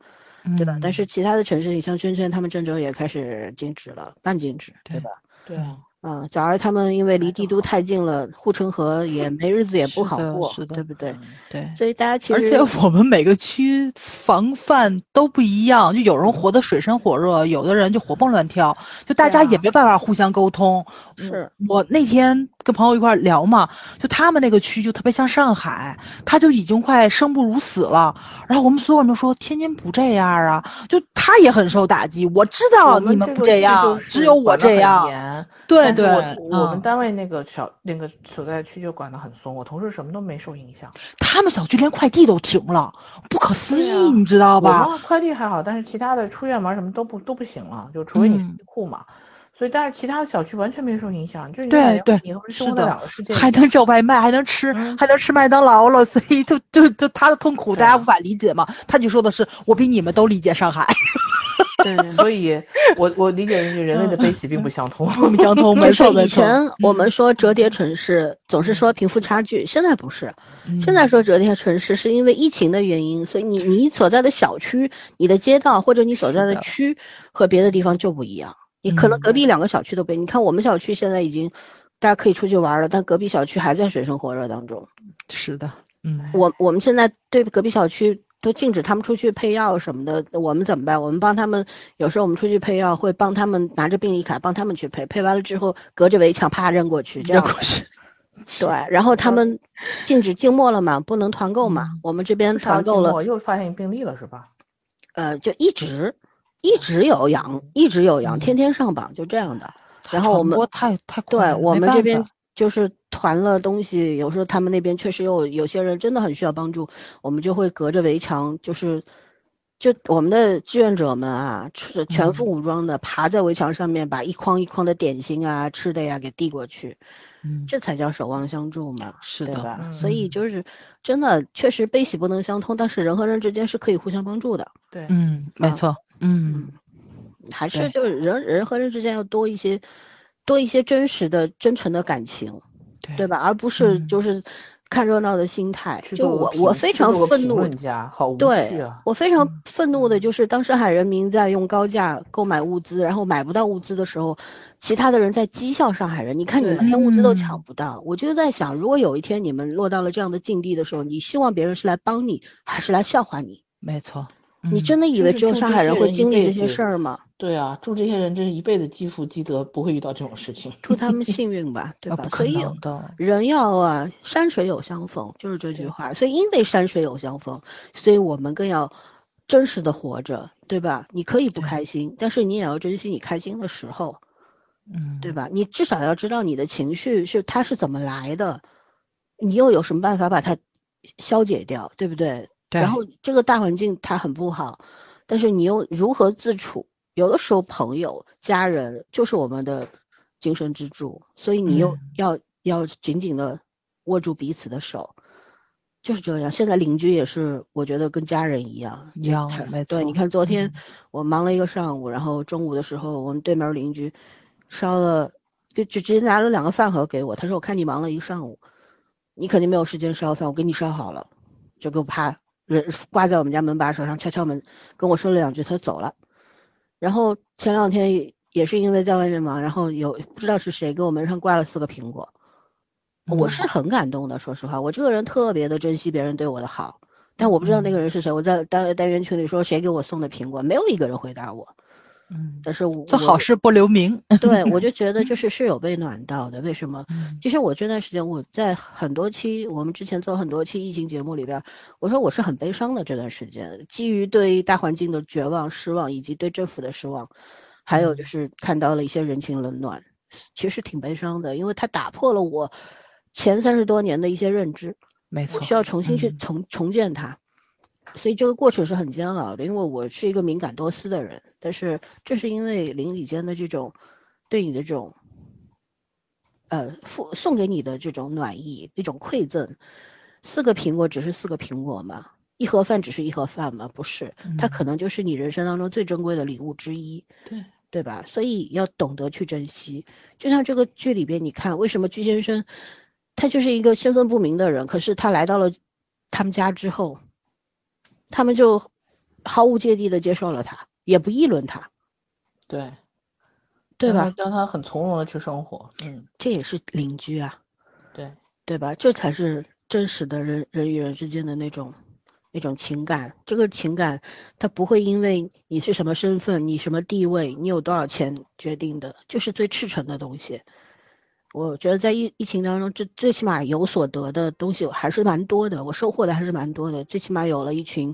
对吧？但
嗯
是其他的城市，你像深圳，他们郑州也开始禁止了，半禁止，对
对
吧？
对啊，
啊，早儿他们因为离
还
帝
更
都太近了，护城河也没日子也不
是
好
的
过，
是的
对不对？
嗯
对。
所以大家其实
而且我们每个区防范都不一样，就有人活得水深火热，有的人就活蹦乱跳，就大
对
家也
啊
没办法互相沟通。
是
我那天跟朋友一块儿聊嘛，就他们那个区就特别像上海，他就已经快生不如死了。然后我们所有人都说天津不这样啊，就他也很受打击。我知道
我
你
们
们
这
不
个
这
区
样
就，
只
是
有我
管得
这
很
样。
严
对
但是
对，
我我们
嗯
单位那个小那个所在区就管得很松，我同事什么都没受影响。
他们小区连快递都停了，不可思
对
议，
啊
你知道
好
吧？
快递还好，但是其他的出院门什么都不都不行了，就除非你是
嗯
地库嘛。所以，但是其他的小区完全没受影响，就是你
对
感觉
对
你和
是
生活在
的
两个世界里
还能叫外卖，还能吃，
嗯
还能吃麦当劳了，所以就就就他的痛苦，
对
大
啊
家无法理解嘛。他就说的是，我比你们都理解上海，
对对
所以我我理解的是人类的悲喜并不相同。
嗯 我们交通
就
没
是
错没
以
错。嗯
前我们说折叠城市，总是说贫富差距，现在不是。
嗯
现在说折叠城市是因为疫情的原因，所以你你所在的小区、你的街道或者你所在
是
的
的
区和别的地方就不一样。你可能
嗯
隔壁两个小区都不一样。你看我们小区现在已经大家可以出去玩了，但隔壁小区还在水深火热当中。
是的，嗯，
我我们现在对隔壁小区都禁止他们出去配药什么的，我们怎么办？我们帮他们，有时候我们出去配药会帮他们拿着病历卡帮他们去配，配完了之后隔着围墙啪扔过去，这样
这故事
对。然后他 们禁止静默了嘛，不能团购嘛，我们这边团购了，
我又发现病例了是吧？
呃，就一直一直有阳，一直有阳，天天上榜，就这样的。然后我们
传播太太快
对
了
我
嗯没
们这
办
边
法
就是团了东西，有时候他们那边确实有有些人真的很需要帮助，我们就会隔着围墙，就是就我们的志愿者们啊，吃全
嗯
副武装的爬在围墙上面，把一筐一筐的点心啊、吃的呀给递过去，
嗯
这才叫守望相助嘛，
是
对
的
吧？
嗯
所以就是真的确实悲喜不能相通，但是人和人之间是可以互相帮助的。
对，
嗯嗯，没
啊
错，嗯，
还是
对
就是人人和人之间要多一些多一些真实的、真诚的感情，
对
对吧？而不是
嗯
就是看热闹的心态。
去
就
做个
我
评
我非
去
常
做个
愤
评
怒，
论家好无趣
对
啊！
我非常愤怒的就是，当上海人民在用高价购买物资，然后买不到物资的时候，其他的人在讥笑上海人。你看你
对
们连物资都抢
嗯
不到，我就在想，如果有一天你们落到了这样的境地的时候，你希望别人是来帮你，还是来笑话你？
没错，
你
嗯
真的以为
就是
只有
祝
上
这
海
些
人会
人一
经历
辈
这些
子
事儿吗？
对啊，祝这些人这一辈子积福积德，不会遇到这种事情。
祝他们幸运吧，对
啊
吧
不？
所
可
以
能的，
人要啊，山水有相逢，就是这句
对
话。所以因为山水有相逢，所以我们更要真实的活着，对吧？你可以不
对
开心，但是你也要珍惜你开心的时候，
嗯，
对吧？你至少要知道你的情绪是它是怎么来的，你又有什么办法把它消解掉，对不对？
对
然后这个大环境它很不好，但是你又如何自处？有的时候朋友、家人就是我们的精神支柱，所以你又
嗯
要、要紧紧的握住彼此的手，就是这样。现在邻居也是，我觉得跟家人一样，
一样
他，
没错。
对，你看昨天
嗯
我忙了一个上午，然后中午的时候，我们对门邻居烧了，就就直接拿了两个饭盒给我，他说我看你忙了一上午，你肯定没有时间烧饭，我给你烧好了，就给我啪人挂在我们家门把手上，敲敲门，跟我说了两句，他走了。然后前两天也是因为在外面忙，然后有不知道是谁给我门上挂了四个苹果，我
嗯
是很感动的。说实话，我这个人特别的珍惜别人对我的好，
嗯
但我不知道那个人是谁。我在单单元群里说谁给我送的苹果，没有一个人回答我。
嗯，
但是我
做好，事不留名。
我对 我就觉得就是是有被暖到的。为什么？
嗯
其实我这段时间我在很多期我们之前做很多期疫情节目里边，我说我是很悲伤的这段时间，基于对大环境的绝望、失望，以及对政府的失望，还有
嗯
就是看到了一些人情冷暖，其实挺悲伤的，因为它打破了我前三十多年的一些认知，
没
我
错，
需要重新去
嗯
重重建它。所以这个过程是很煎熬的，因为我是一个敏感多思的人，但是正是因为邻里间的这种对你的这种，呃，付送给你的这种暖意，一种馈赠，四个苹果只是四个苹果嘛，一盒饭只是一盒饭嘛，不是，它可能就是你人生当中最珍贵的礼物之一。
对，
对吧？所以要懂得去珍惜。就像这个剧里边，你看为什么鞠先生，他就是一个身份不明的人，可是他来到了他们家之后，他们就毫无芥蒂的接受了他，也不议论他，
对，
对
让
吧？
他让他很从容的去生活。嗯，
这也是邻居啊，
对，
对吧？这才是真实的人人与人之间的那种那种情感。这个情感，它不会因为你是什么身份、你什么地位、你有多少钱决定的，就是最赤诚的东西。我觉得在疫疫情当中，最最起码有所得的东西还是蛮多的，我收获的还是蛮多的。最起码有了一群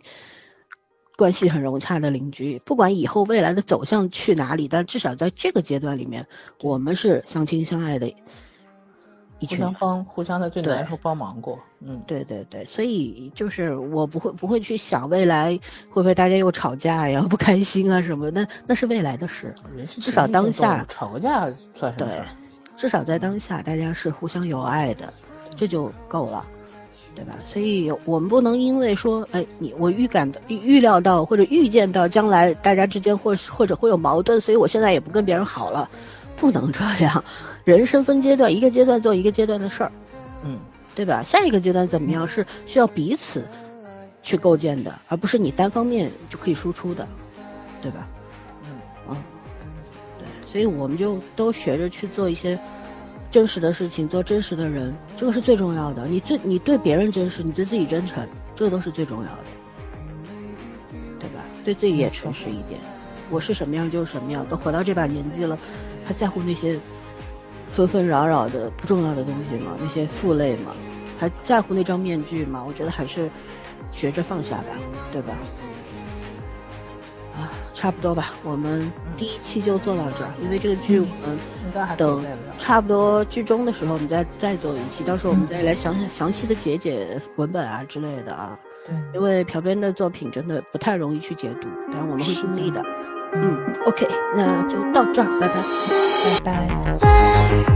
关系很融洽的邻居，不管以后未来的走向去哪里，但至少在这个阶段里面，我们是相亲相爱的一
互
群
相帮，互相在最
对
难的时候帮忙过。嗯，
对对对，所以就是我不会不会去想未来会不会大家又吵架呀、 不开心啊什么，那那是未来的事。
人是
至
情
少
绪
当
性动
下
物吵个架算什么
对
事儿？，
至少在当下，大家是互相友爱的，这就够了，对吧？所以有我们不能因为说，哎，你我预感预预料到或者预见到将来大家之间或是或者会有矛盾，所以我现在也不跟别人好了，不能这样。人生分阶段，一个阶段做一个阶段的事儿。
嗯，
对吧？下一个阶段怎么样是需要彼此去构建的，而不是你单方面就可以输出的，对吧？
嗯
啊，对，所以我们就都学着去做一些真实的事情，做真实的人，这个是最重要的。你最你对别人真实，你对自己真诚，这个都是最重要的，对吧？对自己也诚实一点，我是什么样就是什么样，都活到这把年纪了，还在乎那些纷纷扰扰的不重要的东西吗？那些负累吗？还在乎那张面具吗？我觉得还是学着放下吧，对吧？啊，差不多吧，我们第一期就做到这儿，因为这个剧我们
应该还可以
等
再聊。
差不多剧中的时候，我们再再做一期，到时候我们再来详详细的解解文本啊之类的啊。
对，
因为朴编的作品真的不太容易去解读，但我们会
是
尽
的
力的。嗯，OK，那就到这儿，拜拜。
拜拜。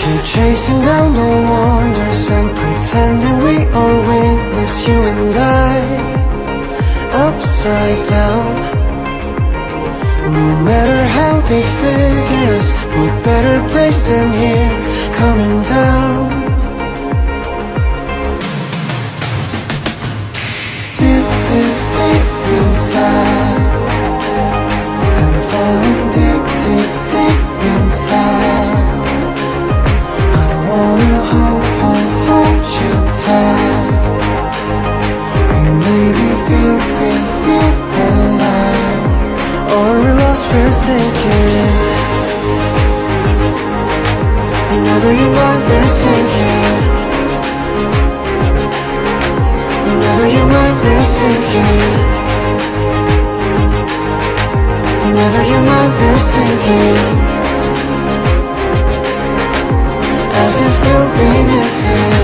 Keep chasing down the wanders
always miss you and I upside down. No matter how they figure us, what better place than here coming down? Deep, deep, deep inside. I'm falling deep, deep, deep inside. I wanna hold, hold, hold you tight. And maybe feel, feel, feel alive. Or we're lost, we're sinking. Whenever you want, we're sinking. Whenever you want, we're sinking. Whenever you mind, we're sinking. As if we'll be missing.